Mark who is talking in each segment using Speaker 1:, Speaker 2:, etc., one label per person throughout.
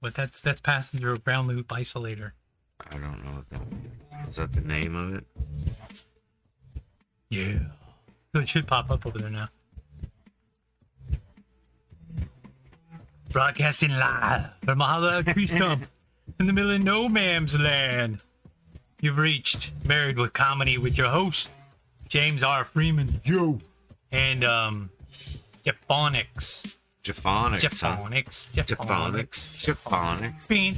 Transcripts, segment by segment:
Speaker 1: but that's that's passing through a ground loop isolator.
Speaker 2: I don't know if that is that the name of it.
Speaker 1: Yeah. So it should pop up over there now. Broadcasting live from Mahalo Tree Stump in the middle of no man's land. You've reached Married with Comedy with your host, James R. Freeman. You. And, um, Japhonics.
Speaker 2: Japhonics. huh?
Speaker 1: Japhonics.
Speaker 2: Japhonics. Japhonics.
Speaker 1: Bam,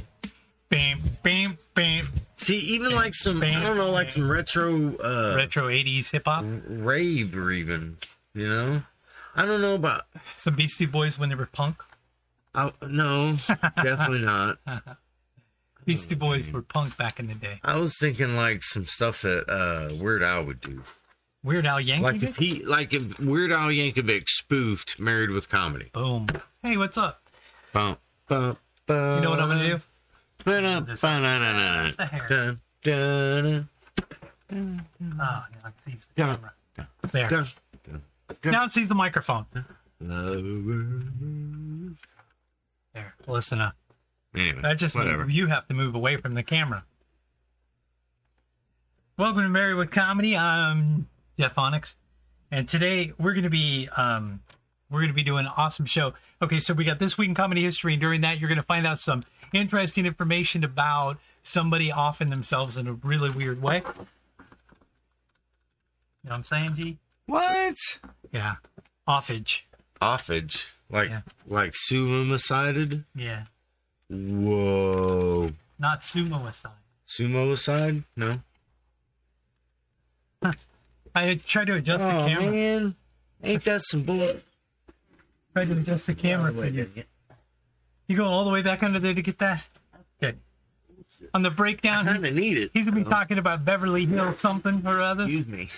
Speaker 1: bam, bam, bam.
Speaker 3: See, even like some I don't know, like some retro uh
Speaker 1: Retro 80s hip hop.
Speaker 3: rave or even, you know? I don't know about
Speaker 1: Some Beastie Boys when they were punk.
Speaker 3: I, no, definitely not.
Speaker 1: Beastie Boys were punk back in the day.
Speaker 3: I was thinking like some stuff that uh Weird Al would do.
Speaker 1: Weird Al Yankovic.
Speaker 3: Like if he like if Weird Al Yankovic spoofed Married with Comedy.
Speaker 1: Boom. Hey, what's up?
Speaker 3: Bump, bump, bump.
Speaker 1: You know what I'm
Speaker 3: Uh,
Speaker 1: gonna do? This- It's the hair.
Speaker 3: Now
Speaker 1: Oh, now it sees the camera. There. Now it sees the microphone. There. Listen up.
Speaker 2: Anyway,
Speaker 1: That just
Speaker 2: whatever.
Speaker 1: means you have to move away from the camera. Welcome to Marywood Comedy. I'm Jeff Onyx, and today we're going to be um, we're going to be doing an awesome show. Okay, so we got this week in comedy history, and during that, you're going to find out some interesting information about somebody offing themselves in a really weird way. You know what I'm saying, G?
Speaker 3: What?
Speaker 1: Yeah, offage.
Speaker 3: Offage. Like
Speaker 1: Yeah.
Speaker 3: like sumicided?
Speaker 1: Yeah,
Speaker 3: Whoa.
Speaker 1: not sumo aside.
Speaker 3: Sumoicide? No.
Speaker 1: I tried to adjust the
Speaker 3: Oh
Speaker 1: camera.
Speaker 3: man. Ain't that some bull
Speaker 1: Tried to adjust the camera for you. You go all the way back under there to get that? Okay. On the breakdown,
Speaker 3: kinda need it.
Speaker 1: he, he's been talking about Beverly Hills something or other.
Speaker 3: Excuse me.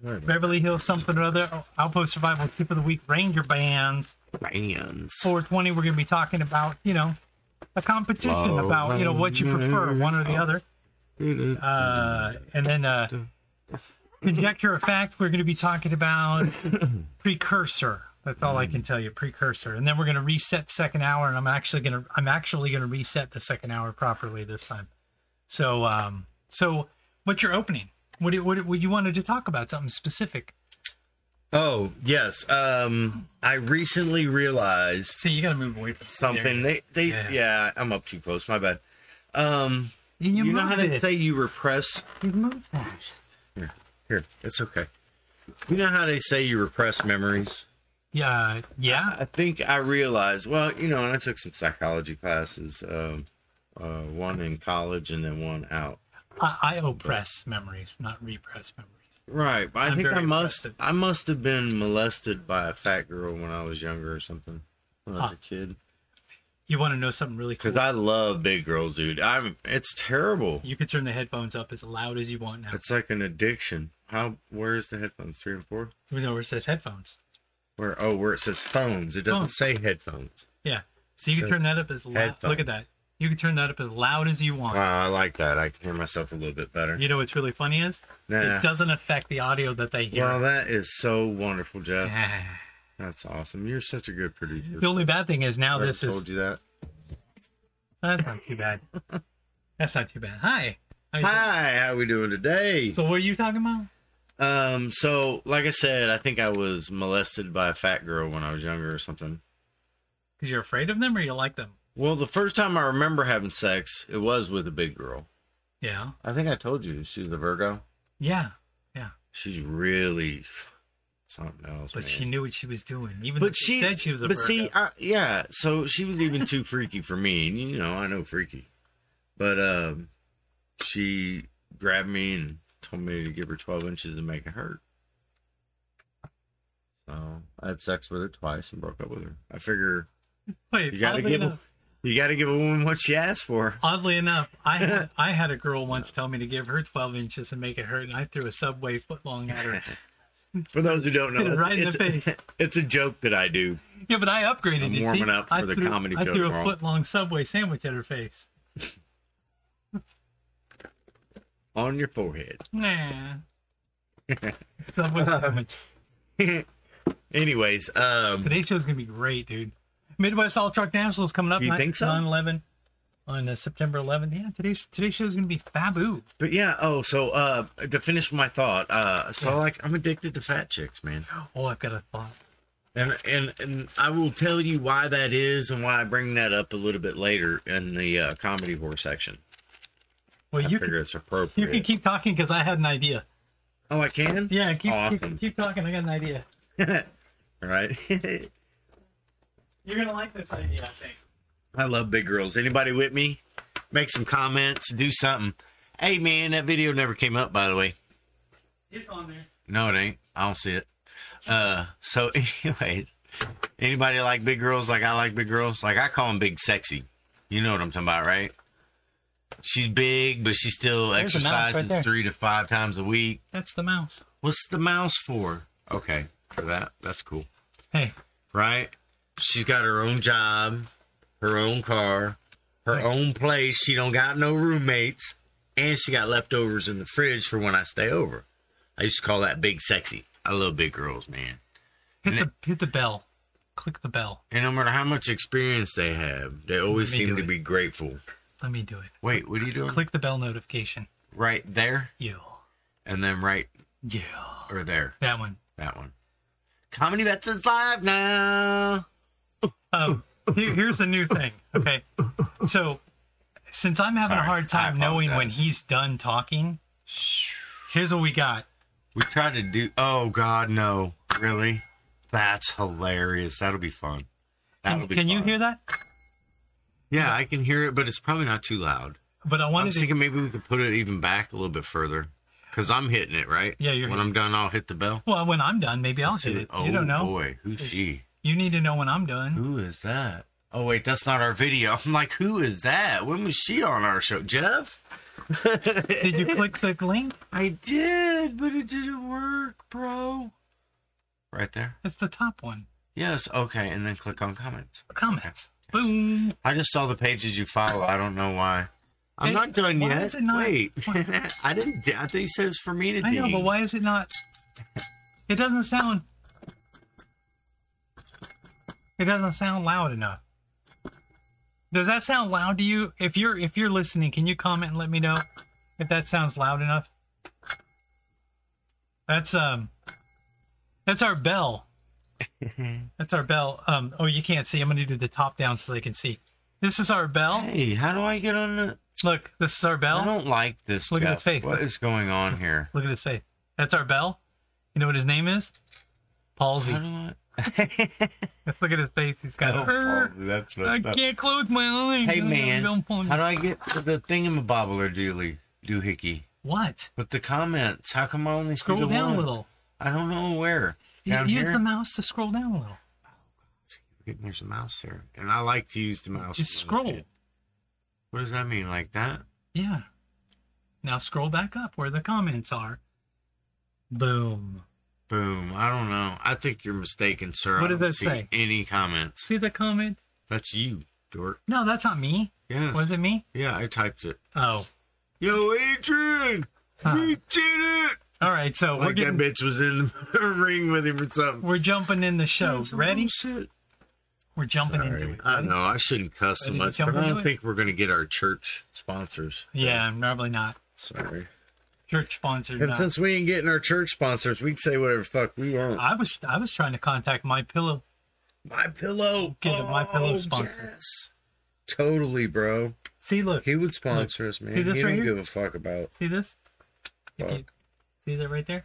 Speaker 1: Beverly Hills something or other. Oh, Outpost Survival Tip of the Week, Ranger Bands.
Speaker 3: Bands.
Speaker 1: 420, we're going to be talking about, you know, a competition
Speaker 2: Low
Speaker 1: about, you know, what you prefer, one or the other. Uh, and then uh, conjecture of fact, we're going to be talking about precursor. That's all I can tell you, precursor. And then we're going to reset second hour, and I'm actually going to I'm actually going to reset the second hour properly this time. So um, so what's your opening? What do- what do- what you wanted to talk about? Something specific?
Speaker 3: Oh, yes. Um I recently realized
Speaker 1: See, you got to move away from
Speaker 3: something
Speaker 1: There.
Speaker 3: they, they
Speaker 1: Yeah.
Speaker 3: yeah. I'm up too close, my bad. Um
Speaker 1: And you,
Speaker 3: you know
Speaker 1: moved
Speaker 3: how they
Speaker 1: it.
Speaker 3: say you repress
Speaker 1: you moved that.
Speaker 3: here, it's okay. You know how they say you repress memories?
Speaker 1: Yeah, yeah.
Speaker 3: I think I realized. Well, you know, and I took some psychology classes, um, uh, one in college and then one out.
Speaker 1: I, I oppress memories, not repress memories.
Speaker 3: Right, but I
Speaker 1: I'm
Speaker 3: think
Speaker 1: very
Speaker 3: I must
Speaker 1: impressive.
Speaker 3: I must have been molested by a fat girl when I was younger or something when I was
Speaker 1: Huh.
Speaker 3: a kid.
Speaker 1: You want to know something really cool?
Speaker 3: Because I love big girls, dude. I'm. It's terrible.
Speaker 1: You can turn the headphones up as loud as you want now.
Speaker 3: It's like an addiction. How? Where's the headphones? Three and four.
Speaker 1: We know where it says headphones.
Speaker 3: Where? Oh, where it says phones. It doesn't
Speaker 1: Phone.
Speaker 3: say headphones.
Speaker 1: Yeah. So you can
Speaker 3: Says
Speaker 1: turn that up as loud.
Speaker 3: headphones.
Speaker 1: Look at that. You can turn that up as loud as you want.
Speaker 3: Wow, I like that. I can hear myself a little bit better.
Speaker 1: You know what's really funny is
Speaker 3: Nah.
Speaker 1: it doesn't affect the audio that they hear.
Speaker 3: Wow, that is so wonderful, Jeff.
Speaker 1: Yeah.
Speaker 3: That's awesome. You're such a good producer.
Speaker 1: The only bad thing is now
Speaker 3: Never
Speaker 1: this
Speaker 3: told
Speaker 1: is
Speaker 3: you that.
Speaker 1: that's not too bad. that's not too bad. Hi. How you doing?
Speaker 3: Hi, how we doing today?
Speaker 1: So what are you talking about?
Speaker 3: um, so like I said, I think I was molested by a fat girl when I was younger or something.
Speaker 1: Because you're afraid of them or you like them?
Speaker 3: Well, the first time I remember having sex, it was with a big girl.
Speaker 1: Yeah.
Speaker 3: I think I told you she's a Virgo.
Speaker 1: Yeah.
Speaker 3: She's really f- something else.
Speaker 1: But
Speaker 3: man.
Speaker 1: she knew what she was doing. Even though
Speaker 3: but
Speaker 1: she,
Speaker 3: she
Speaker 1: said she was a
Speaker 3: But
Speaker 1: Virgo.
Speaker 3: see, I, yeah. So she was even too freaky for me. And, you know, I know freaky, but um, she grabbed me and told me to give her twelve inches and make it hurt. So I had sex with her twice and broke up with her. I figure
Speaker 1: Wait,
Speaker 3: you gotta
Speaker 1: oddly
Speaker 3: give
Speaker 1: enough,
Speaker 3: you gotta give a woman what she asked for.
Speaker 1: Oddly enough, I had, I had a girl once tell me to give her 12 inches and make it hurt, and I threw a Subway footlong at her.
Speaker 3: For those who don't know, it's,
Speaker 1: Right in the
Speaker 3: it's-
Speaker 1: face.
Speaker 3: it's a joke that I do.
Speaker 1: Yeah, but I upgraded
Speaker 3: I'm
Speaker 1: you, see?
Speaker 3: warming up
Speaker 1: I
Speaker 3: for the
Speaker 1: threw,
Speaker 3: comedy
Speaker 1: I
Speaker 3: show
Speaker 1: threw a
Speaker 3: tomorrow.
Speaker 1: foot long Subway sandwich at her face.
Speaker 3: On your forehead.
Speaker 1: Nah. Subway sandwich.
Speaker 3: Anyways, um,
Speaker 1: Today's show's going to be great, dude. Midwest All Truck Nationals coming up.
Speaker 3: You think so?
Speaker 1: 9 11. on uh, September 11th. Yeah, today's today's show is going to be Fabu.
Speaker 3: But yeah, oh, so uh to finish my thought, uh so like I'm addicted to fat chicks, man.
Speaker 1: Oh, I've got a thought.
Speaker 3: And and and I will tell you why that is and why I bring that up a little bit later in the uh, comedy horror section.
Speaker 1: Well,
Speaker 3: I
Speaker 1: you
Speaker 3: figure
Speaker 1: can,
Speaker 3: it's appropriate.
Speaker 1: you can keep talking because I had an idea.
Speaker 3: oh, I can?
Speaker 1: Yeah, keep,
Speaker 3: Awesome.
Speaker 1: keep keep talking. I got an idea.
Speaker 3: All right.
Speaker 1: You're gonna like this idea, I think.
Speaker 3: I love big girls. Anybody with me? Make some comments, do something. Hey man, that video never came up by the way.
Speaker 1: It's on there.
Speaker 3: No, it ain't. I don't see it. Uh, so anyways, anybody like big girls? Like I like big girls. Like I call them big sexy. You know what I'm talking about, right? She's big, but she still
Speaker 1: There's a mouse right
Speaker 3: exercises
Speaker 1: there.
Speaker 3: three to five times a week.
Speaker 1: That's the mouse.
Speaker 3: What's the mouse for? Okay, for that. That's cool,
Speaker 1: Hey,
Speaker 3: right? She's got her own job, her own car, her own place. She don't got no roommates, and she got leftovers in the fridge for when I stay over. I used to call that big sexy. I love big girls, man.
Speaker 1: hit
Speaker 3: And
Speaker 1: the hit the bell. Click the bell.
Speaker 3: And no matter how much experience they have, they always
Speaker 1: Let me
Speaker 3: seem
Speaker 1: do
Speaker 3: to
Speaker 1: it.
Speaker 3: be grateful.
Speaker 1: Let me do it.
Speaker 3: Wait, what are you doing?
Speaker 1: Click the bell notification.
Speaker 3: Right there,
Speaker 1: You.
Speaker 3: and then right
Speaker 1: Yeah.
Speaker 3: or there.
Speaker 1: That one.
Speaker 3: That one. Comedy Vets is live now.
Speaker 1: Um, here, here's a new thing. Okay. So, since I'm having
Speaker 3: Sorry,
Speaker 1: a hard
Speaker 3: I
Speaker 1: time knowing when
Speaker 3: apologize.
Speaker 1: he's done talking, here's what we got.
Speaker 3: We tried to do. Oh God, no! Really? That's hilarious. That'll be fun. That'll
Speaker 1: Can,
Speaker 3: be.
Speaker 1: can you
Speaker 3: fun.
Speaker 1: hear that?
Speaker 3: Yeah, I can hear it, but it's probably not too loud.
Speaker 1: But I
Speaker 3: I
Speaker 1: wanted
Speaker 3: was
Speaker 1: to.
Speaker 3: thinking maybe we could put it even back a little bit further, because I'm hitting it right.
Speaker 1: Yeah, you're
Speaker 3: When
Speaker 1: hitting
Speaker 3: I'm done, I'll hit the bell.
Speaker 1: well, when I'm done, maybe I'll hit it.
Speaker 3: Oh
Speaker 1: you don't know.
Speaker 3: boy, who's she?
Speaker 1: You need to know when I'm done.
Speaker 3: Who is that? Oh wait, that's not our video. I'm like, who is that? When was she on our show? Jeff?
Speaker 1: Did you click the link?
Speaker 3: I did, but it didn't work, bro. Right there.
Speaker 1: It's the top one.
Speaker 3: Yes, okay, and then click on comments.
Speaker 1: Comments. Boom.
Speaker 3: I just saw the pages you follow. I don't know why. I'm
Speaker 1: It-
Speaker 3: not done
Speaker 1: why
Speaker 3: yet.
Speaker 1: is it not-
Speaker 3: Wait. I didn't I thought you said it's for me to
Speaker 1: I know,
Speaker 3: ding.
Speaker 1: but why is it not? It doesn't sound. It doesn't sound loud enough. Does that sound loud to you? If you're if you're listening, can you comment and let me know if that sounds loud enough? That's um. That's our bell. That's our bell. Um. Oh, you can't see. I'm gonna do the top down so they can see. This is our bell.
Speaker 3: Hey, how do I get on the
Speaker 1: Look, this is our
Speaker 3: I
Speaker 1: bell.
Speaker 3: don't like this.
Speaker 1: Look at
Speaker 3: Jeff.
Speaker 1: his face.
Speaker 3: What is going on here?
Speaker 1: Look at his face. That's our bell. You know what his name is? Palsy.
Speaker 3: How do I
Speaker 1: Let's look at his face. He's got.
Speaker 3: Oh, Paul, that's
Speaker 1: I
Speaker 3: messed up.
Speaker 1: can't close my eyes.
Speaker 3: Hey,
Speaker 1: No,
Speaker 3: man.
Speaker 1: Don't pull me.
Speaker 3: How do I get to the thingamabobbler dooley doohickey?
Speaker 1: What?
Speaker 3: With the comments, how come I only see
Speaker 1: Scroll
Speaker 3: the
Speaker 1: down
Speaker 3: one?
Speaker 1: a little.
Speaker 3: I don't know where.
Speaker 1: You-
Speaker 3: Down
Speaker 1: use
Speaker 3: here.
Speaker 1: the mouse to scroll down a little.
Speaker 3: There's a mouse there, and I like to use the mouse.
Speaker 1: Just
Speaker 3: when I
Speaker 1: scroll.
Speaker 3: look at it. What does that mean? Like that?
Speaker 1: Yeah. Now scroll back up where the comments are. Boom.
Speaker 3: Boom. I don't know. I think you're mistaken, sir.
Speaker 1: What
Speaker 3: I
Speaker 1: did
Speaker 3: don't
Speaker 1: that
Speaker 3: see
Speaker 1: say?
Speaker 3: Any comments?
Speaker 1: See the comment?
Speaker 3: That's you, dork.
Speaker 1: No, that's not me.
Speaker 3: Yes.
Speaker 1: Was it me?
Speaker 3: Yeah, I typed it.
Speaker 1: Oh.
Speaker 3: Yo, Adrian,
Speaker 1: Huh.
Speaker 3: we did it.
Speaker 1: All right. So we're
Speaker 3: Like
Speaker 1: getting,
Speaker 3: that bitch was in the ring with him or something.
Speaker 1: we're jumping in the show.
Speaker 3: That's some
Speaker 1: Ready?
Speaker 3: bullshit.
Speaker 1: We're jumping into
Speaker 3: Sorry.
Speaker 1: it.
Speaker 3: I
Speaker 1: Ready?
Speaker 3: know I shouldn't cuss so
Speaker 1: Ready to
Speaker 3: much,
Speaker 1: jump
Speaker 3: but I
Speaker 1: into
Speaker 3: don't
Speaker 1: it?
Speaker 3: think we're gonna get our church sponsors.
Speaker 1: Yeah, I'm probably not.
Speaker 3: Sorry.
Speaker 1: Church sponsored.
Speaker 3: And since we ain't getting our church sponsors, we can say whatever fuck we want.
Speaker 1: I was I was trying to contact my pillow.
Speaker 3: My pillow. Oh,
Speaker 1: Get a My Pillow sponsor.
Speaker 3: Yes. Totally, bro.
Speaker 1: See, look.
Speaker 3: He would sponsor us, man.
Speaker 1: See this
Speaker 3: he
Speaker 1: right
Speaker 3: don't
Speaker 1: here?
Speaker 3: give a fuck about.
Speaker 1: See this? If
Speaker 3: Fuck.
Speaker 1: you- see that right there?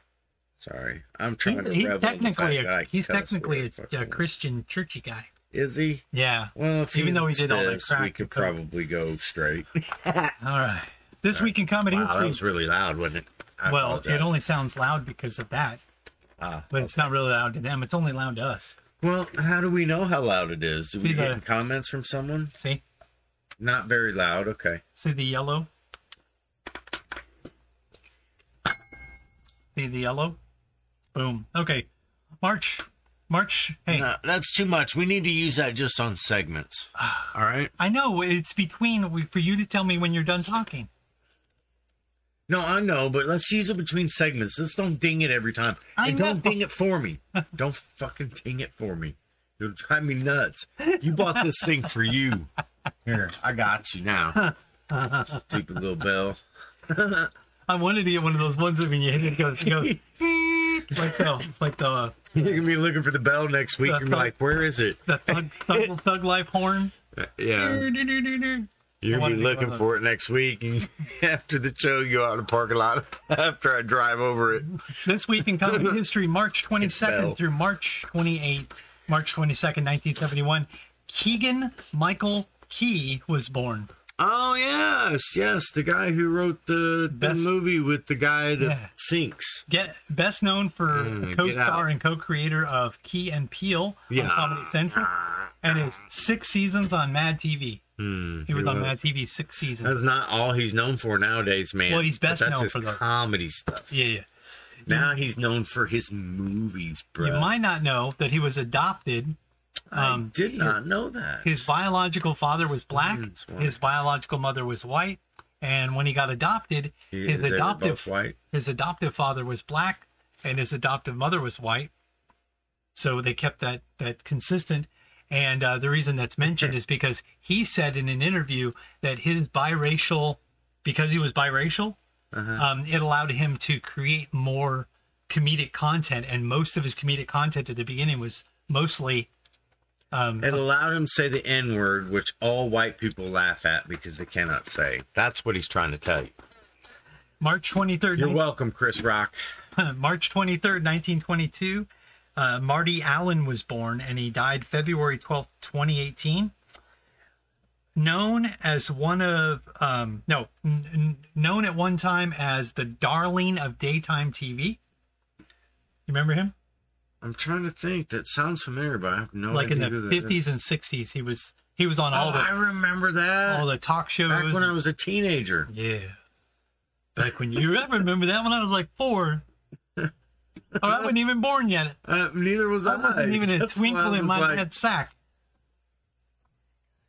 Speaker 3: Sorry, I'm
Speaker 1: He's,
Speaker 3: trying to.
Speaker 1: he's
Speaker 3: revel in the
Speaker 1: technically
Speaker 3: fact that I
Speaker 1: a,
Speaker 3: can
Speaker 1: he's
Speaker 3: cuss
Speaker 1: technically
Speaker 3: whatever the
Speaker 1: a,
Speaker 3: fuck
Speaker 1: a
Speaker 3: I want.
Speaker 1: Christian churchy guy.
Speaker 3: Is he?
Speaker 1: Yeah.
Speaker 3: Well, if
Speaker 1: Even
Speaker 3: he
Speaker 1: though he did all that
Speaker 3: insists, we
Speaker 1: crack
Speaker 3: could
Speaker 1: and coke.
Speaker 3: probably go straight.
Speaker 1: All right. This week in comedy
Speaker 3: Wow, that was
Speaker 1: history.
Speaker 3: really loud, wasn't it? I
Speaker 1: well,
Speaker 3: apologize.
Speaker 1: it only sounds loud because of that,
Speaker 3: Ah.
Speaker 1: but it's not really loud to them. It's only loud to us.
Speaker 3: Well, how do we know how loud it is? Do
Speaker 1: See
Speaker 3: we
Speaker 1: the-
Speaker 3: get comments from someone?
Speaker 1: See?
Speaker 3: Not very loud. Okay.
Speaker 1: See the yellow? See the yellow? Boom. Okay. March. March. Hey.
Speaker 3: No, that's too much. We need to use that just on segments.
Speaker 1: Ah.
Speaker 3: All right.
Speaker 1: I know it's between we- for you to tell me when you're done talking.
Speaker 3: No, I know, but let's use it between segments. Let's don't ding it every time.
Speaker 1: I
Speaker 3: and don't
Speaker 1: know.
Speaker 3: ding it for me. Don't fucking ding it for me. You'll drive me nuts. You bought this thing for you. Here, I got you now. Just take a little bell.
Speaker 1: I wanted to get one of those ones that when you hit it, it goes, it goes beep, like the like the
Speaker 3: You're gonna be looking for the bell next week. You're gonna be like, where is it?
Speaker 1: the thug, thug, thug life horn.
Speaker 3: Yeah, you're gonna be looking for it next week. And after the show, you go out in the parking lot after I drive over it.
Speaker 1: This week in comedy history, March
Speaker 3: Bell.
Speaker 1: 22nd through March 28th, March 22nd, 1971, Keegan Michael Key was born.
Speaker 3: Oh yes, yes, the guy who wrote the, the
Speaker 1: Best-
Speaker 3: movie with the guy that
Speaker 1: Yeah.
Speaker 3: sinks.
Speaker 1: Get best known for
Speaker 2: Mm,
Speaker 1: the
Speaker 2: get
Speaker 1: co-star
Speaker 2: out.
Speaker 1: and co-creator of Key and Peele on
Speaker 3: Yeah.
Speaker 1: Comedy Central, and his six seasons on Mad TV.
Speaker 3: Hmm,
Speaker 1: He was on
Speaker 3: was.
Speaker 1: Mad TV six seasons.
Speaker 3: That's not all he's known for nowadays, man.
Speaker 1: Well, he's
Speaker 3: But
Speaker 1: best
Speaker 3: that's
Speaker 1: known
Speaker 3: his
Speaker 1: for the-
Speaker 3: comedy stuff.
Speaker 1: Yeah, yeah.
Speaker 3: Now he's known for his movies, bro.
Speaker 1: You might not know that he was adopted.
Speaker 3: I did not know that.
Speaker 1: His biological father
Speaker 3: Mm,
Speaker 1: was black.
Speaker 3: That's why.
Speaker 1: His biological mother was white. And when he got adopted,
Speaker 3: He-
Speaker 1: his
Speaker 3: they were
Speaker 1: adoptive
Speaker 3: both white.
Speaker 1: his adoptive father was black, and his adoptive mother was white. So they kept that that consistent. And uh, the reason that's mentioned is because he said in an interview that his biracial, because he was biracial,
Speaker 3: Uh-huh.
Speaker 1: um, it allowed him to create more comedic content. And most of his comedic content at the beginning was mostly um,
Speaker 3: It allowed him to say the N word, which all white people laugh at because they cannot say. That's what he's trying to tell you.
Speaker 1: March 23rd.
Speaker 3: You're welcome, Chris Rock.
Speaker 1: March 23rd, 1922, uh, Marty Allen was born and he died February 12th, 2018. Known as one of, um, no, n- n- known at one time as the darling of daytime TV. You remember him?
Speaker 3: I'm trying to think. That sounds familiar, but Oh, I have no
Speaker 1: like in
Speaker 3: idea.
Speaker 1: the
Speaker 3: who that is.
Speaker 1: 50s and 60s, he was he was on
Speaker 3: Oh,
Speaker 1: all
Speaker 3: I
Speaker 1: the
Speaker 3: remember
Speaker 1: all
Speaker 3: that.
Speaker 1: the talk shows.
Speaker 3: Back when I was a teenager.
Speaker 1: Yeah. Back when you, I remember that when I was like four. Or I wasn't even born yet.
Speaker 3: Uh, neither was I.
Speaker 1: That wasn't even a
Speaker 3: That's why
Speaker 1: twinkle
Speaker 3: I
Speaker 1: in
Speaker 3: was
Speaker 1: my
Speaker 3: like-
Speaker 1: dad's sack.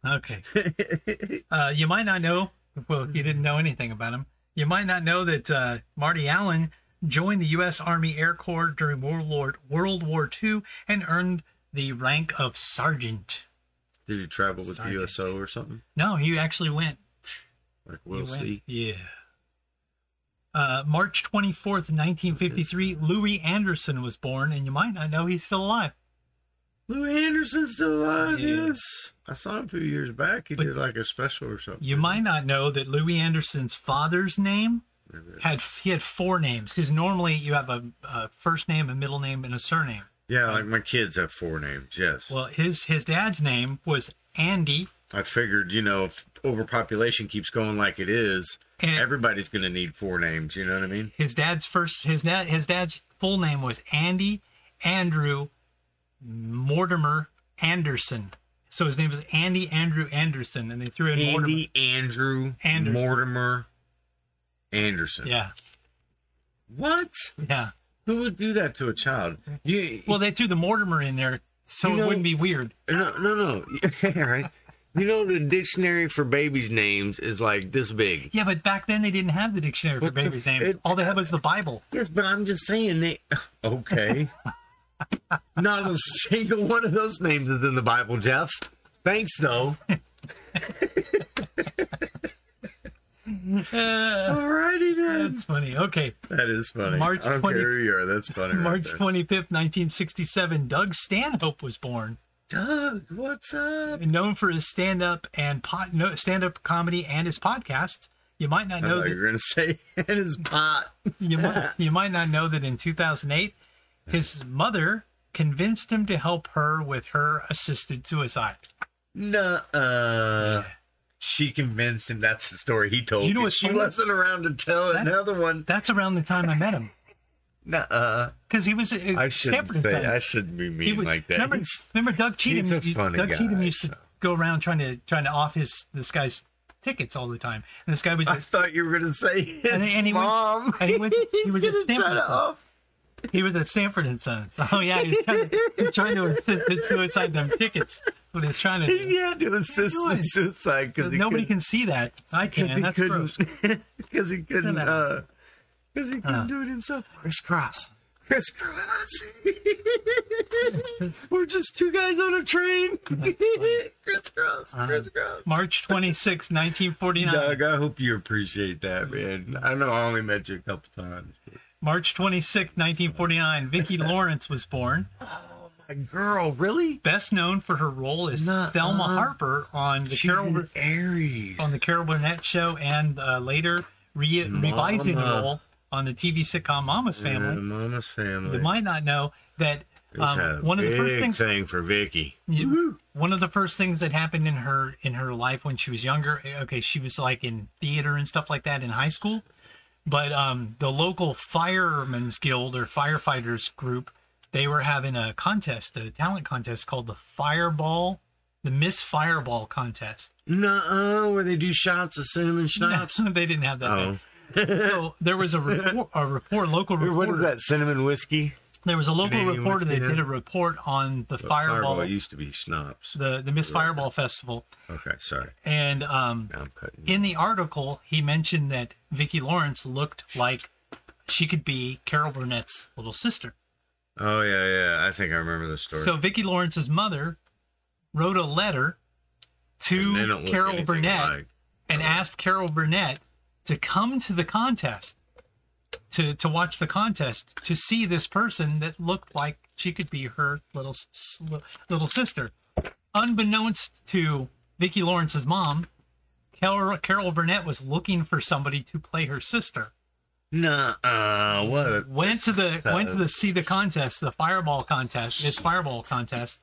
Speaker 1: Okay. uh, you might not know, well, if you didn't know anything about him, you might not know that uh, Marty Allen joined the U.S. Army Air Corps during World War, World War II and earned the rank of sergeant.
Speaker 3: Did he travel with the
Speaker 1: Sergeant.
Speaker 3: USO or something?
Speaker 1: No, he actually went.
Speaker 3: Like,
Speaker 1: He
Speaker 3: we'll
Speaker 1: went.
Speaker 3: see.
Speaker 1: Yeah. Uh, March 24th, 1953, Louis Anderson was born, and you might not know he's still alive.
Speaker 3: Lou Anderson's still alive,
Speaker 1: Yeah.
Speaker 3: yes. I saw him a few years back. He
Speaker 1: But-
Speaker 3: did like a special or something.
Speaker 1: You might not know that Louis Anderson's father's name had he had four names because normally you have a, a first name, a middle name, and a surname.
Speaker 3: Yeah, like my kids have four names, yes.
Speaker 1: Well, his his dad's name was Andy,
Speaker 3: I figured, you know, if overpopulation keeps going like it is,
Speaker 1: and
Speaker 3: everybody's going to need four names. You know what I mean?
Speaker 1: his dad's first his dad his dad's full name was Andy Andrew Mortimer Anderson. So his name was Andy Andrew Anderson, and they threw in Mortimer.
Speaker 3: Andy, Andrew,
Speaker 1: Anderson.
Speaker 3: Mortimer, Anderson.
Speaker 1: Yeah,
Speaker 3: What?
Speaker 1: yeah.
Speaker 3: Who would do that to a child? You,
Speaker 1: Well, they threw the Mortimer in there, so
Speaker 3: You
Speaker 1: it
Speaker 3: know-
Speaker 1: wouldn't be weird.
Speaker 3: no, no, no. All right. You know, the dictionary for babies' names is like this big.
Speaker 1: Yeah, but back then they didn't have the dictionary for
Speaker 3: What the
Speaker 1: babies'
Speaker 3: f-
Speaker 1: names.
Speaker 3: it-
Speaker 1: All they had was the Bible.
Speaker 3: Yes, but I'm just saying they. Okay. Not a single one of those names is in the Bible, Jeff. Thanks, though.
Speaker 1: Uh,
Speaker 3: Alrighty then.
Speaker 1: that's funny. Okay.
Speaker 3: That is funny.
Speaker 1: March
Speaker 3: I don't
Speaker 1: 20
Speaker 3: care who you are. That's funny. right
Speaker 1: March
Speaker 3: there.
Speaker 1: 25th, 1967, Doug Stanhope was born.
Speaker 3: Doug, what's up?
Speaker 1: Known for his stand up and pod, no, stand up comedy and his podcasts. You might not
Speaker 3: I
Speaker 1: know
Speaker 3: thought you
Speaker 1: that,
Speaker 3: were gonna say in his pot.
Speaker 1: you might, you might not know that in 2008 his mother convinced him to help her with her assisted suicide.
Speaker 3: No, she convinced him. That's the story he told.
Speaker 1: You know
Speaker 3: me.
Speaker 1: what's
Speaker 3: she
Speaker 1: funny?
Speaker 3: wasn't around to tell
Speaker 1: That's-
Speaker 3: another one.
Speaker 1: That's around the time I met him
Speaker 3: Nuh-uh.
Speaker 1: because he was at
Speaker 3: I shouldn't
Speaker 1: Stanford at the
Speaker 3: say.
Speaker 1: time.
Speaker 3: I shouldn't be
Speaker 1: He
Speaker 3: mean
Speaker 1: would-
Speaker 3: like that.
Speaker 1: Remember,
Speaker 3: He's-
Speaker 1: remember Doug Cheatham.
Speaker 3: he's a funny
Speaker 1: Doug Cheatham
Speaker 3: guy,
Speaker 1: used to
Speaker 3: so.
Speaker 1: go around trying to trying to off his this guy's tickets all the time. And this guy was
Speaker 3: I
Speaker 1: at,
Speaker 3: thought you were gonna say
Speaker 1: And- and he went-
Speaker 3: mom.
Speaker 1: and he went- he
Speaker 3: He's
Speaker 1: was at
Speaker 3: gonna
Speaker 1: Stanford
Speaker 3: try to
Speaker 1: at the time.
Speaker 3: off.
Speaker 1: he was at Stanford and Sons. Oh yeah, he was trying to, he was trying to assist in suicide them tickets. That's what he was trying to do.
Speaker 3: He had to assist the
Speaker 1: doing?
Speaker 3: suicide because he
Speaker 1: Nobody
Speaker 3: couldn't-
Speaker 1: can see that. I
Speaker 3: because
Speaker 1: can. That's
Speaker 3: he
Speaker 1: gross.
Speaker 3: couldn't because he couldn't
Speaker 1: No, no.
Speaker 3: because he couldn't
Speaker 1: Uh.
Speaker 3: do it himself. Crisscross, Crisscross. We're just two guys on a train. crisscross,
Speaker 1: Um,
Speaker 3: crisscross.
Speaker 1: March 26, 1949.
Speaker 3: Doug, I hope you appreciate that, man. I know I only met you a couple times.
Speaker 1: March 26, 1949, Vicki Lawrence was born,
Speaker 3: Oh my girl, really?
Speaker 1: best known for her role as
Speaker 3: Nuh-uh.
Speaker 1: Thelma Harper on the
Speaker 3: She's
Speaker 1: Carol
Speaker 3: an Aries.
Speaker 1: on the Carol Burnett show and uh, later re- revising
Speaker 3: Mama.
Speaker 1: role on the TV sitcom Mama's
Speaker 3: Yeah,
Speaker 1: Family.
Speaker 3: Mama's family.
Speaker 1: You might not know that
Speaker 3: They had a
Speaker 1: um, one of the first
Speaker 3: big
Speaker 1: things
Speaker 3: thing for Vicky.
Speaker 1: You- one of the first things that happened in her in her life when she was younger eh, okay she was like in theater and stuff like that in high school but um the local firemen's guild or firefighters group they were having a contest a talent contest called the fireball the miss fireball contest
Speaker 3: Nuh-uh, where they do shots of cinnamon schnapps.
Speaker 1: they didn't have that
Speaker 3: oh,
Speaker 1: so there was a report a report local reporter
Speaker 3: what is that? Cinnamon whiskey?
Speaker 1: there was a local
Speaker 3: Canadian
Speaker 1: reporter that
Speaker 3: whiskey,
Speaker 1: did
Speaker 3: yeah.
Speaker 1: a report on the fireball,
Speaker 3: It used to be schnapps.
Speaker 1: the the miss fireball festival
Speaker 3: Okay, sorry.
Speaker 1: and um
Speaker 3: Now I'm cutting.
Speaker 1: in the article, he mentioned that Vicki Lawrence looked like she could be Carol Burnett's little sister.
Speaker 3: oh yeah, yeah. I think I remember the story.
Speaker 1: So Vicki Lawrence's mother wrote a letter
Speaker 3: And they
Speaker 1: to
Speaker 3: don't look
Speaker 1: Carol
Speaker 3: anything
Speaker 1: Burnett
Speaker 3: alike.
Speaker 1: and asked Carol Burnett to come to the contest to to watch the contest to see this person that looked like she could be her little s- s- little sister. Unbeknownst to Vicki Lawrence's mom, Carol, Carol Burnett was looking for somebody to play her sister.
Speaker 3: Nuh-uh, what? a-
Speaker 1: Went to the
Speaker 3: So-
Speaker 1: went to the see the contest, the fireball contest, this fireball contest.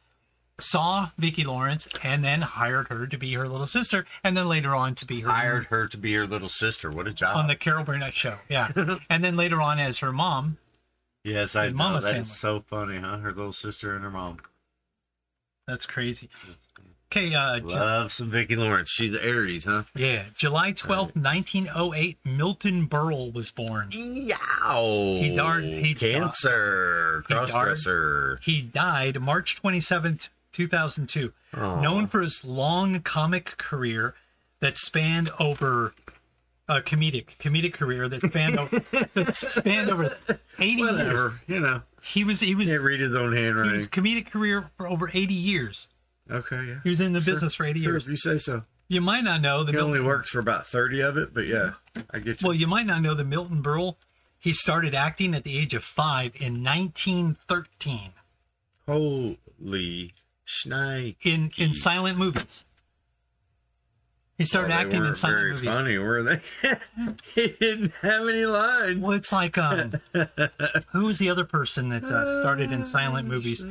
Speaker 1: Saw Vicki Lawrence and then hired her to be her little sister, and then later on to be her
Speaker 3: hired her to be her little sister. What a job!
Speaker 1: on the Carol Burnett show. Yeah, and then later on as her mom.
Speaker 3: yes, I
Speaker 1: the
Speaker 3: know.
Speaker 1: Mama's
Speaker 3: That's so funny, huh? Her little sister and her mom
Speaker 1: That's crazy. Okay, uh, Ju-
Speaker 3: love some Vicki Lawrence. She's the Aries, huh?
Speaker 1: yeah, July twelfth, nineteen oh eight. Milton Berle was born.
Speaker 3: Yow!
Speaker 1: He darn- he
Speaker 3: cancer
Speaker 1: darn- he darn-
Speaker 3: crossdresser.
Speaker 1: He died March twenty seventh, two thousand two.
Speaker 3: Aw.
Speaker 1: Known for his long comic career that spanned over. A comedic comedic career that spanned over that spanned over eighty years.
Speaker 3: Whatever, you know.
Speaker 1: He was he was
Speaker 3: Can't
Speaker 1: he
Speaker 3: read his own
Speaker 1: was
Speaker 3: handwriting.
Speaker 1: comedic career for over eighty years.
Speaker 3: Okay, yeah.
Speaker 1: He was in the
Speaker 3: Sure,
Speaker 1: business for eighty
Speaker 3: Sure,
Speaker 1: years.
Speaker 3: if you say so.
Speaker 1: You might not know the
Speaker 3: He
Speaker 1: Milton
Speaker 3: only worked for about thirty of it, but yeah, I get you.
Speaker 1: Well, you might not know that Milton Berle, he started acting at the age of five in 1913
Speaker 3: Holy schneid!
Speaker 1: in, in
Speaker 3: Jeez.
Speaker 1: silent movies. He started
Speaker 3: Well, they
Speaker 1: acting in
Speaker 3: weren't
Speaker 1: silent
Speaker 3: very
Speaker 1: movies.
Speaker 3: funny, were they? he didn't have any lines.
Speaker 1: Well, it's like um, who was the other person that uh, started in silent
Speaker 3: Oh,
Speaker 1: movies?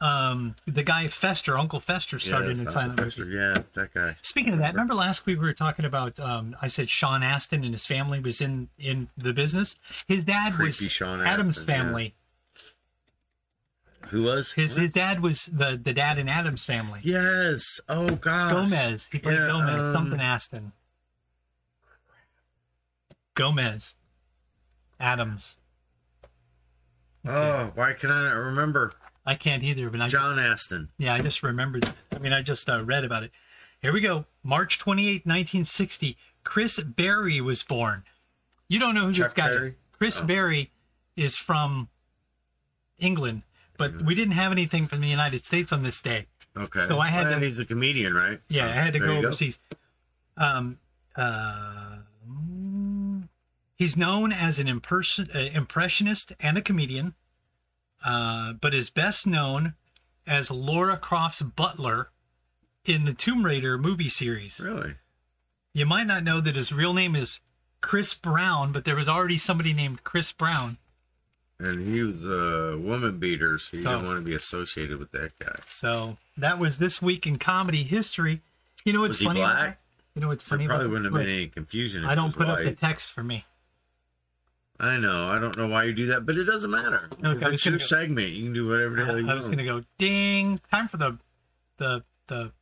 Speaker 1: Um, the guy Fester, Uncle Fester, started
Speaker 3: it's
Speaker 1: in
Speaker 3: not
Speaker 1: silent
Speaker 3: Professor-
Speaker 1: movies.
Speaker 3: Yeah, that guy.
Speaker 1: Speaking of that, remember last week we were talking about um, I said Sean Astin and his family was in in the business. His dad
Speaker 3: Creepy
Speaker 1: was
Speaker 3: Sean
Speaker 1: Adam's
Speaker 3: Astin, yeah.
Speaker 1: family.
Speaker 3: Who was
Speaker 1: His his dad was the the dad in Adam's family.
Speaker 3: Yes. Oh God.
Speaker 1: Gomez. He played
Speaker 3: Yeah,
Speaker 1: Gomez.
Speaker 3: um,
Speaker 1: something Aston. Gomez. Adams.
Speaker 3: Oh, why can I not remember?
Speaker 1: I can't either, but I
Speaker 3: John Aston.
Speaker 1: yeah, I just remembered. I mean, I just uh, read about it. Here we go. March 28, 1960. Chris Berry was born. You don't know who this
Speaker 3: Chuck
Speaker 1: guy is.
Speaker 3: Berry? Oh.
Speaker 1: Chris Berry is from England, but we didn't have anything from the United States on this day.
Speaker 3: Okay.
Speaker 1: So I had
Speaker 3: Well,
Speaker 1: to-
Speaker 3: he's a comedian, right?
Speaker 1: Yeah,
Speaker 3: So,
Speaker 1: I had to
Speaker 3: there
Speaker 1: go
Speaker 3: you
Speaker 1: overseas. Um, uh, mm, he's known as an imperson- uh, impressionist and a comedian, uh, but is best known as Laura Croft's butler in the Tomb Raider movie series.
Speaker 3: Really?
Speaker 1: You might not know that his real name is Chris Brown, but there was already somebody named Chris Brown.
Speaker 3: And he was a woman beater, so you
Speaker 1: So-
Speaker 3: didn't want to be associated with that guy.
Speaker 1: So that was this week in comedy history. You know what's
Speaker 3: Was he
Speaker 1: funny? about that?
Speaker 3: black?
Speaker 1: You know what's
Speaker 3: So
Speaker 1: funny?
Speaker 3: probably
Speaker 1: about
Speaker 3: wouldn't
Speaker 1: that?
Speaker 3: have been any confusion. If
Speaker 1: I
Speaker 3: he
Speaker 1: don't
Speaker 3: was
Speaker 1: put up the
Speaker 3: white.
Speaker 1: text for me.
Speaker 3: I know. I don't know why you do that, but it doesn't matter.
Speaker 1: No, 'cause I
Speaker 3: If
Speaker 1: was
Speaker 3: it's
Speaker 1: gonna
Speaker 3: your
Speaker 1: go-
Speaker 3: segment. You can do whatever the hell you
Speaker 1: I was
Speaker 3: want.
Speaker 1: gonna go ding. Time for the the the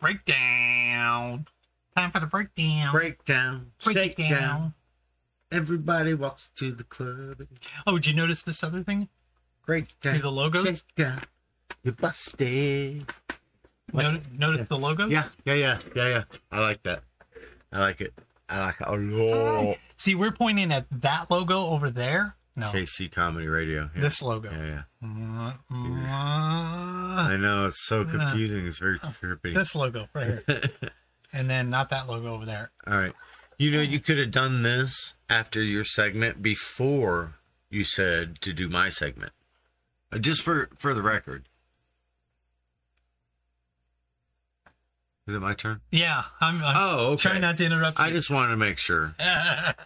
Speaker 1: breakdown. Time for the breakdown.
Speaker 3: Breakdown, shake
Speaker 1: breakdown.
Speaker 3: down. Everybody walks to the club.
Speaker 1: Oh, did you notice this other thing?
Speaker 3: Breakdown.
Speaker 1: See the logos?
Speaker 3: Shake down. You busted.
Speaker 1: No, notice the logo?
Speaker 3: Yeah, yeah, yeah, yeah, yeah. I like that. I like it. I like it a lot.
Speaker 1: Oh, See, we're pointing at that logo over there, No.
Speaker 3: KC Comedy Radio. Yeah.
Speaker 1: This logo.
Speaker 3: Yeah, yeah.
Speaker 1: Uh,
Speaker 3: I know it's so confusing. It's very trippy.
Speaker 1: this logo right here. and then not that logo over there.
Speaker 3: All right. You know, you could have done this after your segment before you said to do my segment. Uh, Just for for the record. Is it my turn?
Speaker 1: Yeah, I'm, I'm
Speaker 3: Oh, okay.
Speaker 1: trying not to interrupt
Speaker 3: I
Speaker 1: you.
Speaker 3: just wanted to make sure.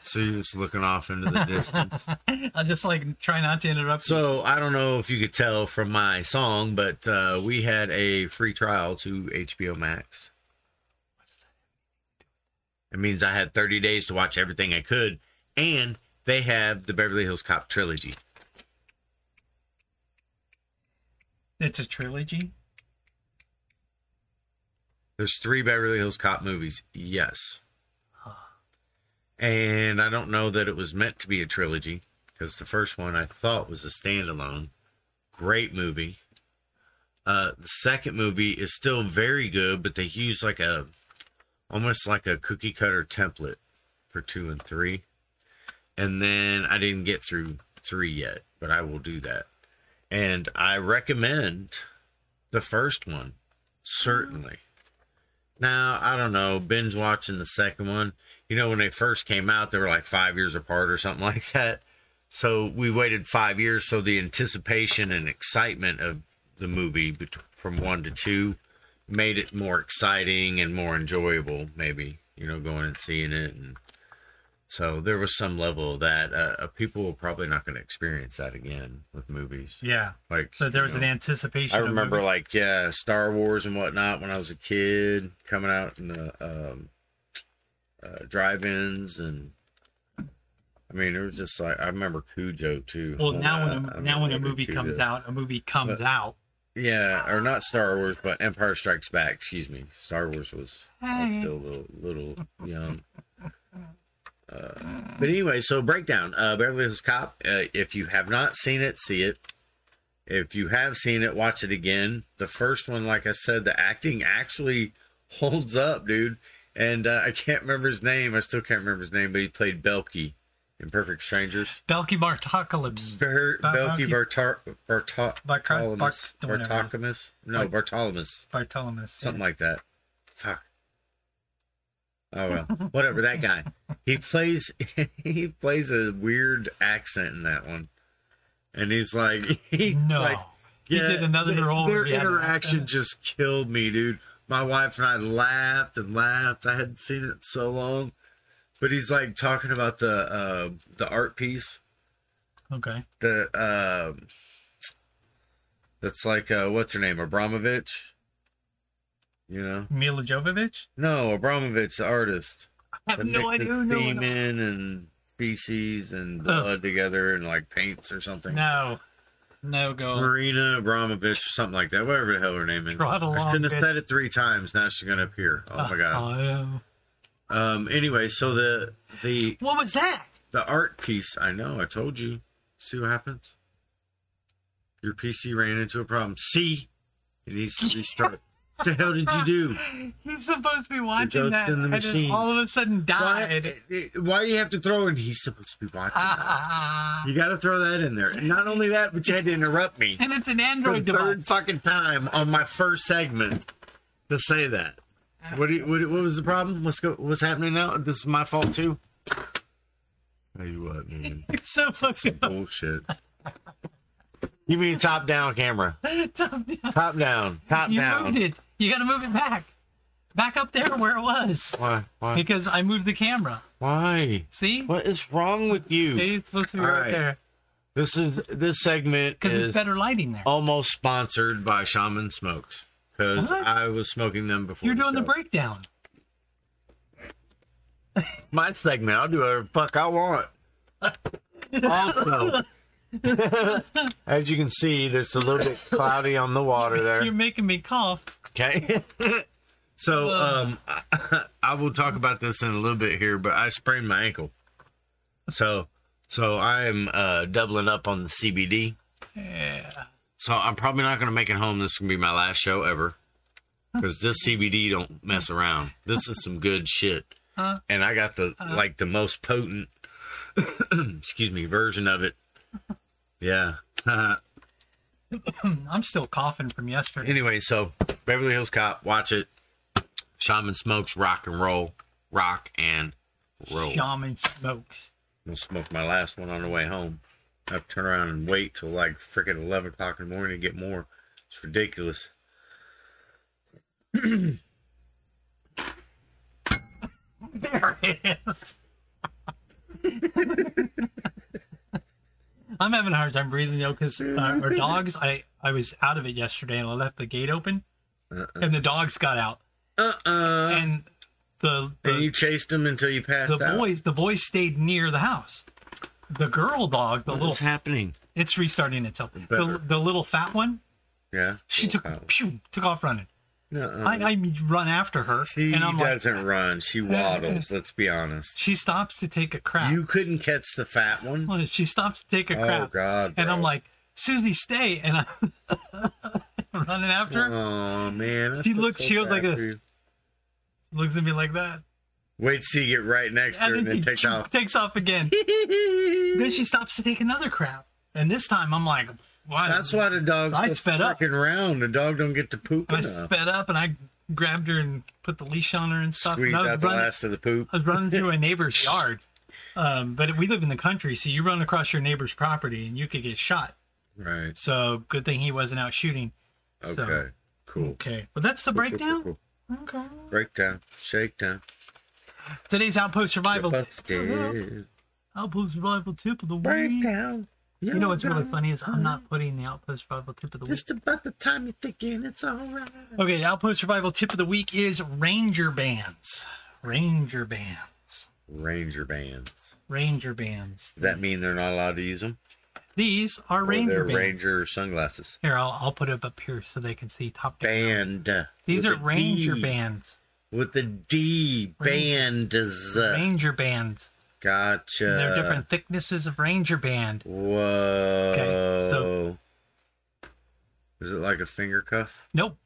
Speaker 3: So you're just looking off into the distance.
Speaker 1: I just like try not to interrupt you.
Speaker 3: So I don't know if you could tell from my song, but uh, we had a free trial to HBO Max. It means I had 30 days to watch everything I could, and they have the Beverly Hills Cop trilogy.
Speaker 1: It's a trilogy.
Speaker 3: There's three Beverly Hills Cop movies. Yes. And I don't know that it was meant to be a trilogy because the first one I thought was a standalone. Great movie. Uh, the second movie is still very good, but they use like a almost like a cookie cutter template for two and three. And then I didn't get through three yet, but I will do that. And I recommend the first one, certainly. Now, I don't know, binge watching the second one. You know, when they first came out, they were like five years apart or something like that. So we waited five years. So the anticipation and excitement of the movie bet- from one to two made it more exciting and more enjoyable, maybe, you know, going and seeing it. And so there was some level of that. Uh, uh, people are probably not going to experience that again with movies.
Speaker 1: Yeah.
Speaker 3: Like,
Speaker 1: So there
Speaker 3: you
Speaker 1: was
Speaker 3: know.
Speaker 1: an anticipation.
Speaker 3: I
Speaker 1: of
Speaker 3: remember
Speaker 1: movies.
Speaker 3: like yeah, Star Wars and whatnot when I was a kid, coming out in the um, uh, drive-ins and I mean it was just like I remember Cujo too.
Speaker 1: Well, now when
Speaker 3: I- I
Speaker 1: a, now when a
Speaker 3: remember
Speaker 1: movie
Speaker 3: Cujo.
Speaker 1: comes out, a movie comes out.
Speaker 3: yeah, or not Star Wars, but Empire Strikes Back. Excuse me, Star Wars was, I was still a little, little young. Uh, but anyway, so breakdown. Uh, Beverly Hills Cop. Uh, if you have not seen it, see it. If you have seen it, watch it again. The first one, like I said, the acting actually holds up, dude. And uh, I can't remember his name. I still can't remember his name, but he played Belky in Perfect Strangers.
Speaker 1: Belky Bartocalypse.
Speaker 3: Ber-
Speaker 1: Ba-
Speaker 3: Belky Bartar- Bartar-
Speaker 1: Bar- Car- Bar-
Speaker 3: Bartolomus.
Speaker 1: whatever it is.
Speaker 3: Bartolomus. No,
Speaker 1: Like-
Speaker 3: Bartolomus.
Speaker 1: Bartolomeus.
Speaker 3: Something like that. Fuck. Oh well, whatever. That guy. He plays. He plays a weird accent in that one, and he's like, he's
Speaker 1: No.
Speaker 3: like,
Speaker 1: He did another
Speaker 3: their-
Speaker 1: role
Speaker 3: Their
Speaker 1: where he had an
Speaker 3: interaction
Speaker 1: accent.
Speaker 3: just killed me, dude. My wife and I laughed and laughed. I hadn't seen it in so long, but he's like talking about the uh, the art piece
Speaker 1: Okay.
Speaker 3: the um that's like uh what's her name abramovich you know
Speaker 1: Mila Jovovich.
Speaker 3: no abramovich the artist
Speaker 1: I have
Speaker 3: that
Speaker 1: no
Speaker 3: mixes
Speaker 1: idea. No, no.
Speaker 3: semen and feces and blood together and like paints or something
Speaker 1: no. No go.
Speaker 3: marina abramovich or something like that whatever the hell her name is
Speaker 1: Trot
Speaker 3: i
Speaker 1: along,
Speaker 3: shouldn't have
Speaker 1: bitch.
Speaker 3: said it three times now she's gonna appear oh my god
Speaker 1: Oh.
Speaker 3: um anyway so the the
Speaker 1: What was that?
Speaker 3: the art piece. I know. I told you. See what happens. Your PC ran into a problem. See, it needs to restart. what the hell did you do?
Speaker 1: He's supposed to be
Speaker 3: goes
Speaker 1: watching that,
Speaker 3: in the
Speaker 1: and
Speaker 3: machine.
Speaker 1: then all of a sudden
Speaker 3: Why, eh,
Speaker 1: died.
Speaker 3: why do you have to throw in? He's supposed to be watching. that. You got to throw that in there. And not only that, but you had to interrupt me
Speaker 1: and it's an
Speaker 3: for
Speaker 1: Android
Speaker 3: the
Speaker 1: device.
Speaker 3: third fucking time on my first segment to say that. What, do you, what, what was the problem? What's go, what's happening now? This is my fault too. Tell you what, man.
Speaker 1: It's so fucking
Speaker 3: bullshit. You mean top down camera?
Speaker 1: top down.
Speaker 3: Top down. Top
Speaker 1: You
Speaker 3: down.
Speaker 1: moved it. You got to move it back, back up there where it was,
Speaker 3: Why? Why?
Speaker 1: because I moved the camera.
Speaker 3: Why?
Speaker 1: See,
Speaker 3: What is wrong with you?
Speaker 1: See, it's supposed to be
Speaker 3: All
Speaker 1: right,
Speaker 3: right.
Speaker 1: there
Speaker 3: This is this segment
Speaker 1: because it's
Speaker 3: is
Speaker 1: better lighting there.
Speaker 3: almost sponsored by Shaman Smokes because
Speaker 1: What?
Speaker 3: I was smoking them before.
Speaker 1: You're doing the
Speaker 3: show.
Speaker 1: breakdown.
Speaker 3: My segment. I'll do whatever the fuck I want. Also, as you can see, there's a little bit cloudy on the water there.
Speaker 1: You're making me cough.
Speaker 3: Okay. so um, I, will talk about this in a little bit here, but I sprained my ankle, so so I'm uh, doubling up on the CBD.
Speaker 1: Yeah.
Speaker 3: So I'm probably not going to make it home. This is going to be my last show ever because this CBD don't mess around. This is some good shit,
Speaker 1: Huh?
Speaker 3: and I got the like the most potent, excuse me, version of it Yeah.
Speaker 1: I'm still coughing from yesterday.
Speaker 3: anyway, so Beverly Hills Cop, watch it. Shaman smokes rock and roll, rock and roll. I'm
Speaker 1: Shaman smokes.
Speaker 3: gonna smoke my last one on the way home. I have to turn around and wait till like freaking eleven o'clock in the morning to get more. It's ridiculous.
Speaker 1: There it is. I'm having a hard time breathing though because uh, our dogs. I I was out of it yesterday and I left the gate open,
Speaker 3: Uh-uh.
Speaker 1: and the dogs got out,
Speaker 3: Uh uh
Speaker 1: and the
Speaker 3: And you
Speaker 1: the,
Speaker 3: chased him until you passed
Speaker 1: the
Speaker 3: out.
Speaker 1: boys the boys stayed near the house. The girl dog, the
Speaker 3: What's
Speaker 1: little
Speaker 3: happening?
Speaker 1: It's restarting itself. The,
Speaker 3: Better.
Speaker 1: the little fat one,
Speaker 3: Yeah.
Speaker 1: she took pew, took off running.
Speaker 3: Uh-uh.
Speaker 1: I, I run after her,
Speaker 3: she
Speaker 1: and I'm like,
Speaker 3: doesn't run. She waddles. let's be honest.
Speaker 1: she stops to take a crap.
Speaker 3: You couldn't catch the fat one.
Speaker 1: Well, She stops to take a
Speaker 3: Oh,
Speaker 1: crap,
Speaker 3: God,
Speaker 1: and I'm
Speaker 3: bro.
Speaker 1: like, Susie, stay, and I'm running after her.
Speaker 3: Oh man. I
Speaker 1: She
Speaker 3: feel
Speaker 1: looked-
Speaker 3: so
Speaker 1: she looked like
Speaker 3: bad for
Speaker 1: this.
Speaker 3: you.
Speaker 1: Looks at me like that,
Speaker 3: Wait till you get right next to her
Speaker 1: and
Speaker 3: and
Speaker 1: then
Speaker 3: then
Speaker 1: she
Speaker 3: takes off.
Speaker 1: takes off again. then she stops to take another crap, and this time I'm like, why?
Speaker 3: That's why the dog's
Speaker 1: I
Speaker 3: so
Speaker 1: sped up.
Speaker 3: fucking round. The dog don't get to poop
Speaker 1: I
Speaker 3: enough.
Speaker 1: sped up and I grabbed her and put the leash on her and stuff.
Speaker 3: Squeeze
Speaker 1: and I was
Speaker 3: out the
Speaker 1: running-
Speaker 3: last of the poop.
Speaker 1: I was running through a neighbor's yard, um, but we live in the country, so you run across your neighbor's property and you could get shot.
Speaker 3: Right.
Speaker 1: So good thing he wasn't out shooting.
Speaker 3: Okay.
Speaker 1: So-
Speaker 3: Cool.
Speaker 1: Okay, but that's the
Speaker 3: Cool, cool, cool,
Speaker 1: breakdown.
Speaker 3: cool.
Speaker 1: Okay.
Speaker 3: Breakdown. Shakedown.
Speaker 1: Today's outpost survival.
Speaker 3: Busted.
Speaker 1: Outpost survival tip of the week.
Speaker 3: Breakdown.
Speaker 1: You know what's really funny is I'm not putting the outpost survival tip of the week.
Speaker 3: Just about the time you're thinking it's all right.
Speaker 1: Okay, the outpost survival tip of the week is ranger bands. Ranger bands.
Speaker 3: Ranger bands.
Speaker 1: Ranger bands.
Speaker 3: Does that mean they're not allowed to use them?
Speaker 1: These are
Speaker 3: or
Speaker 1: ranger
Speaker 3: Oh, they're
Speaker 1: bands.
Speaker 3: ranger sunglasses.
Speaker 1: Here, I'll, I'll put it up here so they can see top down.
Speaker 3: Band.
Speaker 1: These
Speaker 3: with
Speaker 1: are
Speaker 3: a
Speaker 1: ranger
Speaker 3: D.
Speaker 1: bands.
Speaker 3: With the D. Bands.
Speaker 1: ranger bands.
Speaker 3: Gotcha.
Speaker 1: And They're different thicknesses of ranger band.
Speaker 3: Whoa.
Speaker 1: so-
Speaker 3: Is it like a finger cuff?
Speaker 1: Nope.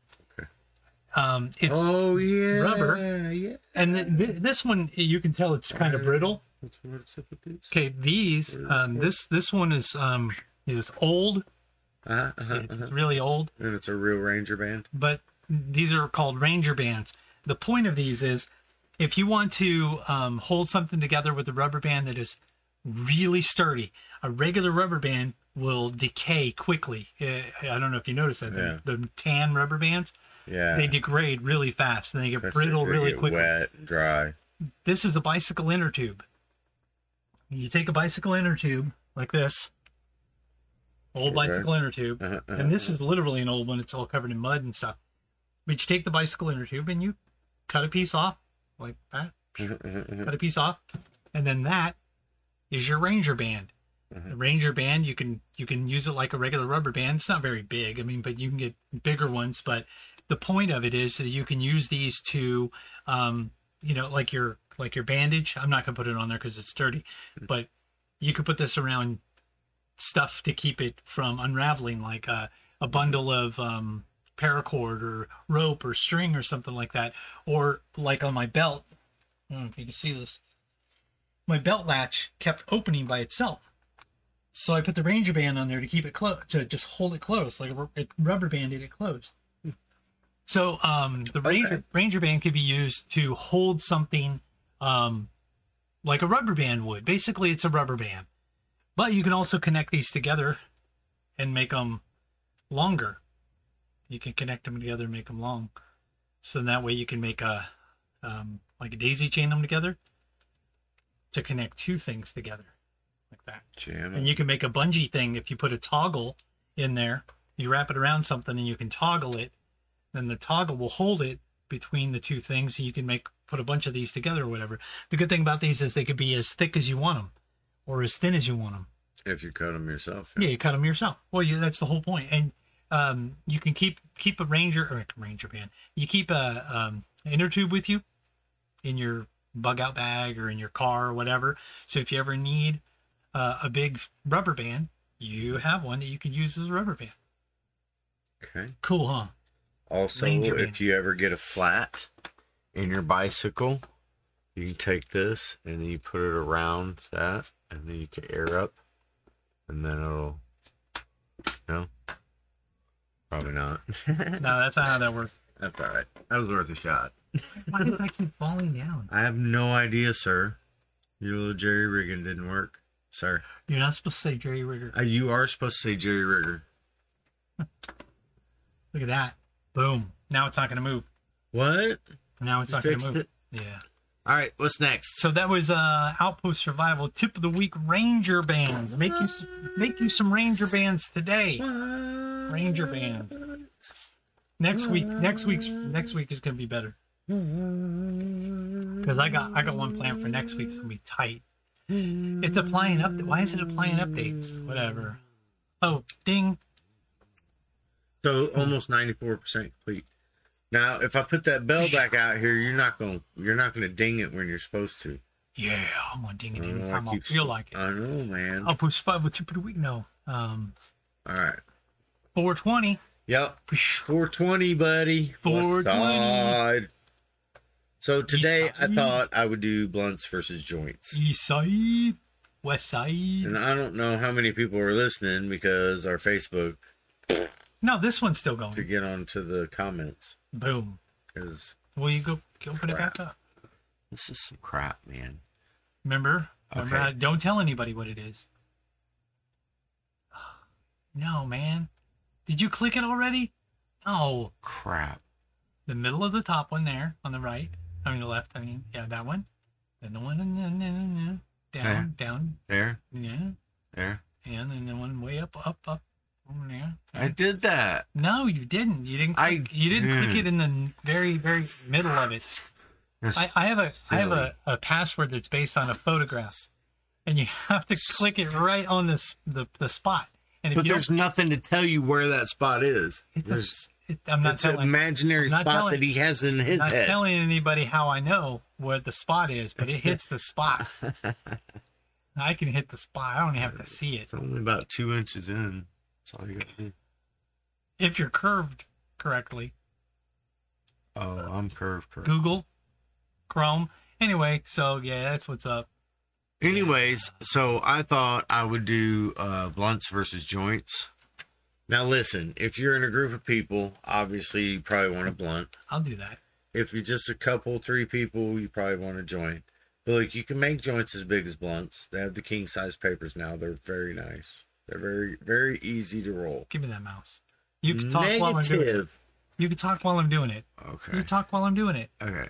Speaker 1: Um, it's
Speaker 3: oh yeah.
Speaker 1: rubber.
Speaker 3: Yeah.
Speaker 1: and th- th- this one you can tell it's kind of brittle.
Speaker 3: That's what it's up with these.
Speaker 1: Okay, these um, this this one is um is old.
Speaker 3: Uh-huh, uh-huh, uh-huh.
Speaker 1: It's really old,
Speaker 3: And it's a real ranger band.
Speaker 1: but these are called ranger bands. The point of these is if you want to um, hold something together with a rubber band that is really sturdy, a regular rubber band will decay quickly. Eh, I don't know if you noticed that the-
Speaker 3: Yeah.
Speaker 1: the, tan rubber bands
Speaker 3: Yeah.
Speaker 1: they degrade really fast and they get
Speaker 3: Especially
Speaker 1: brittle
Speaker 3: if they
Speaker 1: really
Speaker 3: get
Speaker 1: quickly.
Speaker 3: Wet, and dry.
Speaker 1: This is a bicycle inner tube. You take a bicycle inner tube like this, old
Speaker 3: Okay.
Speaker 1: bicycle inner tube,
Speaker 3: Uh-huh, uh-huh,
Speaker 1: and this is literally an old one. It's all covered in mud and stuff. But you take the bicycle inner tube and you cut a piece off like that,
Speaker 3: uh-huh, uh-huh, uh-huh.
Speaker 1: cut a piece off, and then that is your ranger band. The ranger band you can you can use it like a regular rubber band. It's not very big. I mean, but you can get bigger ones. But the point of it is that you can use these to, um, you know, like your like your bandage. I'm not gonna put it on there because it's dirty, but you could put this around stuff to keep it from unraveling, like a, a bundle of um, paracord or rope or string or something like that, or like on my belt. I don't know if you can see this. My belt latch kept opening by itself, so I put the ranger band on there to keep it close, to just hold it close, like a ru- it rubber banded it closed. So um, the ranger
Speaker 3: Okay.
Speaker 1: ranger band could be used to hold something um, like a rubber band would. Basically, it's a rubber band, but you can also connect these together and make them longer. You can connect them together and make them long, so that way you can make a um, like a daisy chain them together to connect two things together like that.
Speaker 3: Jam
Speaker 1: And you can make a bungee thing if you put a toggle in there. You wrap it around something and you can toggle it. Then the toggle will hold it between the two things. And you can make put a bunch of these together or whatever. The good thing about these is they could be as thick as you want them, or as thin as you want them.
Speaker 3: If you cut them yourself.
Speaker 1: Yeah, you cut them yourself. Well, you, that's the whole point. And um, you can keep keep a ranger or a ranger band. You keep a um, inner tube with you in your bug out bag or in your car or whatever. So if you ever need uh, a big rubber band, you have one that you can use as a rubber band.
Speaker 3: Okay.
Speaker 1: Cool, huh?
Speaker 3: Also,
Speaker 1: Ranger
Speaker 3: if
Speaker 1: bands.
Speaker 3: you ever get a flat in your bicycle, you can take this and then you put it around that and then you can air up
Speaker 2: and then it'll. No,
Speaker 3: Probably not.
Speaker 1: No, that's not how that works.
Speaker 3: That's all right. That was worth a shot.
Speaker 1: Why does that keep falling down?
Speaker 3: I have no idea, sir. Your little jerry rigging didn't work, sir.
Speaker 1: You're not supposed to say Jerry Rigger.
Speaker 3: Uh, you are supposed to say jerry rigger.
Speaker 1: Look at that. Boom. Now it's not going to move.
Speaker 3: What?
Speaker 1: Now it's
Speaker 3: You
Speaker 1: not going
Speaker 3: fixed
Speaker 1: to move.
Speaker 3: it?
Speaker 1: Yeah.
Speaker 3: All right. What's next?
Speaker 1: So that was uh, Outpost Survival Tip of the Week Ranger Bands. Make you s- make you some Ranger Bands today. Ranger Bands. Next week, next week's next week is going to be better because I got I got one plan for next week's going to be tight. It's applying up. Why is it applying updates? Whatever. Oh, ding.
Speaker 3: So almost ninety-four percent complete. Now, if I put that bell back out here, you're not gonna you're not gonna ding it when you're supposed to.
Speaker 1: Yeah, I'm gonna ding
Speaker 3: I
Speaker 1: it
Speaker 3: don't know,
Speaker 1: anytime I
Speaker 3: keep-
Speaker 1: feel like it. Oh.
Speaker 3: I know, man.
Speaker 1: Outpost Survival Tip of the Week. No. Um,
Speaker 3: All right.
Speaker 1: 420.
Speaker 3: Yep.
Speaker 1: Phew.
Speaker 3: 420, buddy.
Speaker 1: 420.
Speaker 3: Thought. So today I
Speaker 1: Eastside.
Speaker 3: thought I would do blunts versus joints.
Speaker 1: East side, west side.
Speaker 3: And I don't know how many people are listening because our Facebook
Speaker 1: No, this one's still
Speaker 3: to
Speaker 1: going.
Speaker 3: get onto the comments
Speaker 1: Boom.
Speaker 3: because
Speaker 1: Will you go go open it
Speaker 3: Crap.
Speaker 1: back up?
Speaker 2: this is some crap, man.
Speaker 1: Remember? Remember
Speaker 2: Okay.
Speaker 1: how- don't tell anybody what it is. No, man. Did you click it already? Oh,
Speaker 2: Crap.
Speaker 1: the middle of the top one there on the right. I mean the left. I mean, yeah, that one. Then the one and then, then, then, then,
Speaker 2: There.
Speaker 1: down, down,
Speaker 2: There,
Speaker 1: yeah,
Speaker 2: there.
Speaker 1: and then the one way up, up, up. over there.
Speaker 2: I did that.
Speaker 1: No, you didn't. You didn't.
Speaker 2: I
Speaker 1: Click, you didn't click
Speaker 2: did.
Speaker 1: it in the very, very middle of it.
Speaker 2: That's
Speaker 1: I, I have a I have
Speaker 2: silly.
Speaker 1: a, a password that's based on a photograph, and you have to click it right on this the the spot. And if
Speaker 3: But
Speaker 1: you
Speaker 3: there's
Speaker 1: don't,
Speaker 3: nothing to tell you where that spot is.
Speaker 1: it's a,
Speaker 3: There's-
Speaker 1: s- it, I'm not
Speaker 3: it's an
Speaker 1: telling
Speaker 3: imaginary
Speaker 1: I'm not
Speaker 3: spot
Speaker 1: telling-
Speaker 3: that he has in his
Speaker 1: not
Speaker 3: head.
Speaker 1: telling anybody how I know where the spot is, but it hits the spot. I can hit the spot. I don't even have to see it
Speaker 2: It's only about two inches in. That's all you got. to do.
Speaker 1: if you're curved correctly.
Speaker 2: Oh, I'm curved, curved.
Speaker 1: Google, Chrome. Anyway, so yeah, that's what's up.
Speaker 2: Anyways, so I thought I would do uh, blunts versus joints.
Speaker 3: Now listen, if you're in a group of people, obviously you probably want a blunt.
Speaker 1: I'll do that.
Speaker 3: If you're just a couple, three people, you probably want to join. But look, you can make joints as big as blunts. They have the king size papers now. They're very nice. They're very very easy to roll.
Speaker 1: Give me that mouse. You can talk while I'm doing it.
Speaker 3: Negative.
Speaker 1: You can talk while I'm doing it. You
Speaker 2: Okay.
Speaker 1: talk while I'm doing it.
Speaker 2: Okay.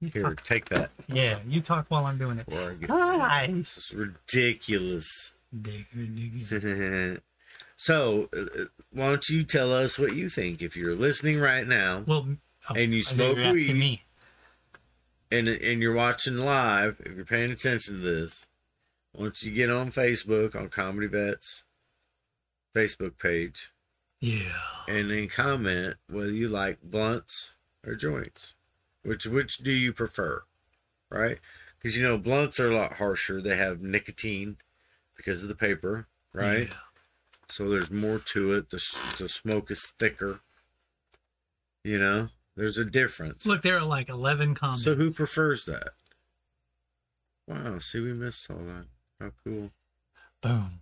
Speaker 1: You
Speaker 3: Here,
Speaker 1: talk-
Speaker 3: take that.
Speaker 1: yeah, you talk while I'm doing it.
Speaker 3: Before I get-
Speaker 1: Hi.
Speaker 3: This is ridiculous.
Speaker 1: Dig-
Speaker 3: so, uh, why don't you tell us what you think? If you're listening right now
Speaker 1: Well, oh,
Speaker 3: And you
Speaker 1: I thought were
Speaker 3: smoke
Speaker 1: asking
Speaker 3: weed.
Speaker 1: Me.
Speaker 3: and and you're watching live, if you're paying attention to this, once you get on Facebook on Comedy Vets Facebook page
Speaker 1: Yeah.
Speaker 3: and then comment whether you like blunts or joints, which which do you prefer, right? Because you know blunts are a lot harsher. They have nicotine because of the paper, right?
Speaker 1: Yeah.
Speaker 3: so there's more to it. The s- the smoke is thicker. You know, there's a difference.
Speaker 1: Look, there are like 11 comments.
Speaker 3: so who prefers that? Wow, see, we missed all that. How cool!
Speaker 1: Boom.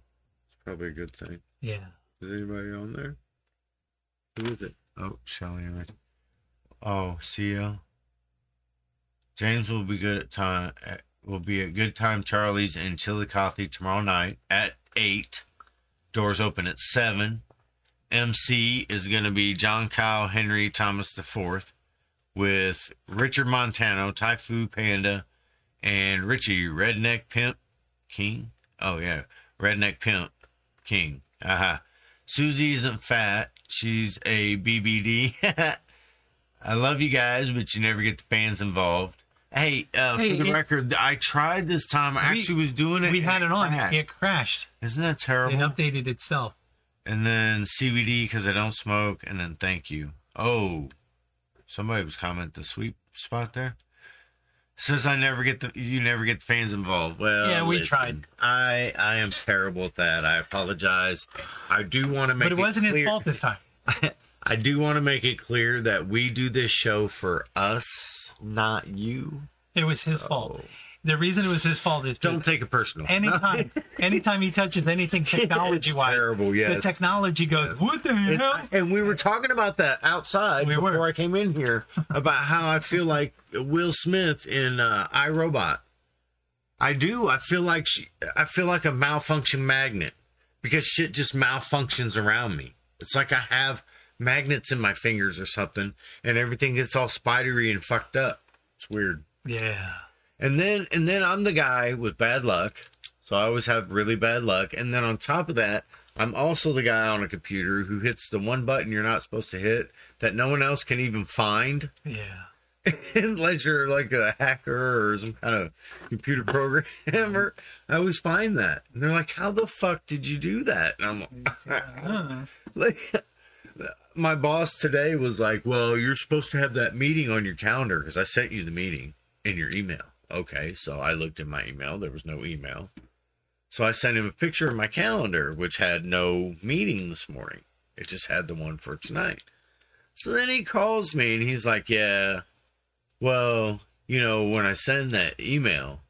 Speaker 3: It's probably a good thing.
Speaker 1: Yeah.
Speaker 3: Is anybody on there? Who is it?
Speaker 2: Oh, Shelly. right. Oh, CL. James will be good at time. At, will be at good time. Charlie's in Chillicothe tomorrow night at eight. Doors open at seven. MC is going to be John Kyle Henry Thomas the Fourth, with Richard Montano, Typhoo Panda, and Richie Redneck Pimp King. Oh yeah, Redneck Pimp King. Aha. Uh-huh. Susie isn't fat. She's a BBD. I love you guys, but you never get the fans involved. Hey, uh,
Speaker 1: Hey,
Speaker 2: for the
Speaker 1: it-
Speaker 2: record, I tried this time. I
Speaker 1: We-
Speaker 2: actually was doing it.
Speaker 1: We
Speaker 2: and
Speaker 1: had it on.
Speaker 2: crashed.
Speaker 1: It crashed.
Speaker 2: Isn't that terrible?
Speaker 1: It updated itself.
Speaker 2: and then CBD because I don't smoke, and then thank you. Oh, somebody was comment the sweet spot there. Says I never get the you never get the fans involved.
Speaker 3: Well,
Speaker 1: Yeah, we tried.
Speaker 3: I I am terrible at that. I apologize. I do want to make.
Speaker 1: But it wasn't
Speaker 3: clear,
Speaker 1: his fault this time.
Speaker 3: I do want to make it clear that we do this show for us, not you.
Speaker 1: It was his
Speaker 3: So-
Speaker 1: fault. the reason it was his fault is
Speaker 3: Don't take it personal.
Speaker 1: anytime anytime he touches anything technology wise,
Speaker 3: terrible,
Speaker 1: the
Speaker 3: yes.
Speaker 1: technology goes, What the
Speaker 3: It's-
Speaker 1: hell?
Speaker 3: and we were talking about that outside
Speaker 1: We
Speaker 3: before
Speaker 1: were.
Speaker 3: I came in here about how I feel like Will Smith in uh, I Robot. I do. I feel like she, I feel like a malfunction magnet because shit just malfunctions around me. It's like I have magnets in my fingers or something, and everything gets all spidery and fucked up. It's weird.
Speaker 1: Yeah.
Speaker 3: And then and then I'm the guy with bad luck. So I always have really bad luck. And then on top of that, I'm also the guy on a computer who hits the one button you're not supposed to hit that no one else can even find
Speaker 1: Yeah.
Speaker 3: unless you're like a hacker or some kind of computer programmer. I always find that. And they're like, How the fuck did you do that? And I'm like,
Speaker 1: Uh,
Speaker 3: like my boss today was like, "Well, you're supposed to have that meeting on your calendar because I sent you the meeting in your email." Okay, so I looked in my email. There was no email, so I sent him a picture of my calendar, which had no meeting this morning. It just had the one for tonight. So then he calls me and he's like, "Yeah, well, you know, when I send that email,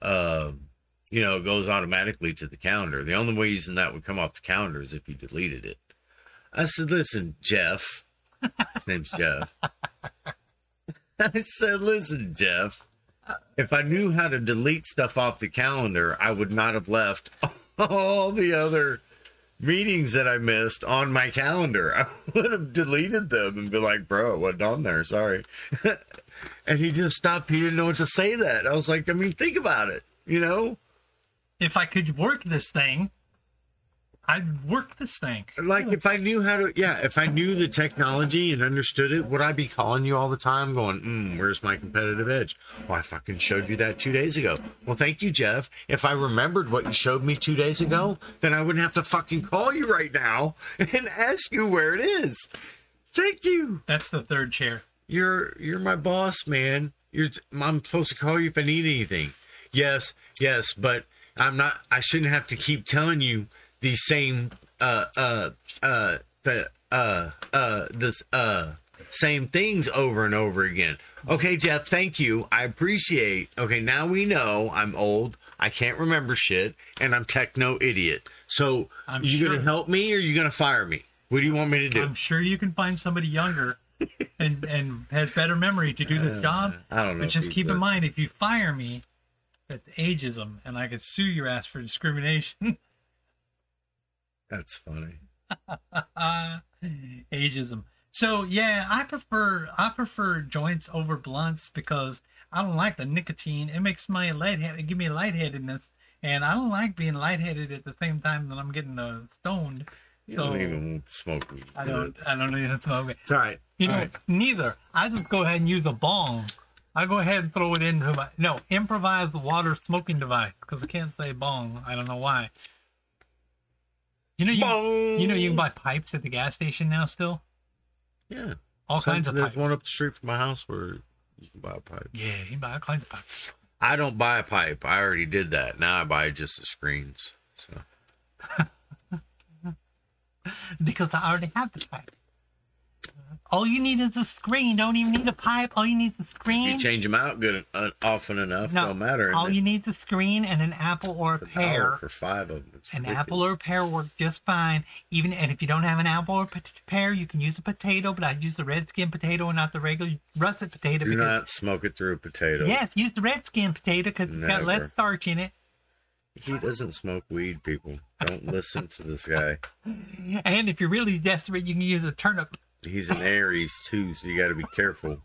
Speaker 3: um, you know, it goes automatically to the calendar. The only reason that would come off the calendar is if you deleted it. I said, listen, Jeff. His name's Jeff. I said, listen, Jeff. If I knew how to delete stuff off the calendar, I would not have left all the other meetings that I missed on my calendar. I would have deleted them and be like, bro, it wasn't on there. Sorry. and he just stopped. He didn't know what to say that. I was like, I mean, think about it. You know,
Speaker 1: if I could work this thing, I'd work this thing.
Speaker 3: like if I knew how to, yeah, if I knew the technology and understood it, would I be calling you all the time going, mm, where's my competitive edge? Well, I fucking showed you that two days ago. Well, thank you, Jeff. If I remembered what you showed me two days ago, then I wouldn't have to fucking call you right now and ask you where it is. Thank you.
Speaker 1: That's the third chair.
Speaker 3: You're, you're my boss, man. You're, I'm supposed to call you if I need anything. Yes, yes, but I'm not, I shouldn't have to keep telling you these same uh uh uh the uh uh this uh same things over and over again. Okay, Jeff, thank you. I appreciate. Okay, now we know I'm old. I can't remember shit, and I'm techno idiot. So,
Speaker 1: I'm
Speaker 3: you
Speaker 1: sure.
Speaker 3: gonna help me or you gonna fire me? What do you want me to do?
Speaker 1: I'm sure you can find somebody younger and and has better memory to do this job.
Speaker 3: I don't know
Speaker 1: But
Speaker 3: if
Speaker 1: just
Speaker 3: he
Speaker 1: keep in
Speaker 3: does.
Speaker 1: mind, if you fire me, that's ageism, and I could sue your ass for discrimination.
Speaker 3: That's funny.
Speaker 1: Uh, ageism. So yeah, I prefer I prefer joints over blunts because I don't like the nicotine. It makes my lightheaded give me lightheadedness, and I don't like being lightheaded at the same time that I'm getting uh, stoned.
Speaker 3: You
Speaker 1: So
Speaker 3: don't even want to smoke weed.
Speaker 1: I don't I don't even smoke it.
Speaker 3: It's all right.
Speaker 1: You know,
Speaker 3: All right.
Speaker 1: neither. I just go ahead and use a bong. I go ahead and throw it into my no improvised water smoking device because I can't say bong. I don't know why. You know you
Speaker 3: Bong.
Speaker 1: you know you can buy pipes at the gas station now still.
Speaker 3: Yeah.
Speaker 1: All
Speaker 3: So
Speaker 1: kinds of
Speaker 3: There's
Speaker 1: pipes.
Speaker 3: one up the street from my house where you can buy a pipe.
Speaker 1: Yeah, you can buy all kinds of pipes.
Speaker 3: I don't buy a pipe. I already did that. Now I buy just the screens. So
Speaker 1: Because I already have the pipe. Uh, All you need is a screen. Don't even need a pipe. All you need is a
Speaker 3: if you
Speaker 1: screen.
Speaker 3: change them out good uh, often enough,
Speaker 1: No,
Speaker 3: no matter.
Speaker 1: Mm. All
Speaker 3: And
Speaker 1: you need is a screen and an apple or a
Speaker 3: it's an hour
Speaker 1: pear.
Speaker 3: for five of them. It's
Speaker 1: An
Speaker 3: ridiculous.
Speaker 1: apple or a pear work just fine. Even and if you don't have an apple or pot- pear, you can use a potato. But I'd use the red skin potato and not the regular russet potato.
Speaker 3: Do
Speaker 1: because-
Speaker 3: not smoke it through a potato.
Speaker 1: yes, use the red skin potato because it's got
Speaker 3: Never.
Speaker 1: less starch in it.
Speaker 3: He doesn't smoke weed, people. Don't listen to this guy.
Speaker 1: And if you're really desperate, you can use a turnip.
Speaker 3: He's an Aries too, so you got to be careful.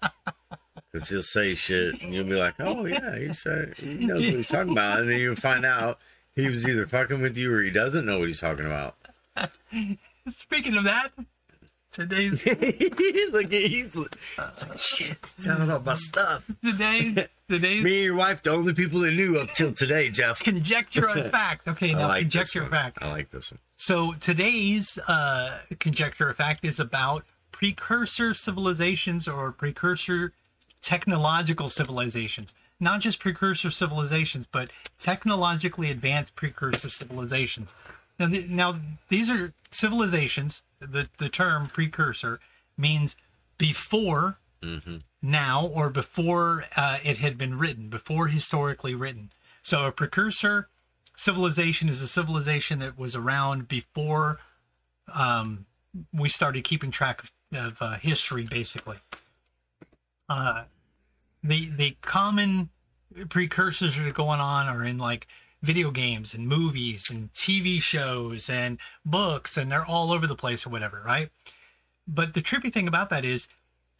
Speaker 3: Because he'll say shit, and you'll be like, "Oh yeah, he's uh, he knows what he's talking about," and then you'll find out he was either fucking with you or he doesn't know what he's talking about.
Speaker 1: Speaking of that, today's
Speaker 3: Look, he's, he's like, shit, telling all my stuff.
Speaker 1: today's today's
Speaker 3: Me and your wife, the only people that knew up till today, Jeff.
Speaker 1: conjecture a fact. Okay,
Speaker 3: I
Speaker 1: now
Speaker 3: like this
Speaker 1: conjecture a
Speaker 3: one.
Speaker 1: fact.
Speaker 3: I like this one.
Speaker 1: So today's uh, conjecture of fact is about precursor civilizations or precursor technological civilizations. Not just precursor civilizations, but technologically advanced precursor civilizations. Now, th- now these are civilizations. The, the term precursor means before now or before uh, it had been written, before historically written. So a precursor civilization is a civilization that was around before um, we started keeping track of, of uh, history, basically. Uh, the the common precursors that are going on are in like video games and movies and TV shows and books, and they're all over the place or whatever, right? But the trippy thing about that is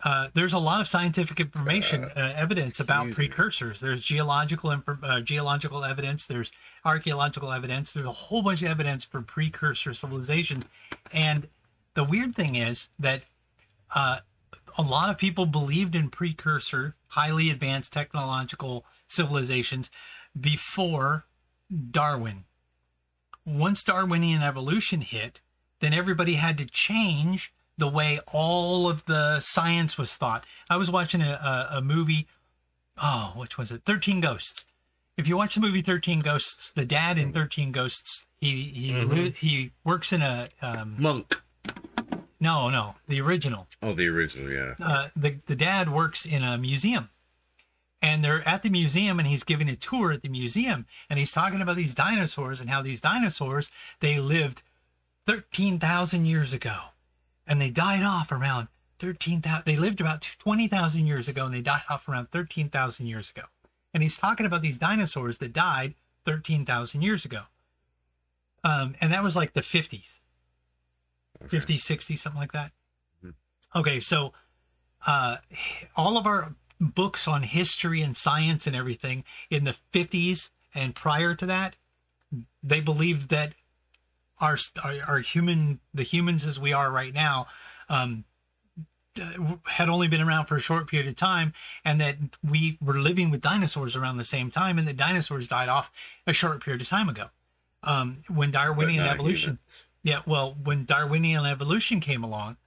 Speaker 1: uh, there's a lot of scientific information, uh, evidence about precursors. There's geological inf- uh, geological evidence. There's archaeological evidence. There's a whole bunch of evidence for precursor civilizations, and the weird thing is that uh, a lot of people believed in precursor, highly advanced technological civilizations before Darwin. Once Darwinian evolution hit, then everybody had to change the way all of the science was thought. I was watching a, a, a movie, oh, which was it? 13 Ghosts. If you watch the movie 13 Ghosts, the dad in 13 Ghosts, he he li- he works in a um,
Speaker 3: Monk.
Speaker 1: no, no, the original.
Speaker 3: Oh, the original, yeah.
Speaker 1: Uh, the the dad works in a museum. And they're at the museum and he's giving a tour at the museum and he's talking about these dinosaurs and how these dinosaurs they lived 13,000 years ago and they died off around 13,000. They lived about 20,000 years ago and they died off around 13,000 years ago. And he's talking about these dinosaurs that died 13,000 years ago. Um, and that was like the 50s,
Speaker 3: Okay.
Speaker 1: 50s, 60s, something like that.
Speaker 3: Mhm.
Speaker 1: Okay, so uh, all of our books on history and science and everything in the 50s and prior to that, they believed that our our, our human the humans as we are right now um d- had only been around for a short period of time and that we were living with dinosaurs around the same time and that dinosaurs died off a short period of time ago um when
Speaker 3: But
Speaker 1: darwinian
Speaker 3: not
Speaker 1: evolution
Speaker 3: humans.
Speaker 1: yeah well when darwinian evolution came along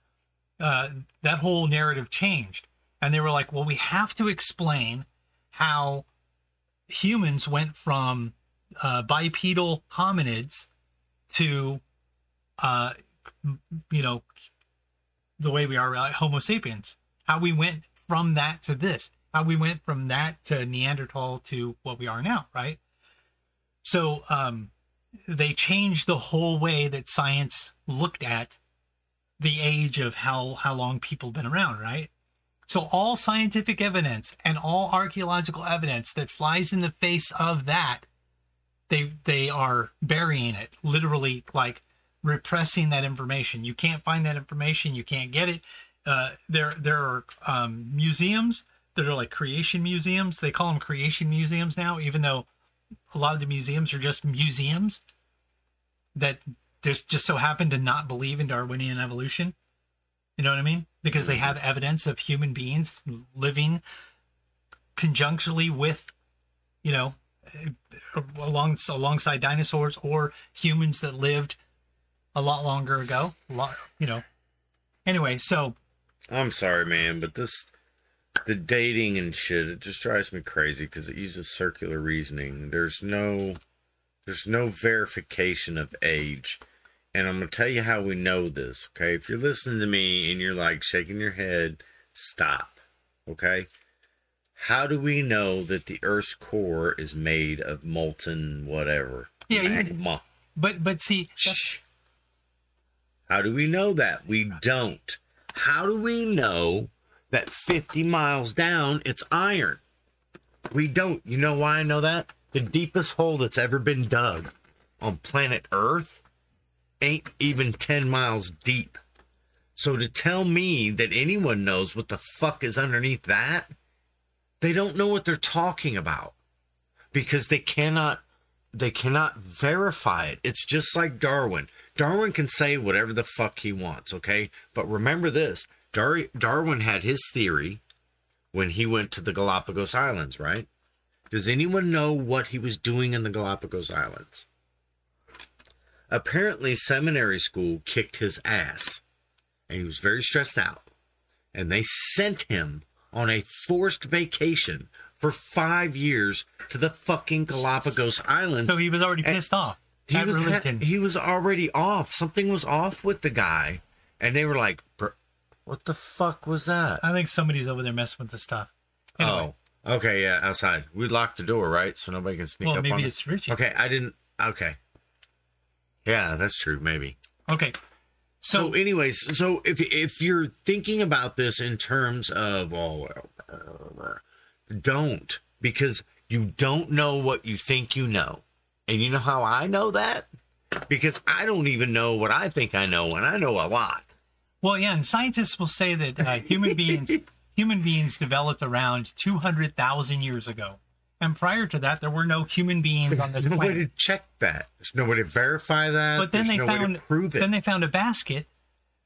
Speaker 1: uh that whole narrative changed and they were like well we have to explain how humans went from uh, bipedal hominids to uh you know the way we are like homo sapiens how we went from that to this how we went from that to neanderthal to what we are now right so um they changed the whole way that science looked at the age of how how long people been around right so all scientific evidence and all archaeological evidence that flies in the face of that they they are burying it literally like repressing that information you can't find that information you can't get it uh, there there are um, museums that are like creation museums they call them creation museums now even though a lot of the museums are just museums that just just so happen to not believe in darwinian evolution you know what i mean because
Speaker 3: Mm-hmm.
Speaker 1: they have evidence of human beings living conjunctly with you know along alongside dinosaurs or humans that lived a lot longer ago. A lot, you know. Anyway, so
Speaker 3: I'm sorry, man, but this, the dating and shit, it just drives me crazy because it uses circular reasoning. There's no, there's no verification of age. And I'm going to tell you how we know this, okay? If you're listening to me and you're like shaking your head, stop, okay? How do we know that the Earth's core is made of molten whatever?
Speaker 1: Yeah, you-
Speaker 3: magma?
Speaker 1: but but see, that's,
Speaker 3: Shh. How do we know that? We don't. How do we know that 50 miles down it's iron? We don't. You know why I know that? The deepest hole that's ever been dug on planet Earth ain't even 10 miles deep. So to tell me that anyone knows what the fuck is underneath that, they don't know what they're talking about because they cannot they cannot verify it. It's just like Darwin. Darwin can say whatever the fuck he wants, okay? But remember this Dar- Darwin had his theory when he went to the Galapagos Islands, right? Does anyone know what he was doing in the Galapagos Islands? Apparently, seminary school kicked his ass, and he was very stressed out. And they sent him on a forced vacation for five years to the fucking Galapagos Islands
Speaker 1: so he was already
Speaker 3: And-
Speaker 1: pissed off
Speaker 3: he
Speaker 1: at
Speaker 3: was
Speaker 1: Religion.
Speaker 3: he was already off. Something was off with the guy, and they were like, "Br- What the fuck was that?
Speaker 1: I think somebody's over there messing with the stuff. Anyway,
Speaker 3: Oh, okay, yeah, outside. We locked the door, right? So nobody can sneak
Speaker 1: well,
Speaker 3: up on
Speaker 1: maybe
Speaker 3: us.
Speaker 1: it's Richie.
Speaker 3: Okay, I didn't. Okay. Yeah, that's true. Maybe.
Speaker 1: Okay.
Speaker 3: So,
Speaker 1: So,
Speaker 3: anyways, so if if you're thinking about this in terms of oh, well, uh, don't because you don't know what you think you know, and you know how I know that because I don't even know what I think I know, and I know a lot.
Speaker 1: well, yeah, and scientists will say that uh, human beings human beings developed around two hundred thousand years ago, and prior to that, there were no human beings on this
Speaker 3: There's no way
Speaker 1: planet.
Speaker 3: to check that. There's no way to verify that.
Speaker 1: But then
Speaker 3: There's
Speaker 1: they
Speaker 3: no way
Speaker 1: found
Speaker 3: to prove it.
Speaker 1: then they found a basket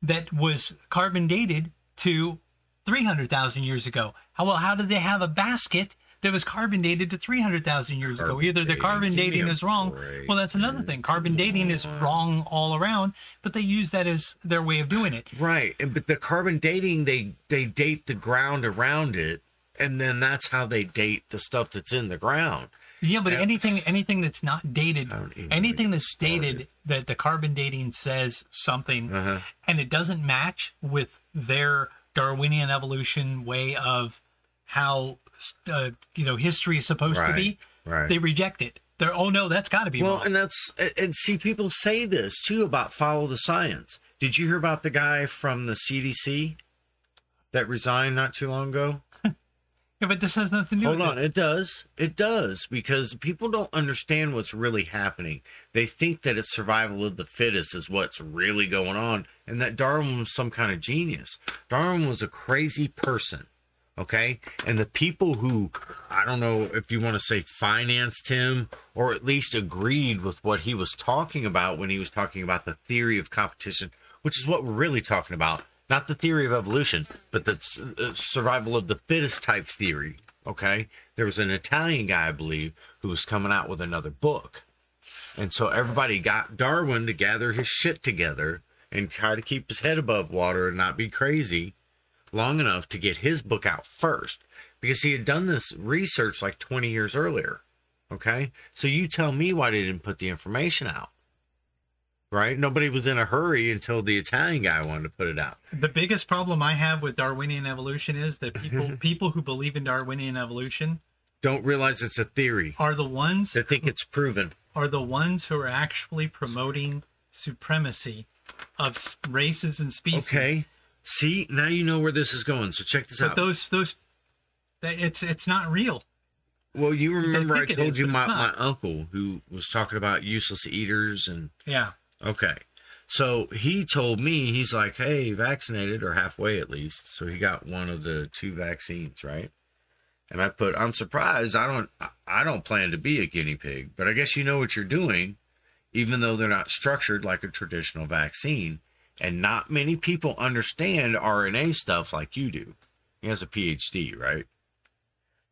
Speaker 1: that was carbon dated to three hundred thousand years ago. How well? How did they have a basket? That was carbon dated to 300,000 years ago.
Speaker 3: Carbon
Speaker 1: Either the
Speaker 3: dating.
Speaker 1: carbon
Speaker 3: Give me
Speaker 1: dating
Speaker 3: a
Speaker 1: is wrong.
Speaker 3: break,
Speaker 1: Well, that's another thing. Carbon dating is wrong all around, but they use that as their way of doing it.
Speaker 3: Right, and- but the carbon dating they they date the ground around it, and then that's how they date the stuff that's in the ground.
Speaker 1: Yeah, but
Speaker 3: Yeah.
Speaker 1: anything anything that's not dated,
Speaker 3: I don't even
Speaker 1: anything
Speaker 3: get
Speaker 1: that's dated
Speaker 3: started.
Speaker 1: that the carbon dating says something,
Speaker 3: Uh-huh.
Speaker 1: and it doesn't match with their Darwinian evolution way of how uh, you know history is supposed to
Speaker 3: Right,
Speaker 1: be,
Speaker 3: right.
Speaker 1: they reject it. They're oh no, that's got to be
Speaker 3: Well,
Speaker 1: wrong.
Speaker 3: and that's and- and see people say this too about follow the science. Did you hear about the guy from the CDC that resigned not too long ago?
Speaker 1: Yeah, but this has nothing to do
Speaker 3: Hold
Speaker 1: with
Speaker 3: on,
Speaker 1: it.
Speaker 3: it does. It does because people don't understand what's really happening. They think that it's survival of the fittest is what's really going on, and that Darwin was some kind of genius. Darwin was a crazy person, okay? And the people who I don't know if you want to say financed him or at least agreed with what he was talking about when he was talking about the theory of competition, which is what we're really talking about. Not the theory of evolution, but the s- uh, survival of the fittest type theory. Okay. There was an Italian guy, I believe, who was coming out with another book. And so everybody got Darwin to gather his shit together and try to keep his head above water and not be crazy long enough to get his book out first because he had done this research like 20 years earlier. Okay. So you tell me why they didn't put the information out. Right? Nobody was in a hurry until the Italian guy wanted to put it out.
Speaker 1: The biggest problem I have with Darwinian evolution is that people people who believe in Darwinian evolution
Speaker 3: Don't realize it's a theory.
Speaker 1: are the ones
Speaker 3: They think it's proven.
Speaker 1: are the ones who are actually promoting supremacy of s- races and species.
Speaker 3: Okay. See, now you know where this is going. So check this
Speaker 1: But
Speaker 3: out.
Speaker 1: those those that it's it's not real.
Speaker 3: well, you remember I
Speaker 1: think it
Speaker 3: told
Speaker 1: is,
Speaker 3: you
Speaker 1: but
Speaker 3: my,
Speaker 1: it's
Speaker 3: my
Speaker 1: not.
Speaker 3: uncle who was talking about useless eaters and
Speaker 1: Yeah.
Speaker 3: okay. So he told me he's like, hey, vaccinated or halfway at least. So he got one of the two vaccines, right? And I put, I'm surprised. I don't, I- I don't plan to be a guinea pig, but I guess you know what you're doing, even though they're not structured like a traditional vaccine. And not many people understand RNA stuff like you do. He has a PhD, right?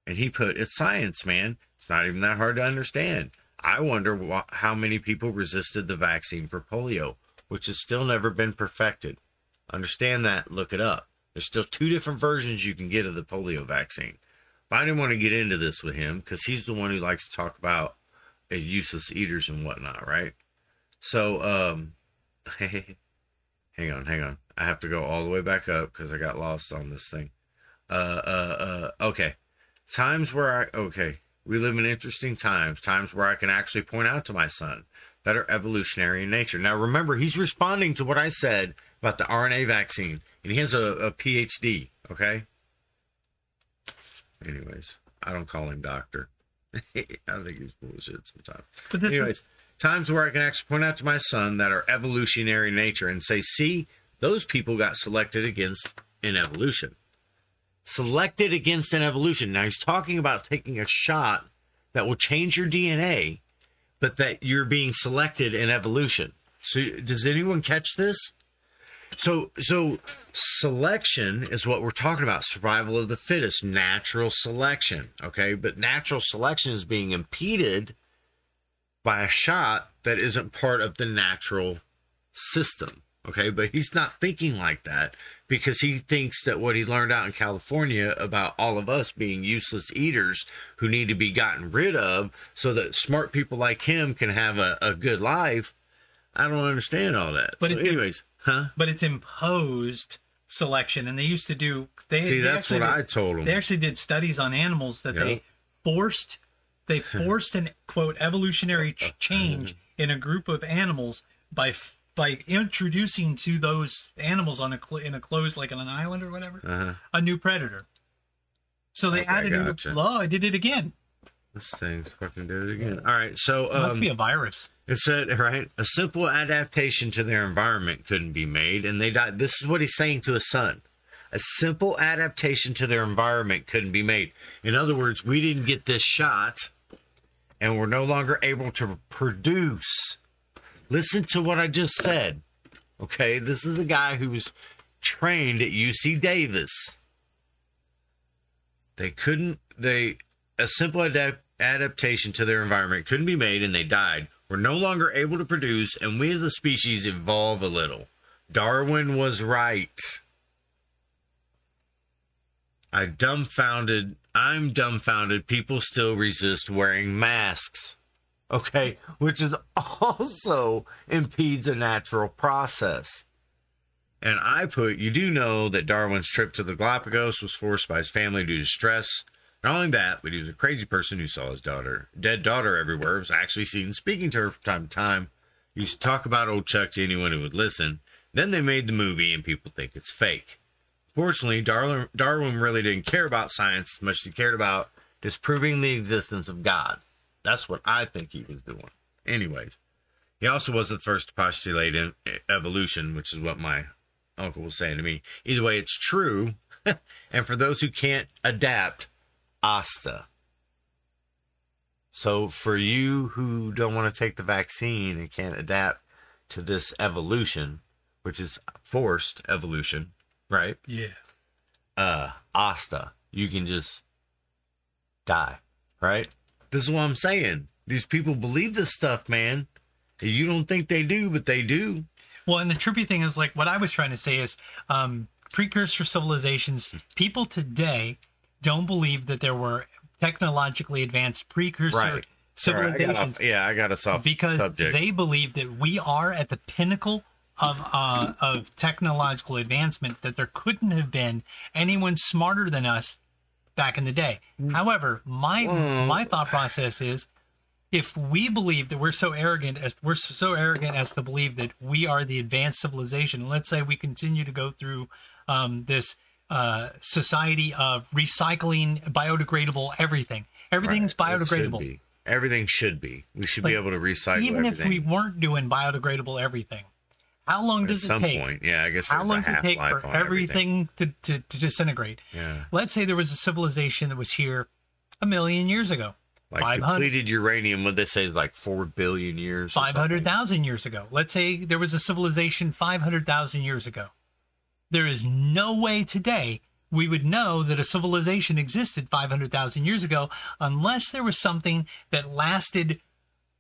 Speaker 3: And he put, it's science, man. It's not even that hard to understand. I wonder wha- how many people resisted the vaccine for polio, which has still never been perfected. Understand that, look it up. There's still two different versions you can get of the polio vaccine. But I didn't want to get into this with him because he's the one who likes to talk about uh, useless eaters and whatnot, right? So, um, hang on, hang on. I have to go all the way back up because I got lost on this thing. Uh, uh, uh, okay times where I okay, we live in interesting times, times where I can actually point out to my son that are evolutionary in nature. Now remember, he's responding to what I said about the RNA vaccine, and he has a, a PhD, okay? Anyways, I don't call him doctor. I think he's bullshit sometimes.
Speaker 1: But this
Speaker 3: Anyways,
Speaker 1: is
Speaker 3: times where I can actually point out to my son that are evolutionary in nature and say, see, those people got selected against in evolution. Selected against an evolution. Now he's talking about taking a shot that will change your DNA, but that you're being selected in evolution. So does anyone catch this? So so selection is what we're talking about survival of the fittest natural selection okay but natural selection is being impeded by a shot that isn't part of the natural system. Okay, but he's not thinking like that because he thinks that what he learned out in California about all of us being useless eaters who need to be gotten rid of so that smart people like him can have a, a good life. I don't understand all that.
Speaker 1: But
Speaker 3: so
Speaker 1: if you-
Speaker 3: anyways, huh?
Speaker 1: but it's imposed selection, and they used to do. They,
Speaker 3: See,
Speaker 1: they
Speaker 3: that's
Speaker 1: actually
Speaker 3: what I
Speaker 1: did-
Speaker 3: told
Speaker 1: They
Speaker 3: him.
Speaker 1: actually did studies on animals that
Speaker 3: Yeah.
Speaker 1: they forced. They forced an quote evolutionary
Speaker 3: Uh,
Speaker 1: ch- change
Speaker 3: mm-hmm.
Speaker 1: in a group of animals by f- by introducing to those animals on a cl- in a closed like on an island or whatever
Speaker 3: Uh-huh.
Speaker 1: a new predator. So they
Speaker 3: Okay,
Speaker 1: added a
Speaker 3: gotcha.
Speaker 1: new law. I did it again.
Speaker 3: This thing's fucking did it again. All right, so
Speaker 1: It must
Speaker 3: um,
Speaker 1: be a virus.
Speaker 3: It said, right, a simple adaptation to their environment couldn't be made, and they died. This is what he's saying to his son. A simple adaptation to their environment couldn't be made. In other words, we didn't get this shot, and we're no longer able to produce. Listen to what I just said. Okay, this is a guy who was trained at UC Davis. They couldn't, they, a simple adapt- adaptation to their environment couldn't be made and they died. We're no longer able to produce, and we as a species evolve a little. Darwin was right. I dumbfounded, I'm dumbfounded. People still resist wearing masks. Okay, which is also impedes a natural process. And I put, you do know that Darwin's trip to the Galapagos was forced by his family due to stress. Not only that, but he was a crazy person who saw his daughter, dead daughter everywhere, was actually seen speaking to her from time to time. He used to talk about old Chuck to anyone who would listen. Then they made the movie and people think it's fake. Fortunately, Darwin, Darwin really didn't care about science as much as he cared about disproving the existence of God. That's what I think he was doing. Anyways, he also was the first to postulate in, evolution, which is what my uncle was saying to me. Either way, it's true. and for those who can't adapt, Asta. So, for you who don't want to take the vaccine and can't adapt to this evolution, which is forced evolution, right?
Speaker 1: Yeah.
Speaker 3: Uh, Asta, you can just die, right? This is what I'm saying. These people believe this stuff, man. You don't think they do, but they do.
Speaker 1: Well, and the trippy thing is like what I was trying to say is um, precursor civilizations. People today don't believe that there were technologically advanced precursor
Speaker 3: Right. Sorry, I got
Speaker 1: civilizations
Speaker 3: off, yeah, I got us off
Speaker 1: because
Speaker 3: subject.
Speaker 1: they believe that we are at the pinnacle of uh, of technological advancement. That there couldn't have been anyone smarter than us back in the day.
Speaker 3: Mm.
Speaker 1: However, my
Speaker 3: Well-
Speaker 1: my thought process is. If we believe that we're so arrogant as we're so arrogant as to believe that we are the advanced civilization, and let's say we continue to go through um, this uh, society of recycling biodegradable everything. Everything's
Speaker 3: Right, it should
Speaker 1: biodegradable
Speaker 3: be. Everything should be. We should be
Speaker 1: Like,
Speaker 3: able to recycle
Speaker 1: even
Speaker 3: everything.
Speaker 1: if we weren't doing biodegradable everything, how long
Speaker 3: at
Speaker 1: does it
Speaker 3: some
Speaker 1: take?
Speaker 3: point. Yeah, I guess
Speaker 1: How
Speaker 3: there's
Speaker 1: long
Speaker 3: a
Speaker 1: does it take
Speaker 3: half-life
Speaker 1: for
Speaker 3: on everything.
Speaker 1: everything to, to, to disintegrate?
Speaker 3: Yeah,
Speaker 1: Let's say there was a civilization that was here a million years ago,
Speaker 3: like
Speaker 1: 500
Speaker 3: depleted uranium. What they say is like four billion years. or something.
Speaker 1: 500,000 years ago. Let's say there was a civilization 500,000 years ago. There is no way today we would know that a civilization existed 500,000 years ago unless there was something that lasted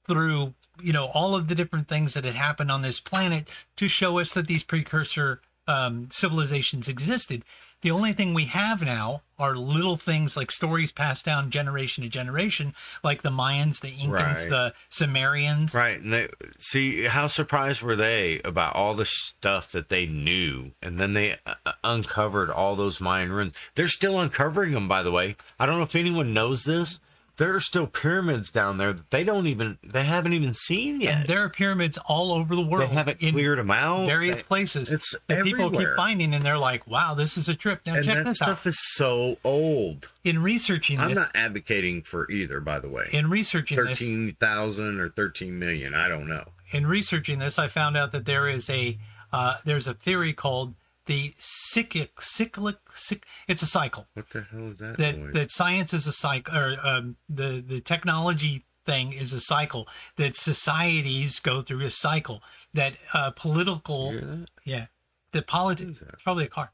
Speaker 1: through, you know, all of the different things that had happened on this planet to show us that these precursor um, civilizations existed. The only thing we have now are little things like stories passed down generation to generation, like the Mayans, the Incans,
Speaker 3: Right.
Speaker 1: the Sumerians,
Speaker 3: Right, and they see how surprised were they about all the stuff that they knew, and then they uh, uh, uncovered all those Mayan ruins. They're still uncovering them, by the way. I don't know if anyone knows this. There are still pyramids down there that they don't even they haven't even seen yet.
Speaker 1: And there are pyramids all over the world.
Speaker 3: they haven't
Speaker 1: in
Speaker 3: cleared them out.
Speaker 1: various
Speaker 3: They-
Speaker 1: places.
Speaker 3: it's
Speaker 1: that people keep
Speaker 3: everywhere.
Speaker 1: finding, and they're like, "Wow, this is a trip." Now
Speaker 3: and
Speaker 1: check
Speaker 3: that
Speaker 1: this out.
Speaker 3: stuff is so old.
Speaker 1: In researching
Speaker 3: I'm
Speaker 1: this,
Speaker 3: not advocating for either, by the way.
Speaker 1: in researching this,
Speaker 3: Thirteen thousand or thirteen million, I don't know.
Speaker 1: in researching this, I found out that there is a uh, there's a theory called the cyclic cyclic. Cyc, it's a cycle.
Speaker 3: What the hell is that?
Speaker 1: that
Speaker 3: noise?
Speaker 1: that science is a cycle or um, the the technology thing is a cycle that societies go through a cycle that uh, political
Speaker 3: You hear that?
Speaker 1: yeah that politics
Speaker 3: that?
Speaker 1: probably a car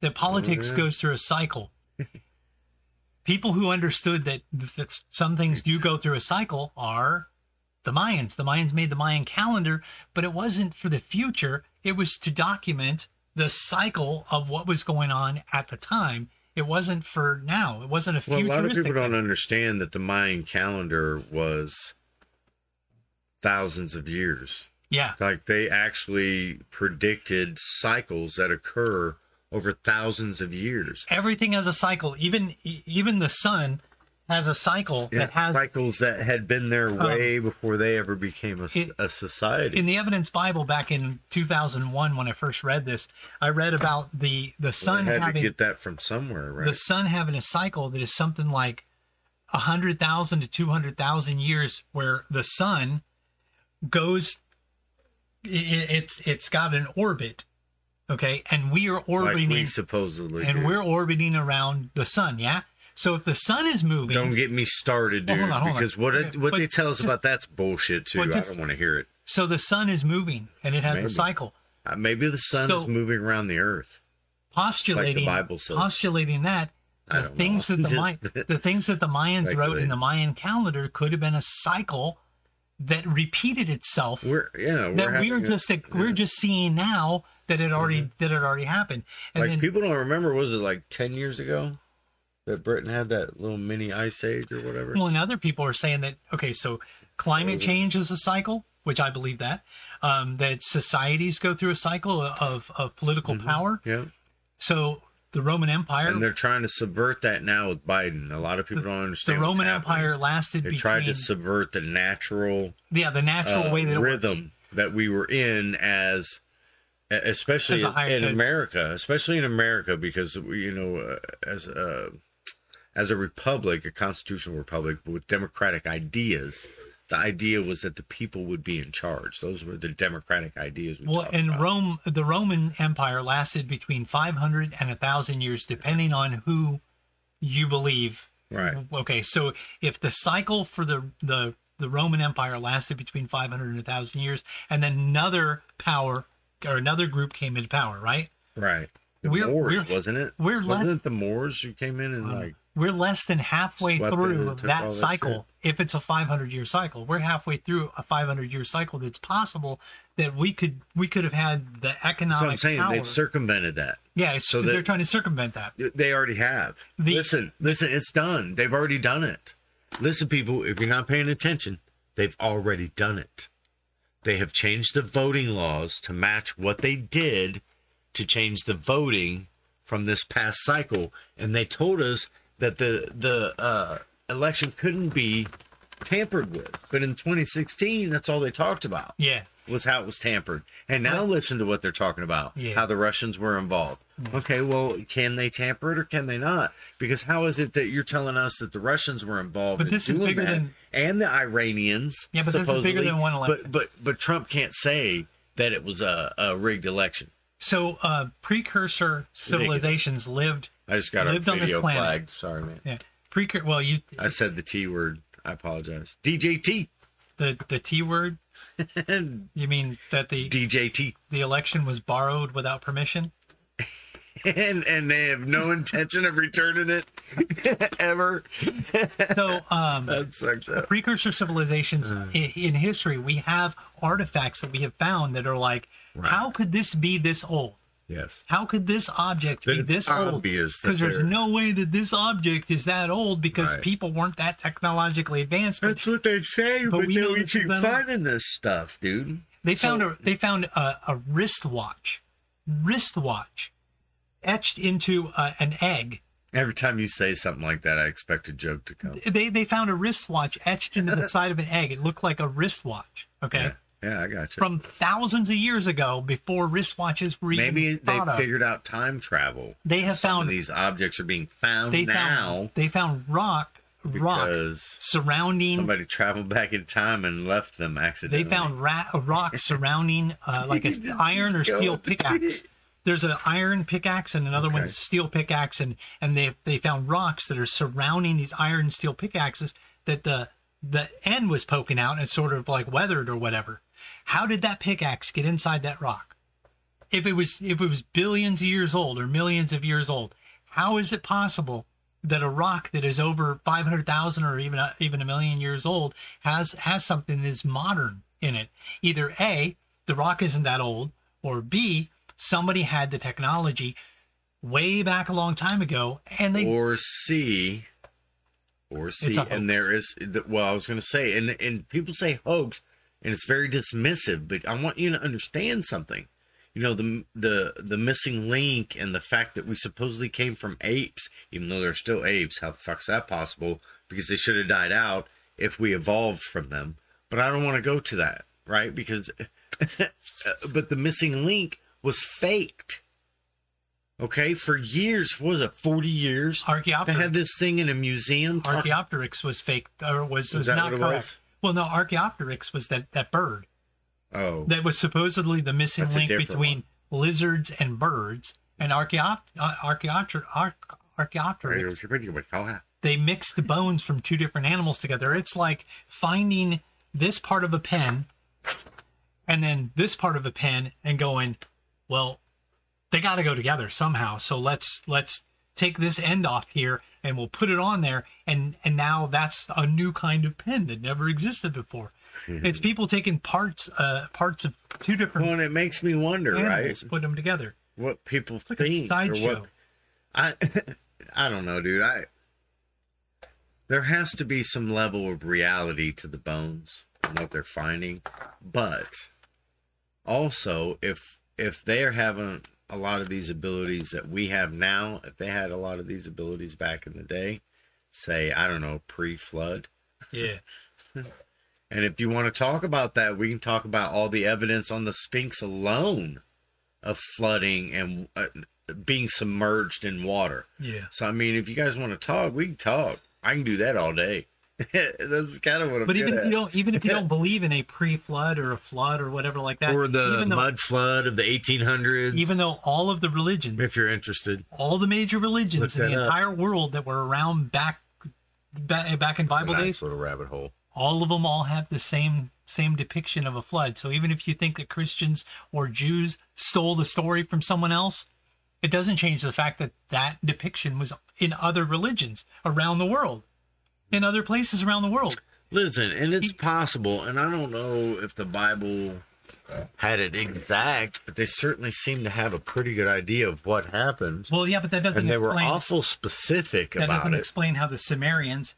Speaker 1: that politics
Speaker 3: Oh, yeah.
Speaker 1: goes through a cycle people who understood that that some things do go through a cycle are the Mayans. The Mayans made the Mayan calendar, but it wasn't for the future. It was to document the cycle of what was going on at the time. It wasn't for now. It wasn't a
Speaker 3: Well, a
Speaker 1: futuristic.
Speaker 3: lot of people don't understand that the Mayan calendar was thousands of years.
Speaker 1: Yeah.
Speaker 3: Like they actually predicted cycles that occur over thousands of years.
Speaker 1: Everything has a cycle. Even e- even the sun has a cycle
Speaker 3: Yeah,
Speaker 1: that has
Speaker 3: cycles that had been there way before they ever became a, s-
Speaker 1: it-
Speaker 3: a society.
Speaker 1: in the evidence bible back in 2001 when i first read this i read about the the sun
Speaker 3: they had to
Speaker 1: having
Speaker 3: get that from somewhere, right?
Speaker 1: the sun having a cycle that is something like 100,000 to 200,000 years where the sun goes i- i it's it's got an orbit okay and we are
Speaker 3: like
Speaker 1: orbiting
Speaker 3: we supposedly.
Speaker 1: and
Speaker 3: do.
Speaker 1: we're orbiting around the sun yeah so if the sun is moving
Speaker 3: Don't get me started,
Speaker 1: Well,
Speaker 3: dude.
Speaker 1: hold on, hold on.
Speaker 3: because what it,
Speaker 1: Okay,
Speaker 3: what
Speaker 1: but
Speaker 3: they tell us
Speaker 1: just-
Speaker 3: about that's bullshit too.
Speaker 1: Well, just-
Speaker 3: I don't want to hear it.
Speaker 1: so the sun is moving and it has a
Speaker 3: Maybe.
Speaker 1: cycle
Speaker 3: Uh, maybe the sun
Speaker 1: So-
Speaker 3: is moving around the earth.
Speaker 1: postulating
Speaker 3: Bible says.
Speaker 1: postulating that
Speaker 3: I
Speaker 1: the
Speaker 3: don't
Speaker 1: things
Speaker 3: know.
Speaker 1: that the
Speaker 3: Just-
Speaker 1: Mi- the things that the Mayans wrote in the
Speaker 3: Speculating.
Speaker 1: Mayan calendar could have been a cycle that repeated itself
Speaker 3: We're yeah. We're
Speaker 1: that
Speaker 3: having
Speaker 1: we're
Speaker 3: a-
Speaker 1: just
Speaker 3: yeah. Mm-hmm.
Speaker 1: we're just seeing now that it already that it already happened. And
Speaker 3: like
Speaker 1: then
Speaker 3: people don't remember. Was it like ten years ago that Britain had that little mini ice age or whatever?
Speaker 1: well, and other people are saying that okay, so climate change is a cycle, which I believe that um, that societies go through a cycle of of political power.
Speaker 3: yeah.
Speaker 1: So the Roman Empire,
Speaker 3: Mm-hmm. And they're trying to subvert that now with Biden. A lot of people don't
Speaker 1: the
Speaker 3: understand. what's
Speaker 1: Roman
Speaker 3: happening.
Speaker 1: Empire lasted
Speaker 3: They
Speaker 1: between
Speaker 3: tried to subvert the natural
Speaker 1: yeah the natural
Speaker 3: uh,
Speaker 1: way that it works.
Speaker 3: rhythm that we were in as e- especially
Speaker 1: As a higher
Speaker 3: in
Speaker 1: ed-
Speaker 3: America, especially in America because we, you know uh, as a as a republic, a constitutional republic but with democratic ideas, the idea was that the people would be in charge. Those were the democratic ideas. We
Speaker 1: Well,
Speaker 3: talked
Speaker 1: and
Speaker 3: about.
Speaker 1: Rome, the Roman Empire lasted between 500 and 1,000 years, depending on who you believe.
Speaker 3: right?
Speaker 1: Okay, so if the cycle for the the the Roman Empire lasted between 500 and 1,000 years, and then another power or another group came into power, right?
Speaker 3: Right. The
Speaker 1: We're-
Speaker 3: Moors,
Speaker 1: we're-
Speaker 3: wasn't it?
Speaker 1: we're Um,
Speaker 3: wasn't
Speaker 1: left-
Speaker 3: it the Moors who came in and like
Speaker 1: We're less than halfway
Speaker 3: Swept in
Speaker 1: through
Speaker 3: and took all
Speaker 1: that
Speaker 3: that
Speaker 1: cycle. If it's a 500 year cycle, we're halfway through a 500 year cycle. That's possible that we could we could have had the
Speaker 3: that's what
Speaker 1: economic
Speaker 3: I'm saying.
Speaker 1: power.
Speaker 3: They've circumvented that.
Speaker 1: yeah, it's,
Speaker 3: so that-
Speaker 1: they're trying to circumvent that.
Speaker 3: They already have.
Speaker 1: The-
Speaker 3: listen, listen, it's done. They've already done it. Listen, people, if you're not paying attention, they've already done it. They have changed the voting laws to match what they did to change the voting from this past cycle, and they told us that the the uh, election couldn't be tampered with. But in 2016, that's all they talked about
Speaker 1: Yeah.
Speaker 3: was how it was tampered. And now listen to what they're talking about.
Speaker 1: Yeah.
Speaker 3: How the Russians were involved. Okay, well, can they tamper it or can they not? Because how is it that you're telling us that the Russians were involved?
Speaker 1: But
Speaker 3: in
Speaker 1: this is
Speaker 3: doing
Speaker 1: bigger
Speaker 3: that,
Speaker 1: than-
Speaker 3: and the Iranians.
Speaker 1: Yeah, but this is bigger
Speaker 3: supposedly?
Speaker 1: than one election.
Speaker 3: But but but Trump can't say that it was a, a rigged election.
Speaker 1: So uh, precursor
Speaker 3: ridiculous.
Speaker 1: civilizations lived.
Speaker 3: I just got
Speaker 1: Lived
Speaker 3: our
Speaker 1: on this
Speaker 3: video
Speaker 1: planet.
Speaker 3: flagged. Sorry, man.
Speaker 1: Yeah, precur. Well, you
Speaker 3: I said the T word. I apologize. DJT.
Speaker 1: the the T word.
Speaker 3: DJT.
Speaker 1: You mean that the the election was borrowed without permission?
Speaker 3: And and they have no intention of returning it ever.
Speaker 1: So um,
Speaker 3: That sucked up.
Speaker 1: precursor civilizations
Speaker 3: Uh.
Speaker 1: in, in history, we have artifacts that we have found that are like,
Speaker 3: Right.
Speaker 1: how could this be this old?
Speaker 3: Yes.
Speaker 1: How could this object
Speaker 3: That
Speaker 1: be
Speaker 3: it's
Speaker 1: this old?
Speaker 3: obvious that
Speaker 1: Because there's
Speaker 3: they're-
Speaker 1: no way that this object is that old because
Speaker 3: Right.
Speaker 1: people weren't that technologically advanced. But
Speaker 3: That's what they say, but,
Speaker 1: we know
Speaker 3: then we
Speaker 1: this is
Speaker 3: keep
Speaker 1: not all.
Speaker 3: finding this stuff, dude.
Speaker 1: They found a they found a, a wristwatch, wristwatch, etched into uh, an egg.
Speaker 3: Every time you say something like that, I expect a joke to come.
Speaker 1: They they found a wristwatch etched into the side of an egg. It looked like a wristwatch. Okay,
Speaker 3: Yeah, yeah I got you.
Speaker 1: from thousands of years ago, before wristwatches were even
Speaker 3: Maybe they
Speaker 1: thought of.
Speaker 3: figured out time travel.
Speaker 1: They have
Speaker 3: Some
Speaker 1: found
Speaker 3: of these objects are being found
Speaker 1: they
Speaker 3: now
Speaker 1: found they found rock rock
Speaker 3: because
Speaker 1: surrounding.
Speaker 3: somebody traveled back in time and left them
Speaker 1: They
Speaker 3: accidentally.
Speaker 1: found ra- a rock surrounding uh, like an iron or steel
Speaker 3: going.
Speaker 1: pickaxe. There's an iron pickaxe and another one's
Speaker 3: Okay.
Speaker 1: steel pickaxe, and and they they found rocks that are surrounding these iron and steel pickaxes that the the end was poking out and it's sort of like weathered or whatever. How did that pickaxe get inside that rock? If it was if it was billions of years old or millions of years old, how is it possible that a rock that is over 500,000 or even a, even a million years old has has something that is modern in it. Either A, the rock isn't that old, or B, somebody had the technology way back a long time ago and they
Speaker 3: or C, or C,
Speaker 1: It's a hoax.
Speaker 3: and there is. Well, I was going to say, and and people say hoax. and it's very dismissive. But I want you to understand something. You know the the the missing link and the fact that we supposedly came from apes, even though they're still apes. How the fuck's that possible? Because they should have died out if we evolved from them. But I don't want to go to that, right? Because but the missing link was faked. Okay, for years what was it forty years? They
Speaker 1: Archaeopteryx.
Speaker 3: had this thing in a museum. talking-
Speaker 1: Archaeopteryx was fake, or was, was
Speaker 3: that
Speaker 1: not
Speaker 3: what it
Speaker 1: correct.
Speaker 3: was?
Speaker 1: Well, no, Archaeopteryx was that, that bird
Speaker 3: oh,
Speaker 1: that was supposedly the missing
Speaker 3: That's a
Speaker 1: link
Speaker 3: different
Speaker 1: between lizards and birds. And Archaeop- uh, Archaeopter- Ar- Archaeopteryx, they mixed the bones from two different animals together. It's like finding this part of a pen and then this part of a pen and going, well, they got to go together somehow. So let's let's take this end off here and we'll put it on there and and now that's a new kind of pen that never existed before. it's people taking parts uh parts of two
Speaker 3: Well,
Speaker 1: different
Speaker 3: and it makes me wonder,
Speaker 1: animals,
Speaker 3: right?
Speaker 1: put them together.
Speaker 3: What people
Speaker 1: It's like a
Speaker 3: think or
Speaker 1: sideshow.
Speaker 3: what I I don't know, dude. I there has to be some level of reality to the bones and what they're finding, but also if if they're having a lot of these abilities that we have now, if they had a lot of these abilities back in the day, say I don't know pre-flood.
Speaker 1: Yeah.
Speaker 3: And if you want to talk about that, we can talk about all the evidence on the Sphinx alone of flooding and uh, being submerged in water.
Speaker 1: Yeah.
Speaker 3: So I mean, if you guys want to talk, we can talk. I can do that all day. That's kind of what I'm.
Speaker 1: But even
Speaker 3: good
Speaker 1: if
Speaker 3: at.
Speaker 1: you don't, even if you don't believe in a pre-flood or a flood or whatever like that,
Speaker 3: or the
Speaker 1: even though,
Speaker 3: mud flood of the 1800s,
Speaker 1: even though all of the religions,
Speaker 3: if you're interested,
Speaker 1: all the major religions
Speaker 3: Look
Speaker 1: in the
Speaker 3: that up.
Speaker 1: entire world that were around back back, back in
Speaker 3: It's a
Speaker 1: Bible
Speaker 3: nice
Speaker 1: days,
Speaker 3: little rabbit hole.
Speaker 1: all of them all have the same same depiction of a flood. So even if you think that Christians or Jews stole the story from someone else, it doesn't change the fact that that depiction was in other religions around the world, in other places around the world.
Speaker 3: Listen, and it's
Speaker 1: He-
Speaker 3: possible, and I don't know if the Bible had it exact, but they certainly seem to have a pretty good idea of what happened.
Speaker 1: Well, yeah, but that doesn't
Speaker 3: and they were
Speaker 1: explain
Speaker 3: awful specific
Speaker 1: that
Speaker 3: about
Speaker 1: doesn't
Speaker 3: it.
Speaker 1: explain how the Sumerians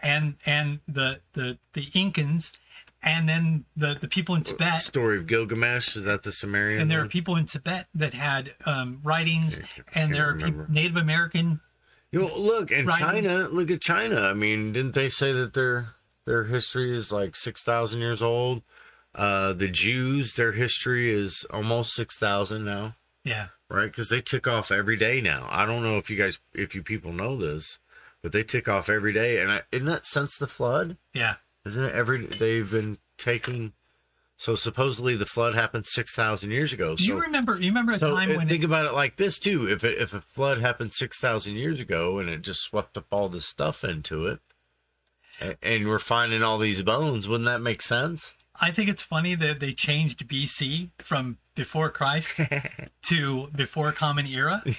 Speaker 1: and and the the the Incans and then the the people in Tibet
Speaker 3: Story of Gilgamesh is that the Sumerian?
Speaker 1: and there are
Speaker 3: one?
Speaker 1: people in Tibet that had um, writings and there are peop-
Speaker 3: remember.
Speaker 1: Native American
Speaker 3: You know, look in
Speaker 1: Right.
Speaker 3: China. Look at China. I mean, didn't they say that their their history is like six thousand years old? Uh, the Jews, their history is almost six thousand now,
Speaker 1: yeah
Speaker 3: right? Because they took off every day now. I don't know if you guys, if you people know this, but they took off every day. And I, isn't that since the flood?
Speaker 1: yeah
Speaker 3: Isn't it every they've been taking? So supposedly the flood happened six thousand years ago.
Speaker 1: do
Speaker 3: so
Speaker 1: you remember you remember a
Speaker 3: so
Speaker 1: time
Speaker 3: it-
Speaker 1: when
Speaker 3: think about it like this too: if it, if a flood happened six thousand years ago and it just swept up all this stuff into it, and, and we're finding all these bones, wouldn't that make sense?
Speaker 1: I think it's funny that they changed BC from before Christ to before Common Era
Speaker 3: to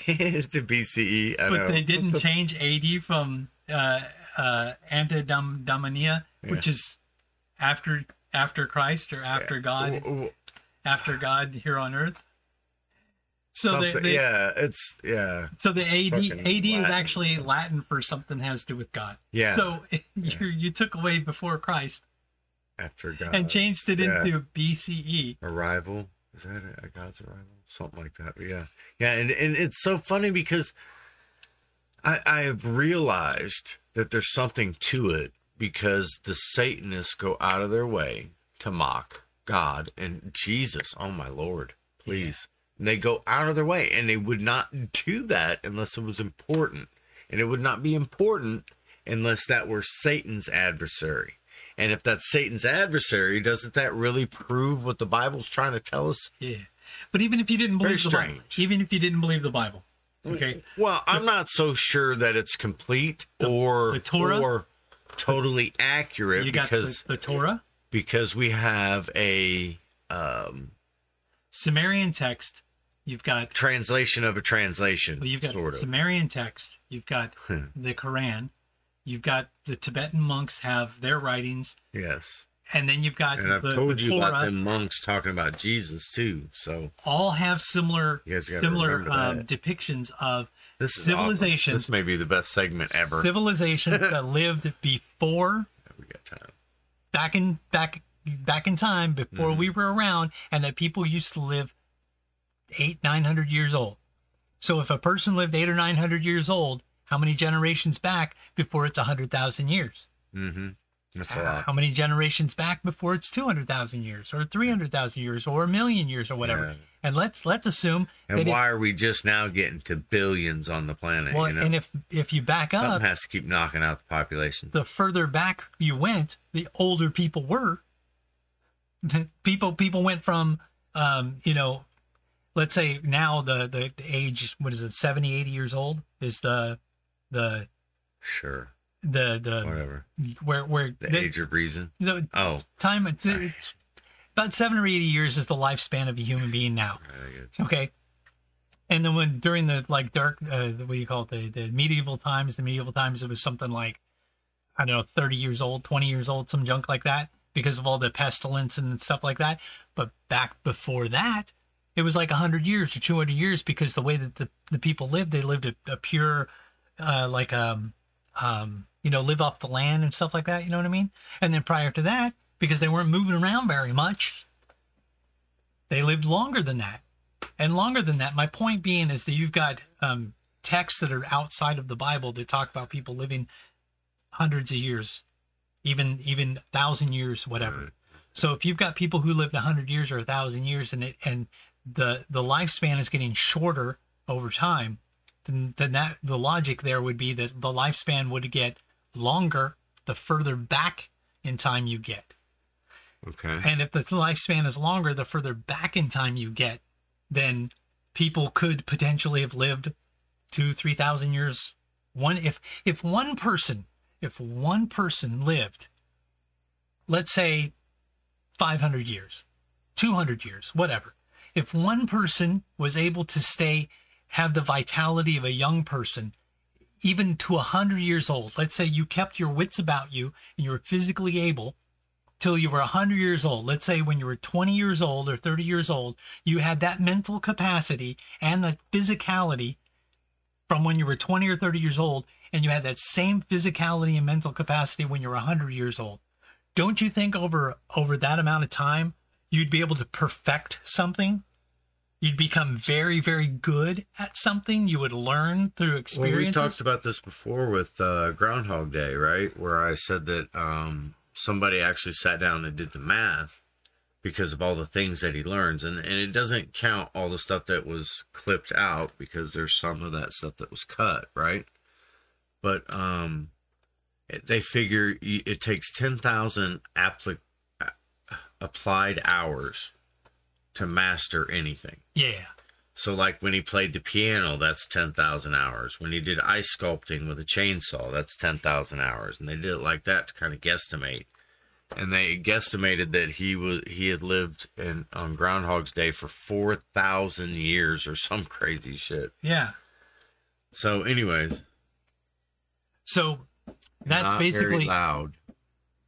Speaker 3: BCE, I
Speaker 1: but
Speaker 3: know.
Speaker 1: they didn't change AD from uh, uh, Antidomania, which is after after Christ or after God,
Speaker 3: W- w-
Speaker 1: after God here on Earth. So they,
Speaker 3: something-
Speaker 1: they
Speaker 3: yeah, it's yeah,
Speaker 1: so the AD
Speaker 3: Fucking
Speaker 1: AD is
Speaker 3: Latin
Speaker 1: actually
Speaker 3: stuff.
Speaker 1: Latin for something has to do with God.
Speaker 3: Yeah.
Speaker 1: So you you took away before Christ
Speaker 3: after God
Speaker 1: and changed it
Speaker 3: Uh, yeah.
Speaker 1: into E. BCE.
Speaker 3: arrival. Is that it? A God's arrival? Something like that. Yeah. Yeah. And, and it's so funny because I, I have realized that there's something to it because the Satanists go out of their way to mock God and Jesus. Oh, my Lord. Please. And they go out of their way and they would not do that unless it was important. And it would not be important unless that were Satan's adversary. And if that's Satan's adversary, doesn't that really prove what the Bible's trying to tell us?
Speaker 1: Yeah. But even if you didn't
Speaker 3: very
Speaker 1: believe the Bible,
Speaker 3: strange.
Speaker 1: even if you didn't believe the Bible, okay,
Speaker 3: Well, I'm not so sure that it's complete or
Speaker 1: the Torah?
Speaker 3: or totally accurate
Speaker 1: you got
Speaker 3: because
Speaker 1: the, the Torah,
Speaker 3: because we have a um,
Speaker 1: Sumerian text, you've got
Speaker 3: translation of a translation.
Speaker 1: Well, you've got
Speaker 3: sort of.
Speaker 1: Sumerian text, you've got the Quran, you've got the Tibetan monks have their writings,
Speaker 3: yes,
Speaker 1: and then you've got
Speaker 3: and I've
Speaker 1: the,
Speaker 3: told
Speaker 1: the
Speaker 3: you
Speaker 1: Torah.
Speaker 3: about them monks talking about Jesus too. So
Speaker 1: All have similar
Speaker 3: You guys gotta
Speaker 1: similar
Speaker 3: remember
Speaker 1: um,
Speaker 3: that.
Speaker 1: depictions of
Speaker 3: this is awesome.
Speaker 1: Civilization.
Speaker 3: This may be the best segment ever.
Speaker 1: civilizations that lived before
Speaker 3: we got time.
Speaker 1: back in back back in time before
Speaker 3: Mm-hmm.
Speaker 1: we were around, and that people used to live eight, nine hundred years old. So if a person lived eight or nine hundred years old, how many generations back before it's a hundred thousand years?
Speaker 3: Mm-hmm. That's a
Speaker 1: How
Speaker 3: lot.
Speaker 1: many generations back before it's two hundred thousand years, or three hundred thousand years, or a million years, or whatever?
Speaker 3: Yeah.
Speaker 1: And let's let's assume
Speaker 3: And
Speaker 1: that if-
Speaker 3: why are we just now getting to billions on the planet?
Speaker 1: well,
Speaker 3: you know,
Speaker 1: and if if you back
Speaker 3: something
Speaker 1: up,
Speaker 3: has to keep knocking out the population.
Speaker 1: the further back you went, the older people were. people people went from um, you know, let's say now the, the the age what is it 70 80 years old is the the
Speaker 3: Sure,
Speaker 1: the the
Speaker 3: whatever.
Speaker 1: where where
Speaker 3: The age of reason.
Speaker 1: the
Speaker 3: Oh,
Speaker 1: time it's- it's about 7 or 80 years is the lifespan of a human being now.
Speaker 3: I get you.
Speaker 1: Okay. And then when during the like dark, uh, what do you call it? The, the medieval times, the medieval times, it was something like, I don't know, 30 years old, 20 years old, some junk like that because of all the pestilence and stuff like that. But back before that, it was like 100 years or 200 years because the way that the, the people lived, they lived a, a pure, uh, like, um, um, you know, live off the land and stuff like that. You know what I mean? And then prior to that, because they weren't moving around very much, they lived longer than that and longer than that. My point being is that you've got um, texts that are outside of the Bible that talk about people living hundreds of years, even even thousand years, whatever. So if you've got people who lived hundred years or thousand years, and it and the the lifespan is getting shorter over time, then then that the logic there would be that the lifespan would get longer the further back in time you get.
Speaker 3: Okay.
Speaker 1: And if the lifespan is longer, the further back in time you get, then people could potentially have lived two, three thousand years. One, if if one person, if one person lived, let's say, five hundred years, two hundred years, whatever. If one person was able to stay, have the vitality of a young person, even to a hundred years old. Let's say you kept your wits about you and you were physically able till you were 100 years old. Let's say when you were 20 years old or 30 years old, you had that mental capacity and the physicality from when you were 20 or 30 years old, and you had that same physicality and mental capacity when you were 100 years old. Don't you think over over that amount of time you'd be able to perfect something? You'd become very, very good at something. You would learn through
Speaker 3: Well, we
Speaker 1: experiences.
Speaker 3: talked about this before with uh, Groundhog Day, right? Where I said that um, somebody actually sat down and did the math because of all the things that he learns, and and it doesn't count all the stuff that was clipped out because there's some of that stuff that was cut, right? But um, it- they figure y- it takes ten thousand applic- a- applied hours to master anything.
Speaker 1: yeah.
Speaker 3: So, like when he played the piano, that's 10,000 hours. When he did ice sculpting with a chainsaw, that's 10,000 hours. And they did it like that to kind of guesstimate. And they guesstimated that he was he had lived in on Groundhog's Day for 4,000 years or some crazy shit.
Speaker 1: Yeah.
Speaker 3: So, anyways,
Speaker 1: So that's
Speaker 3: not very
Speaker 1: basically
Speaker 3: loud.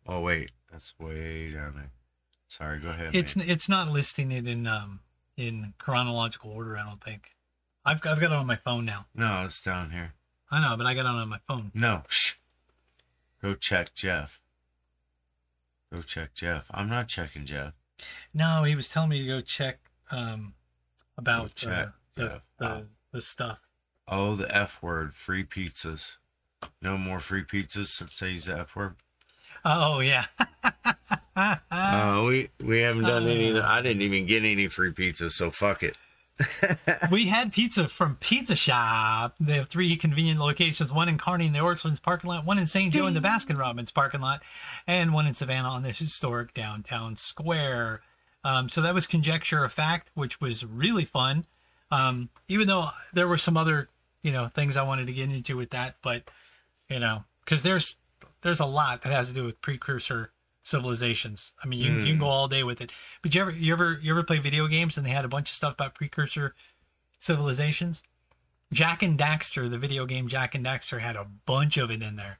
Speaker 3: Oh wait, that's way down there. Sorry, go ahead.
Speaker 1: it's
Speaker 3: man.
Speaker 1: it's not listing it in um in chronological order. I don't think. I've got- I've got it on my phone now.
Speaker 3: no, it's down here.
Speaker 1: I know, but I got it on my phone.
Speaker 3: No. Shh. Go check Jeff. Go check Jeff. I'm not checking Jeff.
Speaker 1: No, he was telling me to go check um about
Speaker 3: Go check,
Speaker 1: uh, the,
Speaker 3: yeah.
Speaker 1: the the stuff.
Speaker 3: Oh, the F word. Free pizzas. No more free pizzas since I use the F word.
Speaker 1: Oh yeah.
Speaker 3: Uh, we we haven't done any.
Speaker 1: Uh.
Speaker 3: I didn't even get any free pizzas, so fuck it.
Speaker 1: we had pizza from Pizza Shop. They have three convenient locations: one in Kearney in the Orchard's parking lot, one in St. Joe in the Baskin Robbins parking lot, and one in Savannah on the historic downtown square. Um, so that was conjecture of fact, which was really fun. Um, even though there were some other, you know, things I wanted to get into with that, but you know, because there's there's a lot that has to do with precursor civilizations. I mean, you, you can go all day with it. But you ever you ever you ever play video games and they had a bunch of stuff about precursor civilizations. Jack and Daxter, the video game Jack and Daxter, had a bunch of it in there,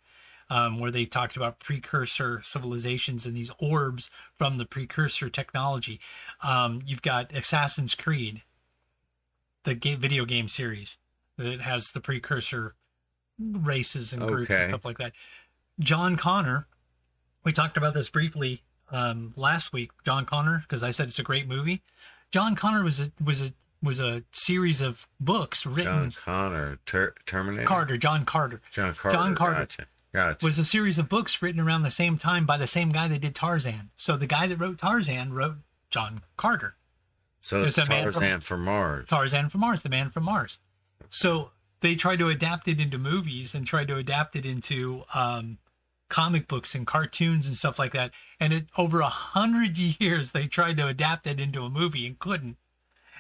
Speaker 1: um, where they talked about precursor civilizations and these orbs from the precursor technology. Um, you've got Assassin's Creed, the ga- video game series that has the precursor races and groups and
Speaker 3: Okay.
Speaker 1: stuff like that. John Connor, we talked about this briefly um, last week, John Connor, because I said it's a great movie. John Connor was a, was a was a series of books written
Speaker 3: John Connor, ter- Terminator.
Speaker 1: Carter, John Carter.
Speaker 3: John Carter.
Speaker 1: John Carter.
Speaker 3: Gotcha. Gotcha.
Speaker 1: was a series of books written around the same time by the same guy that did Tarzan. So the guy that wrote Tarzan wrote John Carter.
Speaker 3: so it's
Speaker 1: there's a man from-
Speaker 3: Tarzan from Mars.
Speaker 1: Tarzan from Mars, the man from Mars. So they tried to adapt it into movies and tried to adapt it into um, comic books and cartoons and stuff like that. And it over a hundred years they tried to adapt it into a movie and couldn't.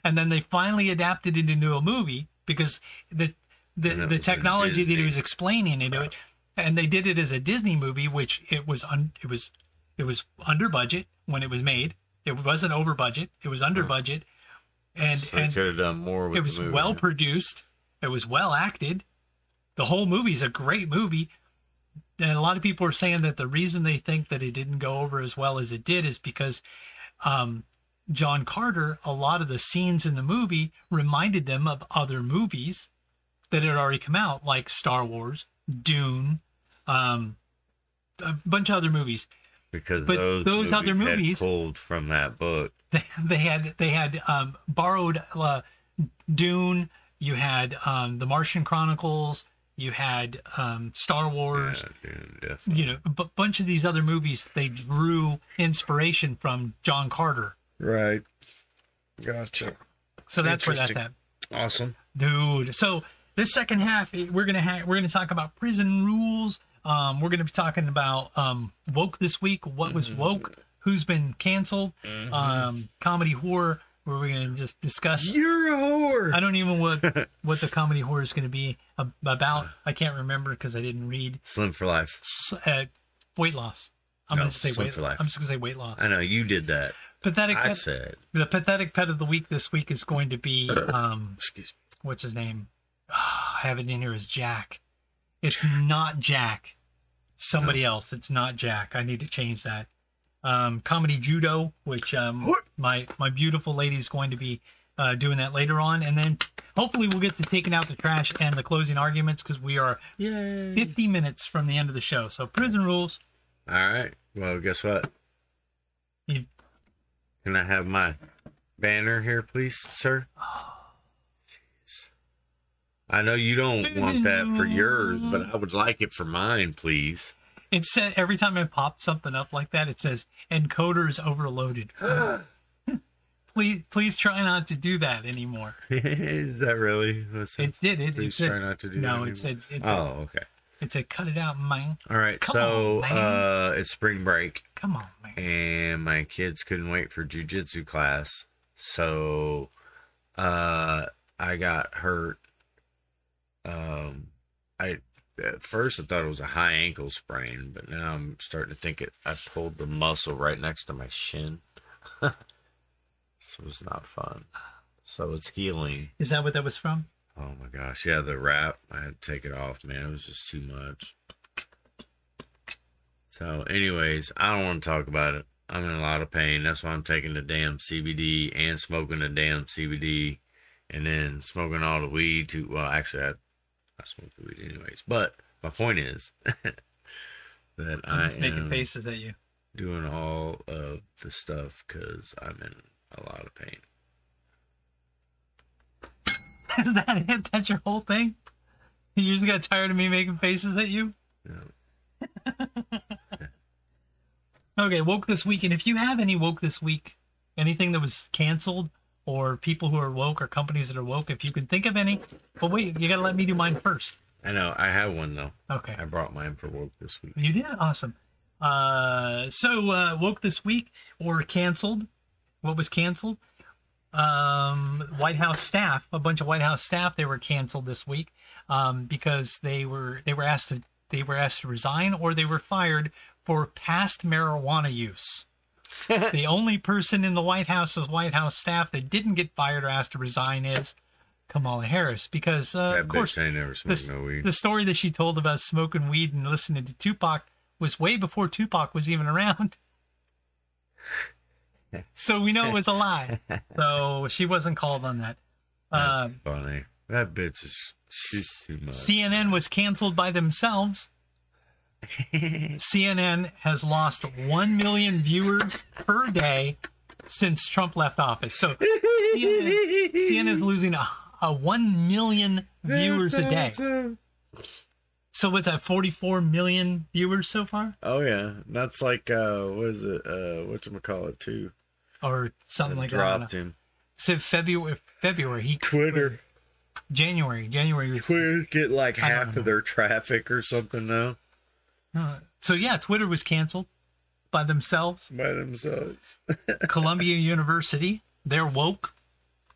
Speaker 1: And then they finally adapted it into a movie because the the,
Speaker 3: And that
Speaker 1: the
Speaker 3: was in
Speaker 1: technology that he
Speaker 3: Disney.
Speaker 1: was explaining into it, and they did it as a Disney movie, which it was un, it was it was under budget when it was made. It wasn't over budget. It was under budget, and
Speaker 3: So they
Speaker 1: and
Speaker 3: could have done more with
Speaker 1: it was
Speaker 3: the movie.
Speaker 1: well produced. It was well acted. The whole movie's a great movie. And a lot of people are saying that the reason they think that it didn't go over as well as it did is because um, John Carter, a lot of the scenes in the movie reminded them of other movies that had already come out, like Star Wars, Dune, um, a bunch of other movies.
Speaker 3: because
Speaker 1: but
Speaker 3: those,
Speaker 1: those other
Speaker 3: movies had
Speaker 1: movies-
Speaker 3: pulled from that book.
Speaker 1: they, they had they had um, borrowed uh, Dune. You had um, the Martian Chronicles. You had um, Star Wars.
Speaker 3: Yeah, dude, definitely.
Speaker 1: You know, a bu- bunch of these other movies they drew inspiration from John Carter.
Speaker 3: Right. Gotcha.
Speaker 1: So that's where that's at,
Speaker 3: Interesting. Awesome.
Speaker 1: dude. So this second half, eh, we're gonna ha- we're gonna talk about prison rules. Um, we're gonna be talking about um, woke this week. What was
Speaker 3: Mm-hmm.
Speaker 1: woke? Who's been canceled? Um, comedy horror. Where we're gonna just discuss
Speaker 3: You're a whore.
Speaker 1: I don't even what what the comedy horror is going to be ab- about. I can't remember because I didn't read.
Speaker 3: Slim for life.
Speaker 1: S- uh, weight loss. I'm
Speaker 3: No,
Speaker 1: going to say
Speaker 3: Slim
Speaker 1: weight.
Speaker 3: Oh, for life.
Speaker 1: I'm just going to say weight loss.
Speaker 3: I know you did that.
Speaker 1: Pathetic.
Speaker 3: I
Speaker 1: Pet,
Speaker 3: said.
Speaker 1: the pathetic pet of the week this week is going to be um,
Speaker 3: Excuse me.
Speaker 1: what's his name? Ah, I have it in here as Jack. It's not Jack. Somebody else. It's not Jack. I need to change that. Um, comedy judo, which um, my my beautiful lady is going to be uh, doing that later on, and then hopefully we'll get to taking out the trash and the closing arguments because we are 50 minutes from the end of the show. So prison rules.
Speaker 3: All right. Well, guess what?
Speaker 1: You-
Speaker 3: Can I have my banner here, please, sir? Jeez. I know you don't want that for yours, but I would like it for mine, please.
Speaker 1: It said every time I pop something up like that, it says encoder is overloaded. please please try not to do that anymore.
Speaker 3: Is that really? What's
Speaker 1: It did it.
Speaker 3: Please
Speaker 1: it's
Speaker 3: try
Speaker 1: a,
Speaker 3: not to do
Speaker 1: no,
Speaker 3: that
Speaker 1: it's a, it's, a,
Speaker 3: Oh, okay.
Speaker 1: it's a cut it out, man.
Speaker 3: All right.
Speaker 1: Come
Speaker 3: so
Speaker 1: on, man.
Speaker 3: uh, it's spring break,
Speaker 1: Come on, man.
Speaker 3: and my kids couldn't wait for jujitsu class. So uh, I got hurt. Um, I at first I thought it was a high ankle sprain, but now I'm starting to think it. I pulled the muscle right next to my shin, so it's not fun. So it's healing.
Speaker 1: Is that what that was from?
Speaker 3: Oh my gosh! Yeah, the wrap. I had to take it off, man. It was just too much. So, anyways, I don't want to talk about it. I'm in a lot of pain. That's why I'm taking the damn CBD and smoking the damn CBD, and then smoking all the weed too. Well, actually, I, I smoked the weed anyways. But my point is that
Speaker 1: I'm
Speaker 3: I
Speaker 1: just making
Speaker 3: am
Speaker 1: faces at you.
Speaker 3: doing all of the stuff because I'm in a lot of pain.
Speaker 1: Is that it? That's your whole thing? You just got tired of me making faces at you?
Speaker 3: Yeah.
Speaker 1: Okay, woke this week, and if you have any woke this week, anything that was canceled, or people who are woke, or companies that are woke, if you can think of any. But wait, you gotta let me do mine first.
Speaker 3: I know. I have one though.
Speaker 1: Okay.
Speaker 3: I brought mine for work this week.
Speaker 1: You did awesome. Uh, so uh, woke this week or canceled? What was canceled? Um, White House staff, a bunch of White House staff, they were canceled this week um, because they were they were asked to they were asked to resign or they were fired for past marijuana use. the only person in the White House's White House staff that didn't get fired or asked to resign is Kamala Harris because uh,
Speaker 3: that
Speaker 1: of course
Speaker 3: bitch ain't never smoked
Speaker 1: the,
Speaker 3: no weed.
Speaker 1: the story that she told about smoking weed and listening to Tupac was way before Tupac was even around. So we know it was a lie. So she wasn't called on that.
Speaker 3: That's
Speaker 1: Um
Speaker 3: funny. That bitch is she's too much.
Speaker 1: CNN was canceled by themselves. CNN has lost 1 million viewers per day since Trump left office. So CNN, CNN is losing a, a 1 million viewers a day. So what's that, 44 million viewers so far?
Speaker 3: Oh yeah, that's like uh, what is it? Uh, what you call it too?
Speaker 1: Or something like that. I don't
Speaker 3: dropped
Speaker 1: know.
Speaker 3: him.
Speaker 1: So February, February, he
Speaker 3: Twitter,
Speaker 1: January, January was.
Speaker 3: Twitter get like
Speaker 1: I don't
Speaker 3: half
Speaker 1: know.
Speaker 3: of their traffic or something now
Speaker 1: Uh, so yeah, Twitter was canceled by themselves.
Speaker 3: by themselves.
Speaker 1: Columbia University, they're woke.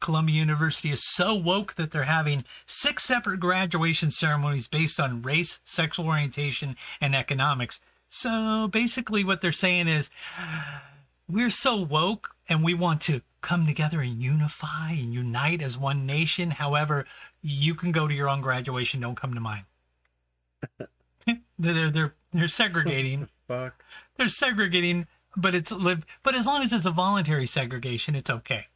Speaker 1: Columbia University is so woke that they're having six separate graduation ceremonies based on race, sexual orientation, and economics. So basically, what they're saying is we're so woke and we want to come together and unify and unite as one nation. However, you can go to your own graduation, don't come to mine. they're, they're, they're segregating
Speaker 3: Fuck.
Speaker 1: they're segregating, but it's live. But as long as it's a voluntary segregation, it's okay.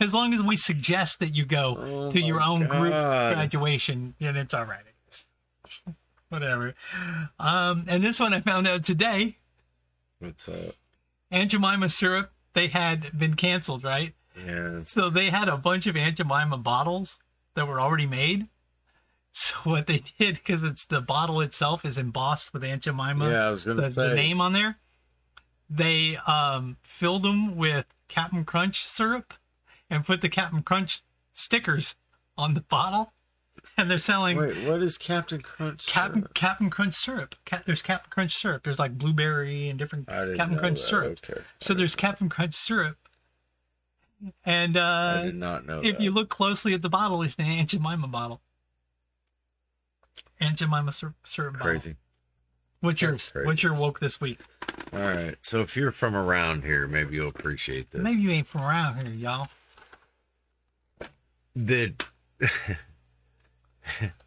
Speaker 1: as long as we suggest that you go
Speaker 3: Oh
Speaker 1: to your
Speaker 3: my
Speaker 1: own group
Speaker 3: God.
Speaker 1: graduation, then it's all right. It's whatever. Um, and this one I found out today.
Speaker 3: What's up?
Speaker 1: Aunt Jemima syrup they had been canceled, right?
Speaker 3: Yeah.
Speaker 1: So they had a bunch of Aunt Jemima bottles that were already made. So what they did, because it's the bottle itself is embossed with Aunt Jemima
Speaker 3: Yeah, I was gonna
Speaker 1: the,
Speaker 3: say
Speaker 1: the name on there. They um, filled them with Captain Crunch syrup and put the Captain Crunch stickers on the bottle, and they're selling
Speaker 3: Wait, what is Captain Crunch?
Speaker 1: Captain
Speaker 3: syrup?
Speaker 1: Captain Crunch syrup. Cap, there's Captain Crunch syrup. There's like blueberry and different
Speaker 3: I didn't
Speaker 1: Captain
Speaker 3: know
Speaker 1: Crunch
Speaker 3: that.
Speaker 1: syrup.
Speaker 3: Okay.
Speaker 1: So there's Captain Crunch syrup, and
Speaker 3: I
Speaker 1: uh,
Speaker 3: did not know.
Speaker 1: if
Speaker 3: that.
Speaker 1: you look closely at the bottle, it's an Aunt Jemima bottle. Aunt Jemima syrup, syrup bottle.
Speaker 3: crazy.
Speaker 1: What's your
Speaker 3: That's crazy.
Speaker 1: what's your woke this week?
Speaker 3: All right. So if you're from around here, maybe you'll appreciate this.
Speaker 1: Maybe you ain't from around here, y'all.
Speaker 3: the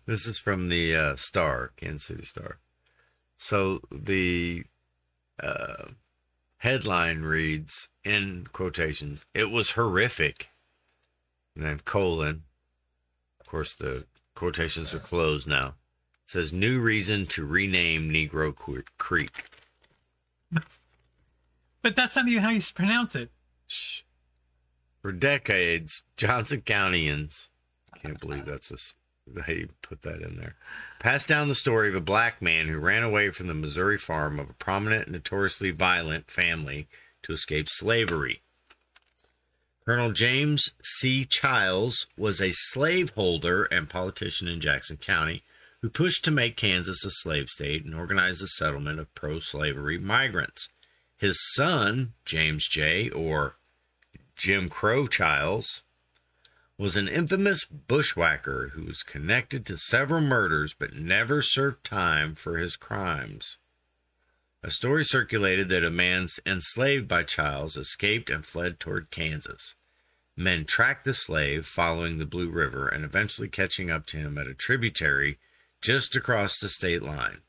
Speaker 3: this is from the uh, Star, Kansas City Star. So the uh, headline reads in quotations, "It was horrific," and then colon. Of course, the quotations are closed now. It says new reason to rename Negro Qu- Creek.
Speaker 1: But that's not even how you s- pronounce it.
Speaker 3: Shh. For decades, Johnson Countyans can't believe that's a s they put that in there. Passed down the story of a black man who ran away from the Missouri farm of a prominent, notoriously violent family to escape slavery. Colonel James C. Childs was a slaveholder and politician in Jackson County who pushed to make Kansas a slave state and organized the settlement of pro slavery migrants. His son, James J., or Jim Crow Childs, was an infamous bushwhacker who was connected to several murders but never served time for his crimes. A story circulated that a man enslaved by Childs escaped and fled toward Kansas. Men tracked the slave following the Blue River and eventually catching up to him at a tributary just across the state line.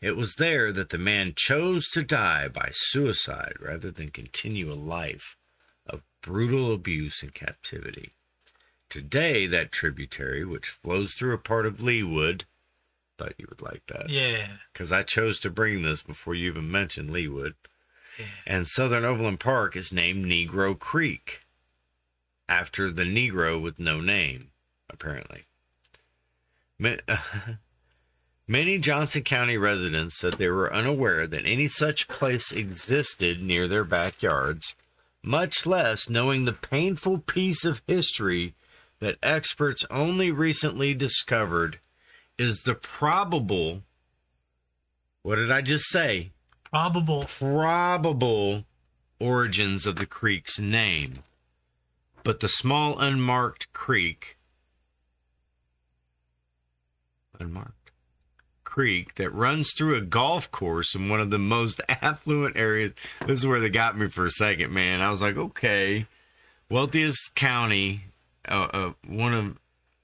Speaker 3: It was there that the man chose to die by suicide rather than continue a life of brutal abuse and captivity. Today, that tributary, which flows through a part of Leewood, thought you would like that
Speaker 1: Yeah.
Speaker 3: because I chose to bring this before you even mentioned Leewood. And Southern Overland Park is named Negro Creek after the Negro with no name, apparently. Ma- Many Johnson County residents said they were unaware that any such place existed near their backyards, much less knowing the painful piece of history that experts only recently discovered is the probable what did I just say?
Speaker 1: Probable.
Speaker 3: Probable origins of the creek's name. But the small unmarked creek, unmarked creek that runs through a golf course in one of the most affluent areas. This is where they got me for a second, man. I was like, okay, wealthiest county, uh, uh, one of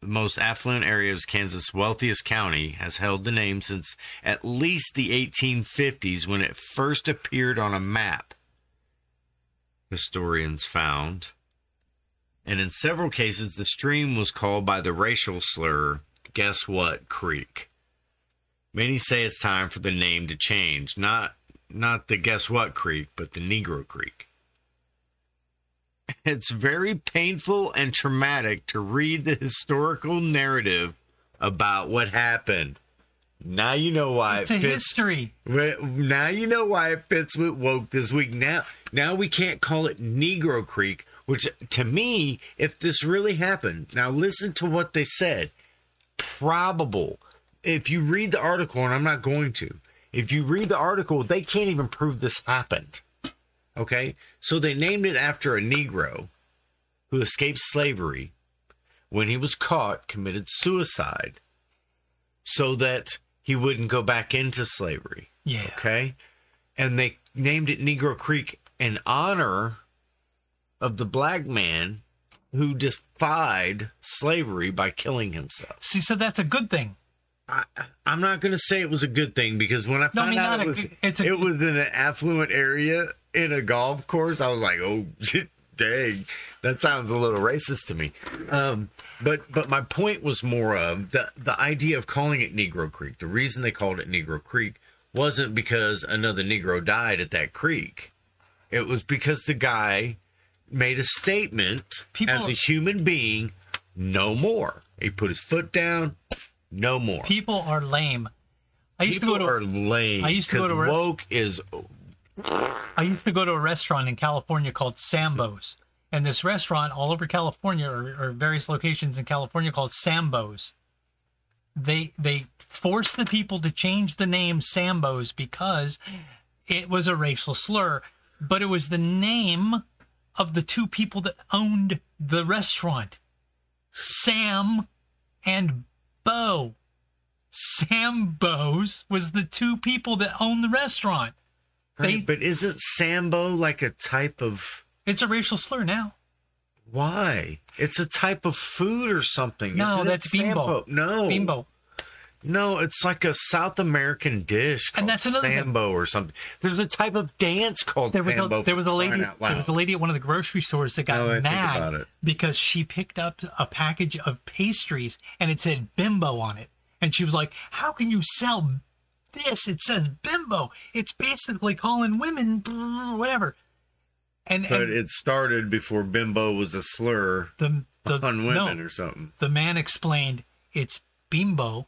Speaker 3: the most affluent areas, Kansas' wealthiest county, has held the name since at least the 1850s when it first appeared on a map, historians found. And in several cases, the stream was called by the racial slur, guess what, creek.
Speaker 2: Many say it's time for the name to change. Not not the guess what creek, but the Negro Creek. It's very painful and traumatic to read the historical narrative about what happened. Now you know why
Speaker 1: It's a
Speaker 2: it fits.
Speaker 1: history.
Speaker 2: Well,
Speaker 3: Now you know why it fits with woke this week. Now, now we can't call it Negro Creek, which to me, if this really happened, now listen to what they said. Probable. If you read the article, and I'm not going to, if you read the article, they can't even prove this happened. Okay, so they named it after a Negro who escaped slavery. When he was caught, committed suicide, so that he wouldn't go back into slavery.
Speaker 1: Yeah.
Speaker 3: Okay. And they named it Negro Creek in honor of the black man who defied slavery by killing himself.
Speaker 1: See, so that's a good thing.
Speaker 3: I, I'm not going to say it was a good thing because when I
Speaker 1: No, I
Speaker 3: found
Speaker 1: mean,
Speaker 3: out
Speaker 1: not
Speaker 3: it
Speaker 1: a
Speaker 3: was,
Speaker 1: good- it's a-
Speaker 3: it was in an affluent area in a golf course, I was like, oh, dang, that sounds a little racist to me. Um, but but my point was more of the the idea of calling it Negro Creek. The reason they called it Negro Creek wasn't because another Negro died at that creek. It was because the guy made a statement
Speaker 1: People-
Speaker 3: as a human being, no more. He put his foot down, no more.
Speaker 1: People are lame. I used
Speaker 3: People
Speaker 1: to go to
Speaker 3: are lame.
Speaker 1: I used to go
Speaker 3: 'cause
Speaker 1: to a rest-
Speaker 3: woke is
Speaker 1: I used to go to a restaurant in California called Sambo's. And this restaurant all over California or, or various locations in California called Sambo's. They they forced the people to change the name Sambo's because it was a racial slur, but it was the name of the two people that owned the restaurant. Sam and Bo. Sambo's was the two people that owned the restaurant. They-
Speaker 3: Right, but isn't Sambo like a type of
Speaker 1: It's a racial slur now.
Speaker 3: why? It's a type of food or something.
Speaker 1: No,
Speaker 3: isn't it?
Speaker 1: that's
Speaker 3: Sambo.
Speaker 1: bimbo.
Speaker 3: No,
Speaker 1: Bimbo.
Speaker 3: No, it's like a South American dish called
Speaker 1: And that's another thing.
Speaker 3: Sambo or something. There's a type of dance called
Speaker 1: There was
Speaker 3: Sambo.
Speaker 1: a there was a
Speaker 3: for
Speaker 1: lady
Speaker 3: crying out
Speaker 1: there was a
Speaker 3: loud.
Speaker 1: lady at one of the grocery stores that got
Speaker 3: Now that I think about
Speaker 1: mad
Speaker 3: it.
Speaker 1: because she picked up a package of pastries and it said bimbo on it. And she was like, How can you sell this? It says bimbo. It's basically calling women brr, whatever. And,
Speaker 3: but
Speaker 1: and
Speaker 3: it started before bimbo was a slur
Speaker 1: the the
Speaker 3: on women
Speaker 1: no,
Speaker 3: or something.
Speaker 1: the man explained it's bimbo,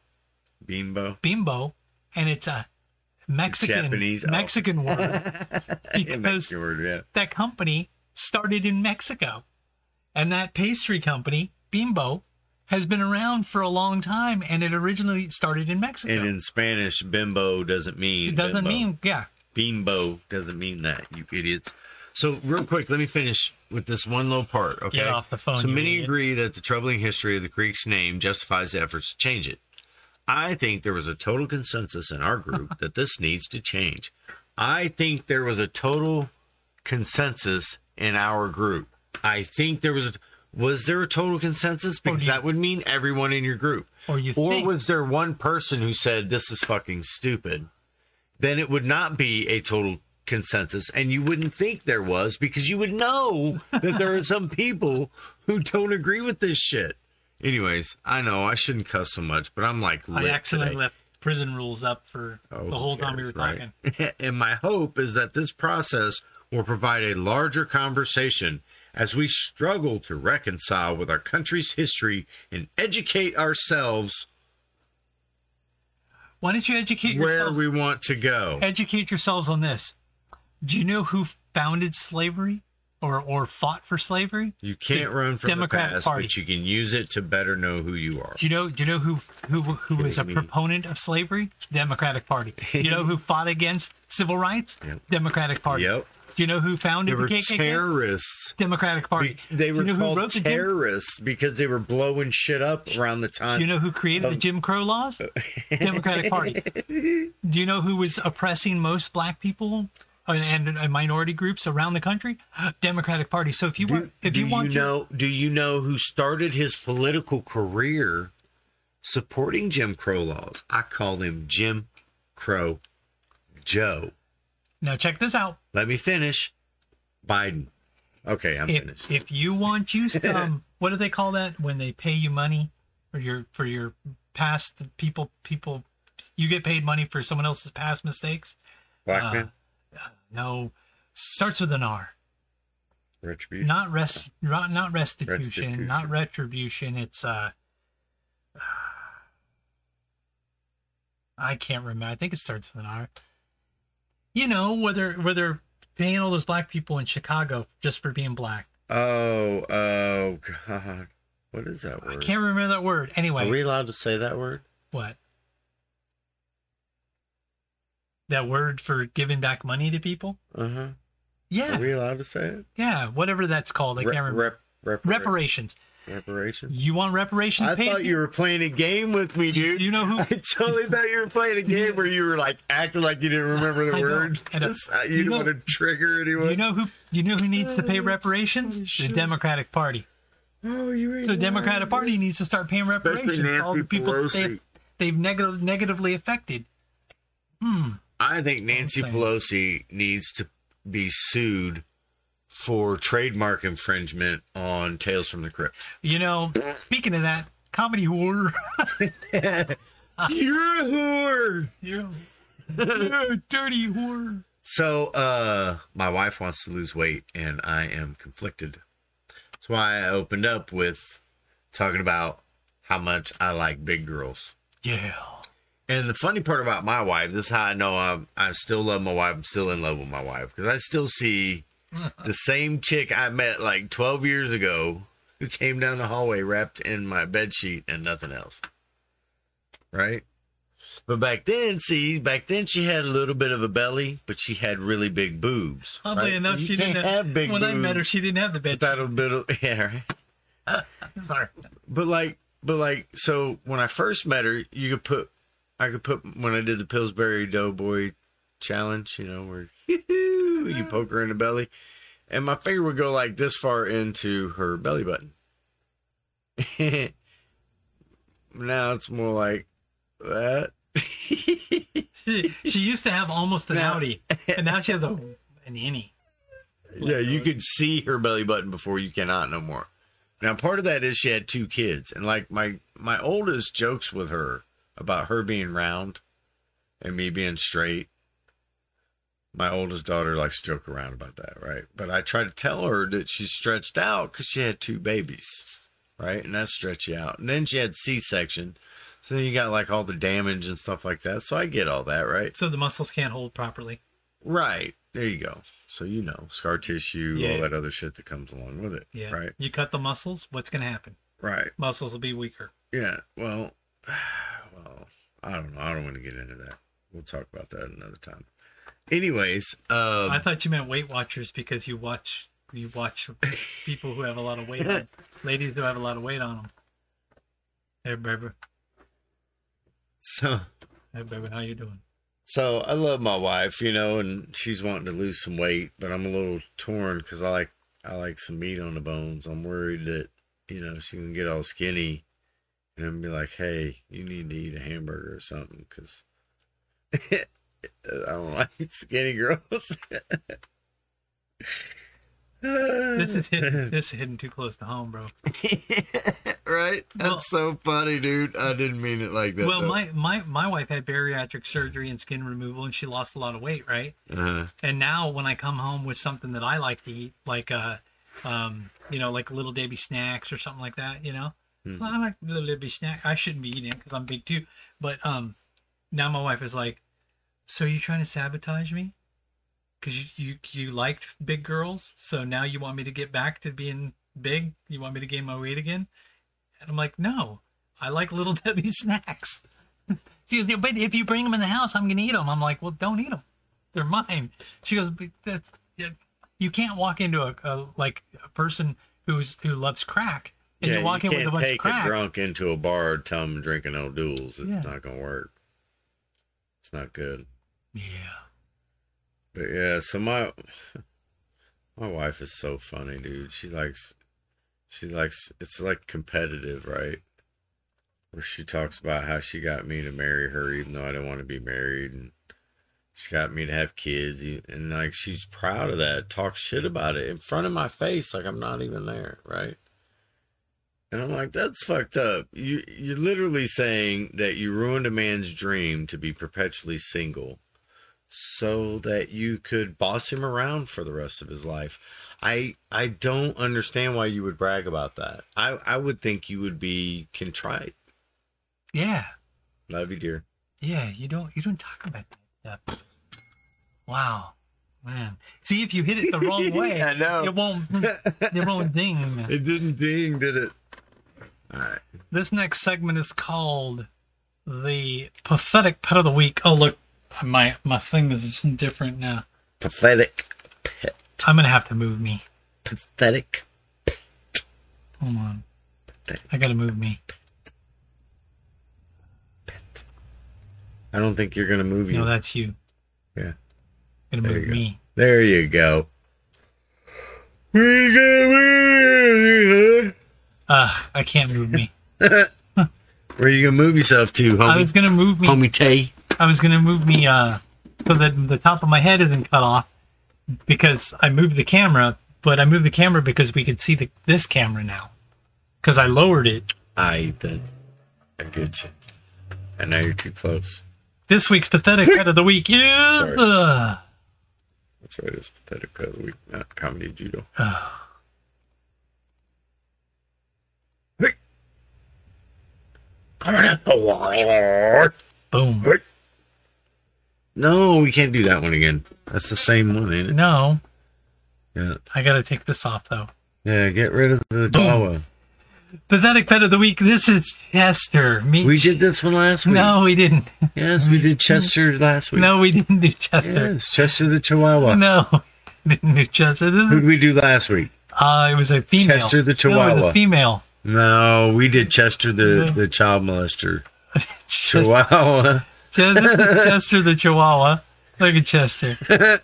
Speaker 3: Bimbo.
Speaker 1: bimbo, and it's a Mexican
Speaker 3: Japanese, oh.
Speaker 1: Mexican word
Speaker 3: It makes
Speaker 1: because
Speaker 3: your word, yeah.
Speaker 1: that company started in Mexico. And that pastry company, Bimbo, has been around for a long time and it originally started in Mexico.
Speaker 3: And in Spanish, bimbo doesn't mean
Speaker 1: it doesn't
Speaker 3: bimbo.
Speaker 1: mean, yeah.
Speaker 3: Bimbo doesn't mean that, you idiots. So, real quick, let me finish with this one little part, okay?
Speaker 1: Get off the phone,
Speaker 2: So
Speaker 1: you
Speaker 2: many
Speaker 1: idiot.
Speaker 2: agree that the troubling history of the creek's name justifies the efforts to change it.
Speaker 3: I think there was a total consensus in our group that this needs to change. I think there was a total consensus in our group. I think there was was there a total consensus because
Speaker 1: do you-
Speaker 3: that would mean everyone in your group.
Speaker 1: Or you
Speaker 3: Or
Speaker 1: think.
Speaker 3: was there one person who said this is fucking stupid? Then it would not be a total consensus and you wouldn't think there was because you would know that there are some people who don't agree with this shit.
Speaker 2: Anyways, I know I shouldn't cuss so much, but I'm like
Speaker 1: I
Speaker 2: lit
Speaker 1: accidentally
Speaker 2: today.
Speaker 1: left prison rules up for
Speaker 2: Oh,
Speaker 1: the whole time we were
Speaker 2: cares, right?
Speaker 1: talking.
Speaker 2: and my hope is that this process will provide a larger conversation as we struggle to reconcile with our country's history and educate ourselves
Speaker 1: Why don't you educate
Speaker 2: where
Speaker 1: yourselves?
Speaker 2: we want to go.
Speaker 1: Educate yourselves on this. Do you know who founded slavery or, or fought for slavery?
Speaker 2: You can't run from
Speaker 1: Democrat
Speaker 2: the past,
Speaker 1: Party.
Speaker 2: but you can use it to better know who you are.
Speaker 1: Do you know? Do you know who who who was a
Speaker 2: me?
Speaker 1: proponent of slavery? Democratic Party. You know who fought against civil rights? Democratic Party.
Speaker 2: Yep.
Speaker 1: Do you know who
Speaker 3: They
Speaker 1: founded
Speaker 3: were
Speaker 1: the KKK?
Speaker 3: terrorists.
Speaker 1: Democratic Party.
Speaker 3: They
Speaker 1: Do
Speaker 3: were
Speaker 1: you know who
Speaker 3: called
Speaker 1: wrote the Jim,
Speaker 3: terrorists because they were blowing shit up around the time.
Speaker 1: Do you know who created
Speaker 3: Um,
Speaker 1: the Jim Crow laws? Democratic Party. Do you know who was oppressing most black people and, and minority groups around the country? Democratic Party. So if you
Speaker 3: do,
Speaker 1: want, if
Speaker 3: do
Speaker 1: you want, your-
Speaker 3: know, do you know who started his political career supporting Jim Crow laws? I call him Jim Crow Joe.
Speaker 1: now check this out.
Speaker 3: Let me finish. Biden. Okay, I'm
Speaker 1: if,
Speaker 3: finished.
Speaker 1: if you want you some what do they call that when they pay you money for your for your past people people you get paid money for someone else's past mistakes. uh,
Speaker 2: Blackman,
Speaker 1: No, starts with an R.
Speaker 2: retribution.
Speaker 1: Not rest, not, not restitution,
Speaker 2: Restitution.
Speaker 1: not retribution. It's uh, I can't remember. I think it starts with an R. You know whether whether paying all those black people in Chicago just for being black.
Speaker 2: Oh, oh God, what is that
Speaker 1: I
Speaker 2: word?
Speaker 1: can't remember that word. Anyway,
Speaker 2: Are we allowed to say that word?
Speaker 1: what? That word for giving back money to people?
Speaker 2: Uh huh.
Speaker 1: Yeah,
Speaker 2: Are we allowed to say it?
Speaker 1: yeah, whatever that's called. I
Speaker 2: Re-
Speaker 1: can't remember.
Speaker 2: rep, repara-
Speaker 1: reparations.
Speaker 2: reparations.
Speaker 1: You want reparations?
Speaker 2: I
Speaker 1: paid?
Speaker 2: thought you were playing a game with me, dude.
Speaker 1: You know who?
Speaker 2: I totally thought you were playing a game where you were like acting like you didn't remember the
Speaker 1: I know,
Speaker 2: word.
Speaker 1: I know.
Speaker 2: 'cause, uh, you
Speaker 1: You
Speaker 2: didn't
Speaker 1: know-
Speaker 2: want to trigger anyone.
Speaker 1: You know who? You know who needs to pay
Speaker 2: Uh,
Speaker 1: reparations?
Speaker 2: it's
Speaker 1: The
Speaker 2: pretty
Speaker 1: Democratic Party.
Speaker 2: oh, you ain't
Speaker 1: The Democratic
Speaker 2: lying.
Speaker 1: Party needs to start paying reparations.
Speaker 2: Especially
Speaker 1: for all
Speaker 2: Nancy
Speaker 1: the people that
Speaker 2: Pelosi.
Speaker 1: They, they've neg- negatively affected. Hmm.
Speaker 3: I think Nancy
Speaker 1: saying.
Speaker 3: Pelosi needs to be sued for trademark infringement on Tales from the Crypt.
Speaker 1: You know, speaking of that, comedy horror. Ah.
Speaker 3: You're a whore.
Speaker 1: you you dirty horror.
Speaker 3: So, uh, my wife wants to lose weight, and I am conflicted. That's why I opened up with talking about how much I like big girls.
Speaker 1: Yeah.
Speaker 3: And the funny part about my wife, this is how I know I'm, I still love my wife. I'm still in love with my wife because I still see the same chick I met like 12 years ago who came down the hallway wrapped in my bed sheet and nothing else. Right? But back then, see, back then she had a little bit of a belly, but she had really big boobs.
Speaker 1: Oddly
Speaker 3: right?
Speaker 1: enough,
Speaker 3: You
Speaker 1: she
Speaker 3: can't
Speaker 1: didn't
Speaker 3: have big
Speaker 1: When
Speaker 3: boobs.
Speaker 1: I met her, she didn't have the bed.
Speaker 3: without a bit of yeah, right?
Speaker 1: Sorry.
Speaker 3: but like but like so when i first met her you could put i could put when i did the pillsbury doughboy challenge you know where you poke her in the belly and my finger would go like this far into her belly button now it's more like that
Speaker 1: She, she used to have almost an
Speaker 3: Now-
Speaker 1: outie, and now she has a an innie.
Speaker 3: yeah you could see her belly button before you cannot no more now part of that is she had two kids and like my my oldest jokes with her about her being round and me being straight my oldest daughter likes to joke around about that right but i try to tell her that she's stretched out because she had two babies right and that's stretchy out and then she had c-section so then you got like all the damage and stuff like that so i get all that right
Speaker 1: So the muscles can't hold properly.
Speaker 3: Right. There you go. So you know, scar tissue, all
Speaker 1: Yeah.
Speaker 3: that other shit that comes along with it.
Speaker 1: Yeah.
Speaker 3: Right.
Speaker 1: You cut the muscles, what's going to happen?
Speaker 3: Right.
Speaker 1: Muscles will be weaker.
Speaker 3: Yeah. Well, well, I don't know. I don't want to get into that. We'll talk about that another time. Anyways, um,
Speaker 1: I thought you meant Weight Watchers because you watch you watch people who have a lot of weight on ladies who have a lot of weight on them. Hey, baby.
Speaker 3: so
Speaker 1: Hey, baby. How you doing?
Speaker 3: so I love my wife, you know, and she's wanting to lose some weight, but I'm a little torn because I like I like some meat on the bones. I'm worried that you know she can get all skinny and then be like, "Hey, you need to eat a hamburger or something," because I don't like skinny girls.
Speaker 1: This is hitting, this is hitting too close to home, bro.
Speaker 3: right. That's
Speaker 1: Well-
Speaker 3: so funny, dude. I didn't mean it like that.
Speaker 1: Well,
Speaker 3: though.
Speaker 1: my, my, my wife had bariatric surgery and skin removal, and she lost a lot of weight, right?
Speaker 3: Uh-huh.
Speaker 1: And now when I come home with something that I like to eat, like uh, um, you know, like little Debbie snacks or something like that, you know,
Speaker 3: Mhm.
Speaker 1: well, I like little Debbie snack. I shouldn't be eating it because I'm big too. But um, now my wife is like, "So you trying to sabotage me? Because you, you you liked big girls, so now you want me to get back to being big? You want me to gain my weight again?" And I'm like, "No, I like little Debbie snacks." She goes, "But if you bring them in the house, I'm gonna eat them." I'm like, "Well, don't eat them." they're mine. She goes, "But that's yeah, you can't walk into a, a like a person who's who loves crack and
Speaker 3: yeah,
Speaker 1: you walk
Speaker 3: you
Speaker 1: in
Speaker 3: can't
Speaker 1: with a bunch
Speaker 3: take
Speaker 1: of crack.
Speaker 3: a drunk into a bar, and tell them drinking O'Doul's. It's
Speaker 1: Yeah.
Speaker 3: not gonna work. It's not good.
Speaker 1: Yeah,
Speaker 3: But yeah, so my my wife is so funny, dude. She likes she likes it's like competitive, right? Where she talks about how she got me to marry her even though I didn't want to be married and she got me to have kids e- and like she's proud of that, talks shit about it in front of my face like I'm not even there, right? And I'm like, that's fucked up. You you're literally saying that you ruined a man's dream to be perpetually single so that you could boss him around for the rest of his life. I I don't understand why you would brag about that. I, I would think you would be contrite.
Speaker 1: Yeah.
Speaker 3: Love you, dear.
Speaker 1: Yeah, you don't you don't talk about that stuff. Wow. Man. See if you hit it the wrong way.
Speaker 3: I know.
Speaker 1: It won't it won't ding.
Speaker 3: It didn't ding, did it? All right.
Speaker 1: This next segment is called the pathetic pet of the week. Oh look, my my thing is different now.
Speaker 3: Pathetic. Pet.
Speaker 1: I'm gonna have to move me.
Speaker 3: Pathetic.
Speaker 1: Hold on. I gotta move me.
Speaker 3: Pet. I don't think you're gonna move you.
Speaker 1: No, that's you.
Speaker 3: Yeah.
Speaker 1: Gonna
Speaker 3: There
Speaker 1: move
Speaker 3: you go.
Speaker 1: me.
Speaker 3: There you go. We gonna move you,
Speaker 1: Ugh, I can't move me.
Speaker 3: huh? Where you gonna move yourself to,
Speaker 1: I
Speaker 3: homie?
Speaker 1: was gonna move me
Speaker 3: homie Tay.
Speaker 1: I was gonna move me uh so that the top of my head isn't cut off because I moved the camera, but I moved the camera because we could see the this camera now because I lowered it.
Speaker 3: I did. I get you. And now you're too close.
Speaker 1: This week's pathetic head of the week is uh,
Speaker 3: That's right. It's pathetic. By the week, not comedy judo. Hey. Coming up the wire.
Speaker 1: boom.
Speaker 3: No, we can't do that one again. That's the same one, ain't it?
Speaker 1: No,
Speaker 3: Yeah.
Speaker 1: I gotta take this off though.
Speaker 3: Yeah. Get rid of the Jawa.
Speaker 1: Pathetic pet of the week. This is Chester. Me.
Speaker 3: We did this one last week.
Speaker 1: no, we didn't.
Speaker 3: Yes, we did Chester last week.
Speaker 1: No, we didn't do Chester.
Speaker 3: Yes, Chester the Chihuahua.
Speaker 1: No, didn't do Chester. This
Speaker 3: Who
Speaker 1: is
Speaker 3: did we do last week?
Speaker 1: uh, it was a female.
Speaker 3: Chester
Speaker 1: No, it
Speaker 3: the
Speaker 1: was
Speaker 3: Chihuahua.
Speaker 1: a female.
Speaker 3: No, we did Chester the, the child molester. Chihuahua.
Speaker 1: Chester, this is Chester the Chihuahua. Look at Chester.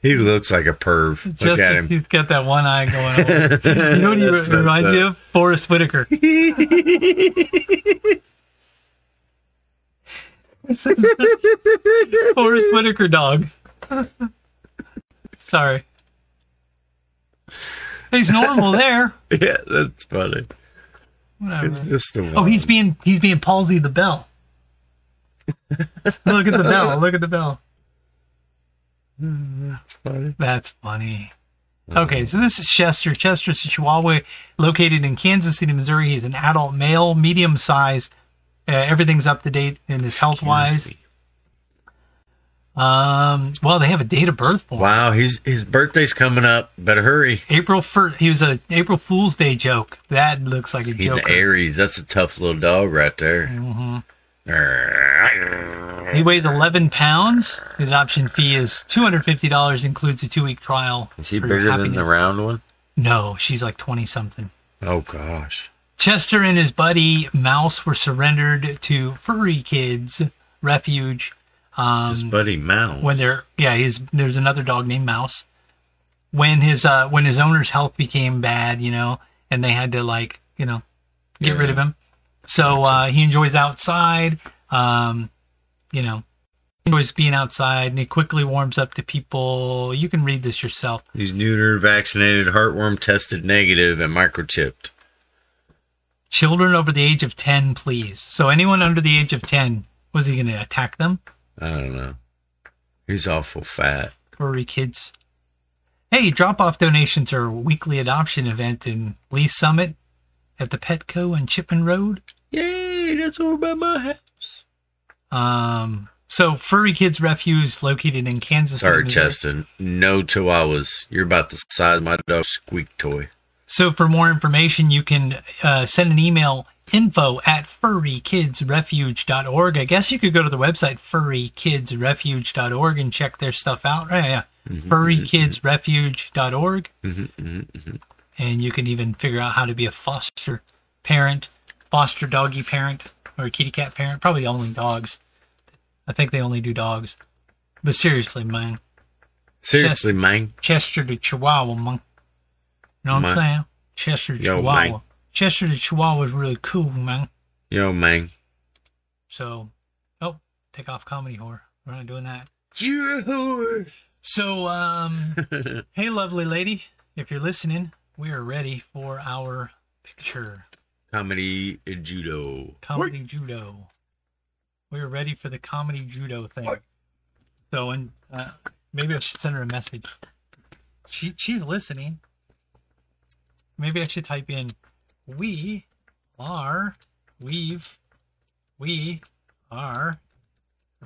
Speaker 3: He looks like a perv. Look at
Speaker 1: Chester,
Speaker 3: him.
Speaker 1: he's got that one eye going over. You know what he
Speaker 3: That's messed
Speaker 1: reminds
Speaker 3: up.
Speaker 1: you of? Forrest Whitaker. Forrest Whitaker dog. Sorry. He's normal there.
Speaker 3: Yeah, that's funny. It's
Speaker 1: Whatever.
Speaker 3: just the one.
Speaker 1: Oh, he's being he's being palsy the bell. Look at the bell. Look at the bell.
Speaker 3: That's funny.
Speaker 1: That's funny.
Speaker 3: Mm-hmm.
Speaker 1: Okay, so this is Chester. Chester's a Chihuahua located in Kansas City, Missouri. He's an adult male, medium sized. Uh, everything's up to date in his health wise. Um, well, they have a date of birth for him.
Speaker 3: Wow, he's his birthday's coming up. Better hurry.
Speaker 1: April first. He was a April Fool's Day joke. That looks like a
Speaker 3: He's
Speaker 1: joke.
Speaker 3: an Aries. That's a tough little dog right there.
Speaker 1: He weighs 11 pounds. The adoption fee is $250. Includes a two week trial.
Speaker 3: Is he
Speaker 1: for your
Speaker 3: bigger than the
Speaker 1: happiness.
Speaker 3: round one?
Speaker 1: No, she's like 20 something.
Speaker 3: Oh gosh.
Speaker 1: Chester and his buddy Mouse were surrendered to Furry Kids Refuge
Speaker 3: His
Speaker 1: um,
Speaker 3: buddy Mouse.
Speaker 1: when they're yeah. His there's another dog named Mouse. When his uh, when his owner's health became bad, you know, and they had to like you know get rid of him. So uh, he enjoys outside. Um, you know, enjoys being outside, and he quickly warms up to people. You can read this yourself.
Speaker 3: He's neutered, vaccinated, heartworm tested negative, and microchipped.
Speaker 1: Children over the age of ten, please. So anyone under the age of ten, was he going to attack them?
Speaker 3: I don't know. He's awful fat.
Speaker 1: furry kids. Hey, drop off donations are a weekly adoption event in Lee Summit at the Petco on Chipman Road.
Speaker 3: Yay, that's over by my house.
Speaker 1: Um, so Furry Kids Refuge located in Kansas City.
Speaker 3: Sorry,
Speaker 1: Missouri.
Speaker 3: Cheston. No chihuahuas. You're about the size of my dog's squeak toy.
Speaker 1: So for more information, you can uh, send an email info at furrykidsrefuge.org. I guess you could go to the website furrykidsrefuge.org and check their stuff out. Right? Yeah. Furrykidsrefuge.org. And you can even figure out how to be a foster parent, foster doggy parent, or kitty cat parent. Probably only dogs. I think they only do dogs. But seriously, man.
Speaker 3: Seriously, man.
Speaker 1: Chester the Chihuahua monk. You know what I'm
Speaker 3: Man.
Speaker 1: saying? Chester the
Speaker 3: Yo,
Speaker 1: Chihuahua.
Speaker 3: man.
Speaker 1: Chester the Chihuahua is really cool, man.
Speaker 3: Yo, man.
Speaker 1: So, oh, take off comedy whore. We're not doing that.
Speaker 3: You're a whore.
Speaker 1: So, um, hey, lovely lady, if you're listening, we are ready for our picture.
Speaker 3: comedy and judo.
Speaker 1: comedy judo. We were ready for the comedy judo thing. So, and uh, maybe I should send her a message. She she's listening. Maybe I should type in, "We are we've we are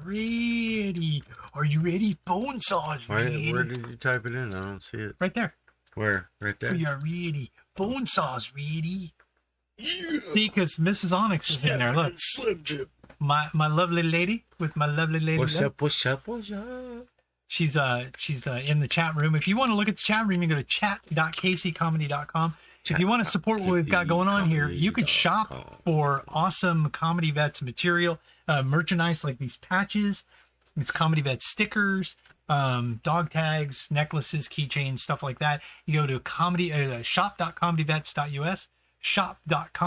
Speaker 1: ready. Are you ready? Phone saws
Speaker 2: Why,
Speaker 1: ready.
Speaker 2: where did you type it in? I don't see it.
Speaker 1: right there.
Speaker 2: Where? Right there.
Speaker 1: We are ready. Bone saws ready. See, because Mrs. Onyx is in there. Look, my my lovely lady with my lovely lady.
Speaker 2: What's
Speaker 1: love.
Speaker 2: up? What's up? What's up?
Speaker 1: She's uh she's uh, in the chat room. If you want to look at the chat room, you go to chat.kcomedy.com. If you want to support what we've got going on here, you could shop for awesome Comedy Vets material, uh, merchandise like these patches, it's Comedy Vet stickers, um, dog tags, necklaces, keychains, stuff like that. You go to comedy uh, shop.comedyvets.us,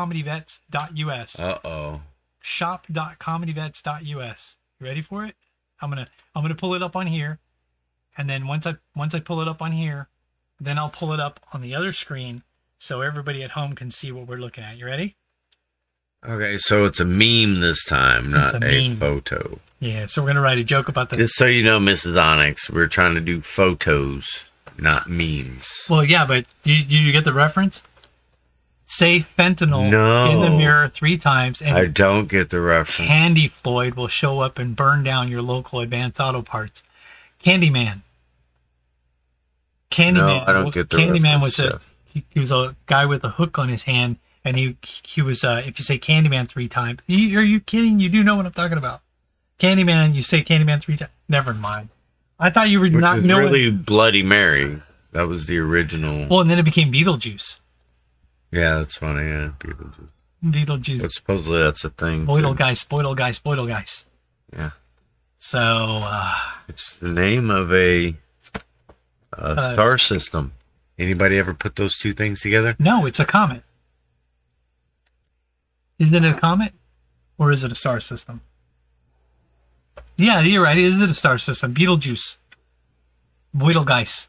Speaker 1: shop.comedyvets.us
Speaker 2: Uh oh.
Speaker 1: shop.comedyvets.us. You ready for it? I'm gonna I'm gonna pull it up on here, and then once I once I pull it up on here, then I'll pull it up on the other screen so everybody at home can see what we're looking at. You ready?
Speaker 3: Okay, so it's a meme this time,
Speaker 1: It's
Speaker 3: not
Speaker 1: a
Speaker 3: a,
Speaker 1: meme.
Speaker 3: photo.
Speaker 1: Yeah. So we're gonna write a joke about the.
Speaker 3: Just so you know, Mrs. Onyx, we're trying to do photos, not memes.
Speaker 1: Well, yeah, but do you, do you get the reference? Say fentanyl
Speaker 3: No.
Speaker 1: in the mirror three times, and
Speaker 3: I don't get the reference.
Speaker 1: Candy Floyd will show up and burn down your local Advanced Auto Parts. Candyman. Candyman.
Speaker 3: No, I don't get the
Speaker 1: Candyman
Speaker 3: reference,
Speaker 1: was a
Speaker 3: Jeff.
Speaker 1: he, he was a guy with a hook on his hand, and he he was uh, if you say Candyman three times, you, are you kidding? You do know what I'm talking about. Candyman. You say Candyman three times. Never mind. I thought you were
Speaker 3: Which
Speaker 1: not
Speaker 3: is
Speaker 1: knowing.
Speaker 3: really Bloody Mary. That was the original.
Speaker 1: Well, and then it became Beetlejuice.
Speaker 3: yeah, that's funny. Yeah, Beetlejuice.
Speaker 1: Beetlejuice.
Speaker 3: But supposedly that's a thing.
Speaker 1: Spoil
Speaker 3: too.
Speaker 1: guys. Spoil guys. Spoil guys.
Speaker 3: Yeah.
Speaker 1: So uh,
Speaker 3: It's the name of a, a
Speaker 1: Uh,
Speaker 3: star system. Anybody ever put those two things together?
Speaker 1: No, it's a comet. Isn't it a comet? Or is it a star system? Yeah, you're right. Is it a star system? Beetlejuice. Beetlegeist.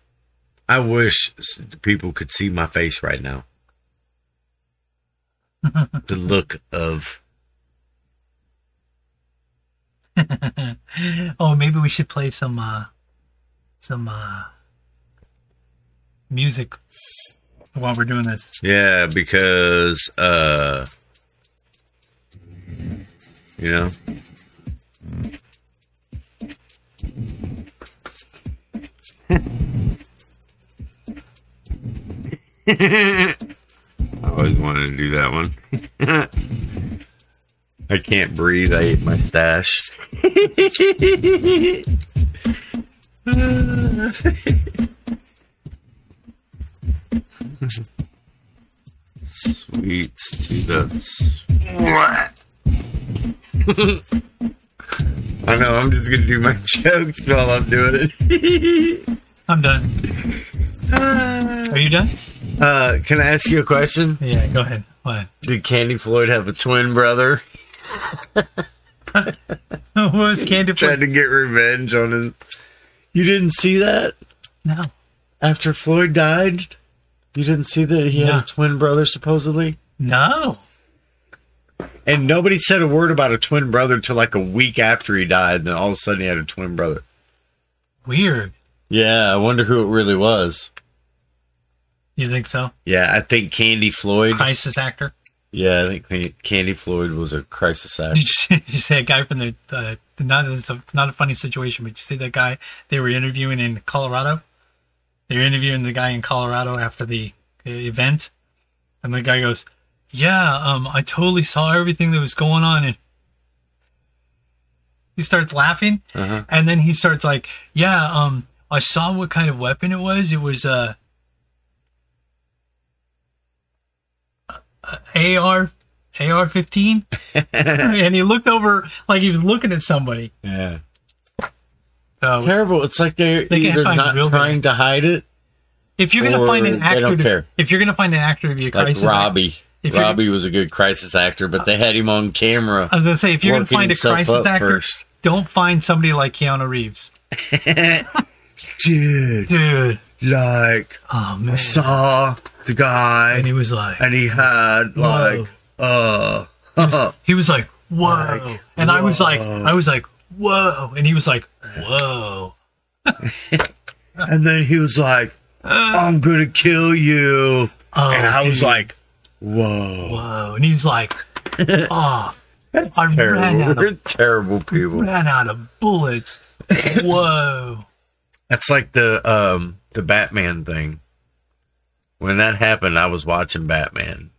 Speaker 3: I wish s- people could see my face right now. the look of
Speaker 1: Oh, maybe we should play some uh some uh music while we're doing this.
Speaker 3: yeah, because uh, you know, I always wanted to do that one. I can't breathe. I ate my stash. Sweets to the. I know. I'm just gonna do my jokes while I'm doing it.
Speaker 1: I'm done. Are you done?
Speaker 3: uh, can I ask you a question?
Speaker 1: Yeah, go ahead. What?
Speaker 3: Did Candy Floyd have a twin brother?
Speaker 1: What was Candy
Speaker 3: Tried
Speaker 1: Floyd?
Speaker 3: to get revenge on his. You didn't see that
Speaker 1: No.
Speaker 3: after Floyd died. You didn't see that he had
Speaker 1: No.
Speaker 3: a twin brother supposedly,
Speaker 1: No.
Speaker 3: and nobody said a word about a twin brother till like a week after he died. And then all of a sudden he had a twin brother.
Speaker 1: Weird.
Speaker 3: Yeah, I wonder who it really was.
Speaker 1: You think so?
Speaker 3: Yeah, I think Candy Floyd.
Speaker 1: Crisis actor.
Speaker 3: Yeah, I think Can- Candy Floyd was a crisis
Speaker 1: Did
Speaker 3: actor.
Speaker 1: you see, did you see that guy from the, the, the not it's, a, it's not a funny situation, but you see that guy they were interviewing in Colorado. They were interviewing the guy in Colorado after the uh, event, and the guy goes, "Yeah, um, I totally saw everything that was going on." And he starts laughing,
Speaker 3: Uh-huh.
Speaker 1: and then he starts like, "Yeah, um, I saw what kind of weapon it was. It was uh, a AR AR fifteen, and he looked over like he was looking at somebody.
Speaker 3: Yeah,
Speaker 1: So
Speaker 3: terrible. It's like they're
Speaker 1: They can't
Speaker 3: either
Speaker 1: find
Speaker 3: not
Speaker 1: real
Speaker 3: trying to hide it,
Speaker 1: if you're gonna find
Speaker 3: Or
Speaker 1: an
Speaker 3: they don't
Speaker 1: actor, to,
Speaker 3: care.
Speaker 1: if you're gonna find an actor to be a
Speaker 3: like
Speaker 1: crisis, act-
Speaker 3: Robbie.
Speaker 1: If you're-
Speaker 3: Robbie was a good crisis actor, but they had him on camera.
Speaker 1: I was gonna say if you're gonna
Speaker 3: Working
Speaker 1: find a
Speaker 3: himself
Speaker 1: crisis
Speaker 3: up
Speaker 1: actor,
Speaker 3: first.
Speaker 1: don't find somebody like Keanu Reeves,
Speaker 2: Dude,
Speaker 1: dude.
Speaker 2: like,
Speaker 1: Oh man,
Speaker 2: saw the
Speaker 1: and
Speaker 2: guy
Speaker 1: he was like,
Speaker 2: and he had,
Speaker 1: "Whoa,
Speaker 4: uh,
Speaker 1: He was like, "Whoa," and I was like, "I was like, whoa," and he was like, "Whoa."
Speaker 4: and then he was like,
Speaker 3: Uh.
Speaker 4: I'm gonna kill you.
Speaker 1: Oh,
Speaker 4: and I was
Speaker 1: dude.
Speaker 4: like, whoa.
Speaker 1: "Whoa," and he was like, "Ah." I ran
Speaker 3: Terrible.
Speaker 1: out,
Speaker 3: We're
Speaker 1: of,
Speaker 3: terrible people.
Speaker 1: ran out of bullets. Whoa.
Speaker 3: That's like the um the Batman thing. When that happened, I was watching Batman,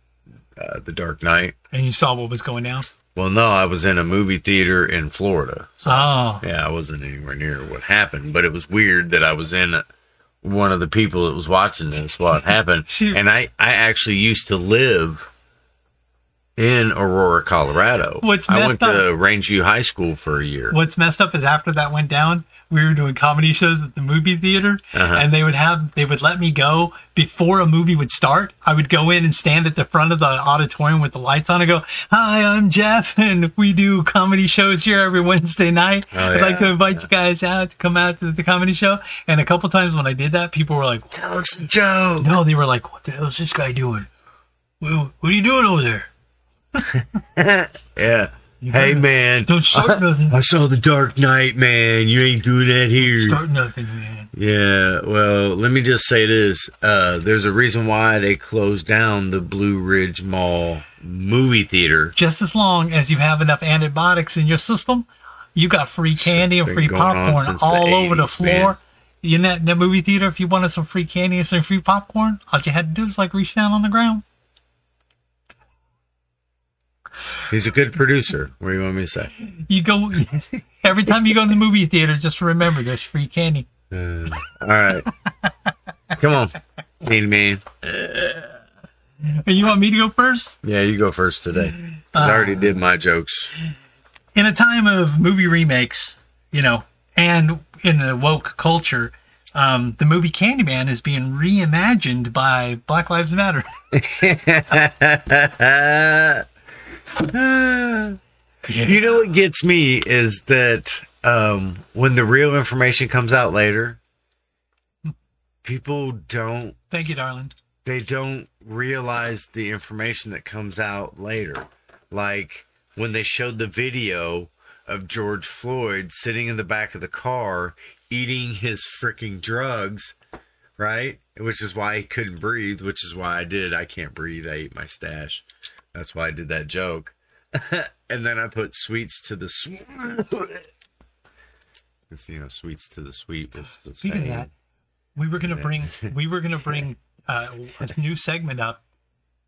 Speaker 3: uh, The Dark Knight.
Speaker 1: And you saw what was going down?
Speaker 3: Well, no, I was in a movie theater in Florida.
Speaker 1: Oh,
Speaker 3: Yeah, I wasn't anywhere near what happened, but it was weird that I was in one of the people that was watching this while it happened.
Speaker 1: Shoot.
Speaker 3: and I, I actually used to live in Aurora, Colorado.
Speaker 1: What's
Speaker 3: I went
Speaker 1: messed
Speaker 3: to Rangeview High School for a year.
Speaker 1: what's messed up is after that went down, we were doing comedy shows at the movie theater,
Speaker 3: Uh-huh.
Speaker 1: and they would have they would let me go before a movie would start. I would go in and stand at the front of the auditorium with the lights on and go, "Hi, I'm Jeff, and we do comedy shows here every Wednesday night.
Speaker 3: Oh,
Speaker 1: I'd like
Speaker 3: yeah.
Speaker 1: to invite you guys out to come out to the comedy show." And a couple times when I did that, people were like,
Speaker 3: Tell us a joke.
Speaker 1: "No," they were like, "What the hell is this guy doing? Well, what are you doing over there?
Speaker 3: Yeah. Hey, man.
Speaker 1: Don't start nothing.
Speaker 4: I saw the Dark Knight, man. You ain't doing that here.
Speaker 1: Start nothing, man."
Speaker 4: Yeah, well, let me just say this. Uh, there's a reason why they closed down the Blue Ridge Mall movie theater.
Speaker 1: just as long as you have enough antibiotics in your system, you got free candy and
Speaker 3: been
Speaker 1: free
Speaker 3: going on
Speaker 1: popcorn
Speaker 3: since the
Speaker 1: all over the
Speaker 3: 80s, man.
Speaker 1: floor. In that, that movie theater, if you wanted some free candy and some free popcorn, all you had to do was like reach down on the ground.
Speaker 3: He's a good producer. What do you want me to say?
Speaker 1: You go every time you go to the movie theater, just remember there's free candy.
Speaker 3: All right. Come on. Mean man.
Speaker 1: And you want me to go first?
Speaker 3: Yeah, you go first today. 'Cause I already did my jokes.
Speaker 1: in a time of movie remakes, you know, and in the woke culture, um, the movie Candyman is being reimagined by Black Lives Matter.
Speaker 3: You know what gets me is that um, when the real information comes out later, people don't
Speaker 1: Thank you, darling.
Speaker 3: they don't realize the information that comes out later. Like when they showed the video of George Floyd sitting in the back of the car eating his freaking drugs, right? Which is why he couldn't breathe, which is why I did. I can't breathe. I ate my stash. That's why I did that joke. and then I put sweets to the sweet. It's, you know, sweets to the sweet. was the
Speaker 1: Speaking of
Speaker 3: saying.
Speaker 1: that, we were gonna bring we were gonna bring uh, a new segment up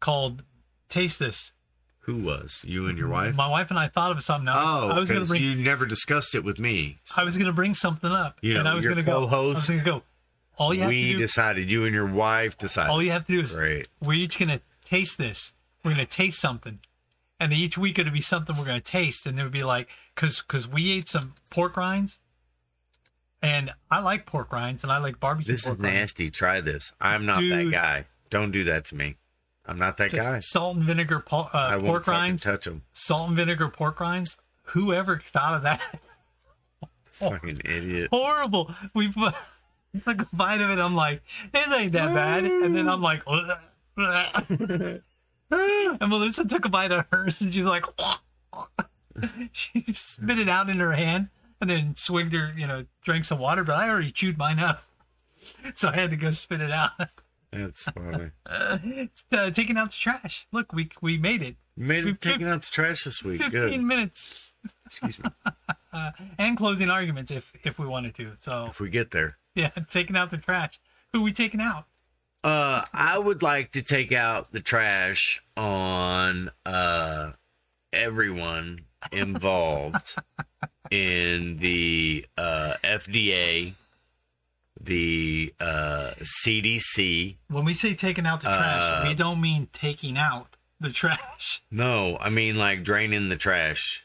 Speaker 1: called "Taste This."
Speaker 3: Who was? You and your wife?
Speaker 1: My wife and I thought of something. I
Speaker 3: Oh,
Speaker 1: was, I was gonna
Speaker 3: 'cause
Speaker 1: bring
Speaker 3: you never discussed it with me.
Speaker 1: I was gonna bring something up,
Speaker 3: You
Speaker 1: and
Speaker 3: know,
Speaker 1: I was
Speaker 3: your
Speaker 1: gonna go. I was
Speaker 3: co-host,
Speaker 1: gonna go. All you have to
Speaker 3: we
Speaker 1: do.
Speaker 3: decided. You and your wife decided.
Speaker 1: all you have to do is
Speaker 3: Great.
Speaker 1: we're each gonna taste this. We're gonna taste something, and each week it'll be something we're gonna taste, and it'll be like because because we ate some pork rinds, and I like pork rinds, and I like barbecue.
Speaker 3: this
Speaker 1: pork
Speaker 3: is
Speaker 1: rinds.
Speaker 3: nasty. Try this. I'm not that
Speaker 1: Dude.
Speaker 3: guy. Don't do that to me. I'm not that
Speaker 1: Just
Speaker 3: guy.
Speaker 1: salt and vinegar po-
Speaker 3: I
Speaker 1: uh,
Speaker 3: won't
Speaker 1: pork
Speaker 3: fucking
Speaker 1: rinds.
Speaker 3: touch him.
Speaker 1: salt and vinegar pork rinds. Whoever thought of that? Oh.
Speaker 3: Fucking idiot.
Speaker 1: Horrible. We put, took a bite of it. I'm like, it ain't that bad. And then I'm like, "Ugh, ugh." and Melissa took a bite of hers, and she's like, she spit it out in her hand, and then swigged her, you know, drank some water. But I already chewed mine up, so I had to go spit it out.
Speaker 3: That's funny.
Speaker 1: It's, uh, taking out the trash. Look, we we made it.
Speaker 3: You made him
Speaker 1: Fif-
Speaker 3: taking out the trash this week.
Speaker 1: Fifteen
Speaker 3: Good.
Speaker 1: minutes.
Speaker 3: Excuse me.
Speaker 1: and closing arguments if if we wanted to. So
Speaker 3: If we get there.
Speaker 1: yeah, taking out the trash. Who we taking out?
Speaker 3: Uh, I would like to take out the trash on uh everyone involved in the uh FDA, the uh CDC.
Speaker 1: When we say taking out the trash,
Speaker 3: Uh,
Speaker 1: we don't mean taking out the trash.
Speaker 3: No, I mean like draining the trash,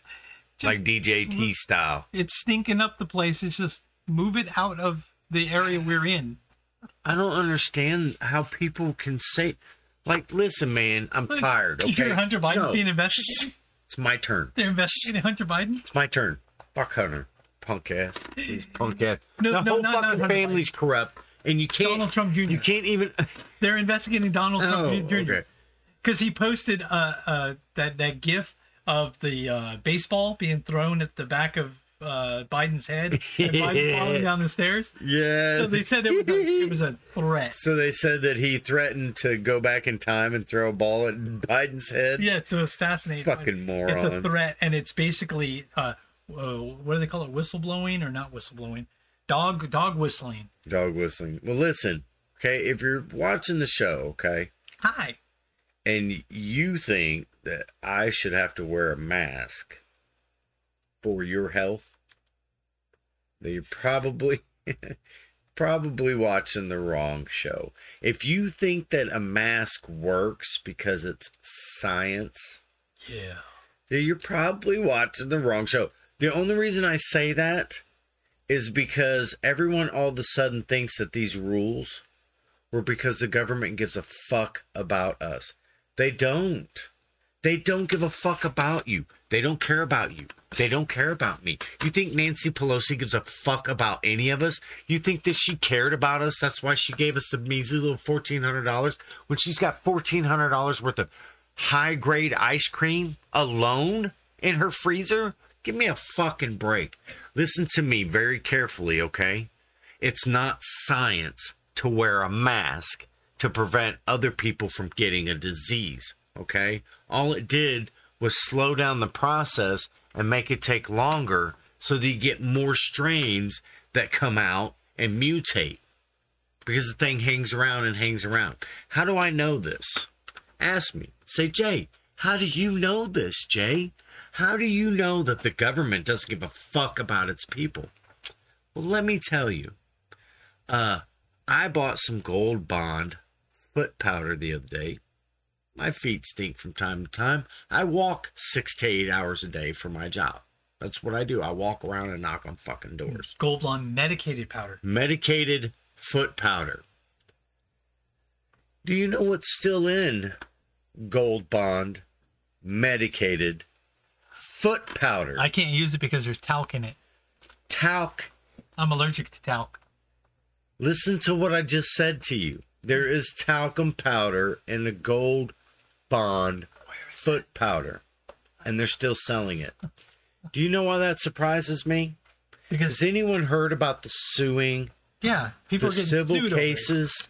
Speaker 1: Just,
Speaker 3: like DJT style.
Speaker 1: it's stinking up the place. It's just move it out of the area we're in.
Speaker 3: I don't understand how people can say, like, listen, man, I'm
Speaker 1: Look,
Speaker 3: tired.
Speaker 1: you
Speaker 3: Okay,
Speaker 1: hear Hunter Biden
Speaker 3: No,
Speaker 1: being investigated?
Speaker 3: it's my turn.
Speaker 1: They're investigating Hunter Biden.
Speaker 3: It's my turn. Fuck Hunter. Punk ass. He's punk ass.
Speaker 1: No,
Speaker 3: the
Speaker 1: no,
Speaker 3: whole
Speaker 1: no, no,
Speaker 3: fucking
Speaker 1: Hunter
Speaker 3: family's corrupt, and you can't.
Speaker 1: Donald Trump Jr.
Speaker 3: You can't even.
Speaker 1: They're investigating Donald
Speaker 3: Oh,
Speaker 1: Trump Jr.
Speaker 3: okay.
Speaker 1: because he posted uh, uh, that that GIF of the uh, baseball being thrown at the back of uh, Biden's head and Biden falling down the stairs.
Speaker 3: Yeah.
Speaker 1: So they said it was a, it was a threat.
Speaker 3: So they said that he threatened to go back in time and throw a ball at Biden's head.
Speaker 1: Yeah, to assassinate. Biden.
Speaker 3: Fucking
Speaker 1: It's a
Speaker 3: morons.
Speaker 1: threat, and it's basically uh, uh, what do they call it? Whistleblowing or not whistleblowing? Dog dog whistling.
Speaker 3: Dog whistling. Well, listen, okay, if you're watching the show, okay,
Speaker 1: Hi.
Speaker 3: and you think that I should have to wear a mask for your health, then you're probably probably watching the wrong show. If you think that a mask works because it's science,
Speaker 1: Yeah.
Speaker 3: Yeah, you're probably watching the wrong show. The only reason I say that is because everyone all of a sudden thinks that these rules were because the government gives a fuck about us. They don't. They don't give a fuck about you. They don't care about you. They don't care about me. You think Nancy Pelosi gives a fuck about any of us? You think that she cared about us? That's why she gave us the measly little fourteen hundred dollars when she's got fourteen hundred dollars worth of high grade ice cream alone in her freezer? Give me a fucking break. Listen to me very carefully, okay? It's not science to wear a mask to prevent other people from getting a disease. Okay? All it did was slow down the process and make it take longer so that you get more strains that come out and mutate because the thing hangs around and hangs around. How do I know this? Ask me. Say, Jay, how do you know this, Jay? How do you know that the government doesn't give a fuck about its people? Well, let me tell you. Uh, I bought some Gold Bond foot powder the other day. My feet stink from time to time. I walk six to eight hours a day for my job. That's what I do. I walk around and knock on fucking doors
Speaker 1: Gold blonde medicated powder.
Speaker 3: medicated foot powder. Do you know what's still in Gold Bond medicated foot powder?
Speaker 1: I can't use it because there's talc in it.
Speaker 3: Talc.
Speaker 1: I'm allergic to talc.
Speaker 3: Listen to what I just said to you. There is talcum powder in the Gold Bond foot powder, and they're still selling it. Do you know why that surprises me?
Speaker 1: Because
Speaker 3: Has anyone heard about the suing
Speaker 1: yeah, people
Speaker 3: the
Speaker 1: are getting
Speaker 3: civil
Speaker 1: sued over it.
Speaker 3: cases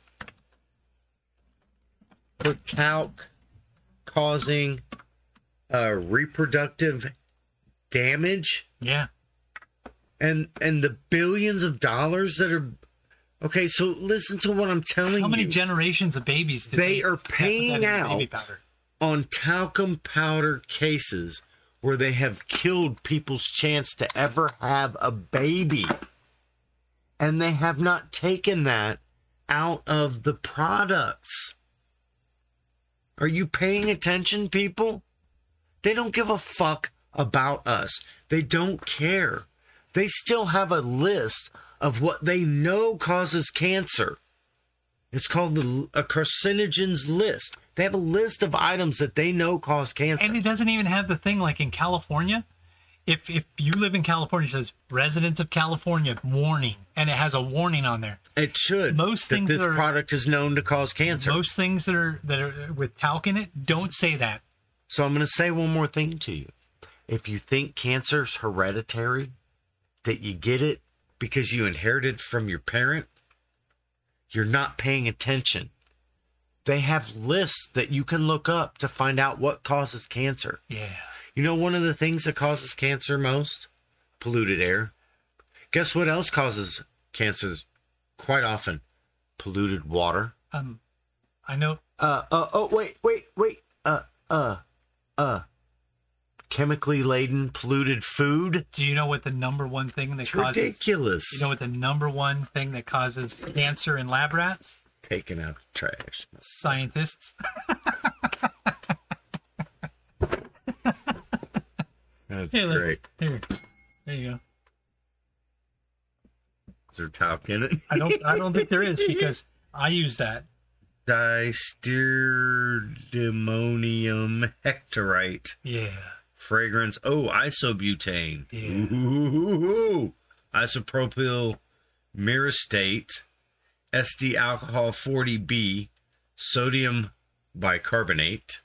Speaker 3: for talc causing uh, reproductive damage
Speaker 1: Yeah.
Speaker 3: and and the billions of dollars that are okay so listen to what i'm telling
Speaker 1: How many
Speaker 3: you
Speaker 1: generations of babies did
Speaker 3: They are
Speaker 1: have to put that in
Speaker 3: paying
Speaker 1: the baby
Speaker 3: out.
Speaker 1: powder?
Speaker 3: on talcum powder cases where they have killed people's chance to ever have a baby. And they have not taken that out of the products. Are you paying attention, people? They don't give a fuck about us. They don't care. They still have a list of what they know causes cancer. It's called the a carcinogens list. They have a list of items that they know cause cancer.
Speaker 1: And it doesn't even have the thing like in California. If if you live in California, it says residents of California warning, and it has a warning on there.
Speaker 3: It should.
Speaker 1: Most
Speaker 3: that
Speaker 1: things
Speaker 3: this
Speaker 1: that are-
Speaker 3: product is known to cause cancer.
Speaker 1: Most things that are that are with talc in it don't say that.
Speaker 3: So I'm going to say one more thing to you. If you think cancer's hereditary, that you get it because you inherited from your parent, you're not paying attention. They have lists that you can look up to find out what causes cancer.
Speaker 1: Yeah.
Speaker 3: You know, one of the things that causes cancer most? Polluted air. Guess what else causes cancer quite often? Polluted water.
Speaker 1: Um, I know.
Speaker 3: Uh, uh, oh, wait, wait, wait. Uh, uh, uh. Chemically laden, polluted food.
Speaker 1: Do you know what the number one thing that
Speaker 3: It's
Speaker 1: causes?
Speaker 3: ridiculous.
Speaker 1: You know what the number one thing that causes cancer in lab rats?
Speaker 3: Taking out the trash.
Speaker 1: Scientists.
Speaker 3: That's
Speaker 1: Here, look.
Speaker 3: great.
Speaker 1: Here, there you go.
Speaker 3: Is there talc in it?
Speaker 1: I don't. I don't think there is because I use that.
Speaker 3: Disteridimonium hectorite.
Speaker 1: Yeah.
Speaker 3: fragrance. Oh, isobutane.
Speaker 1: Yeah.
Speaker 3: Ooh, isopropyl myristate, SD alcohol 40B, sodium bicarbonate,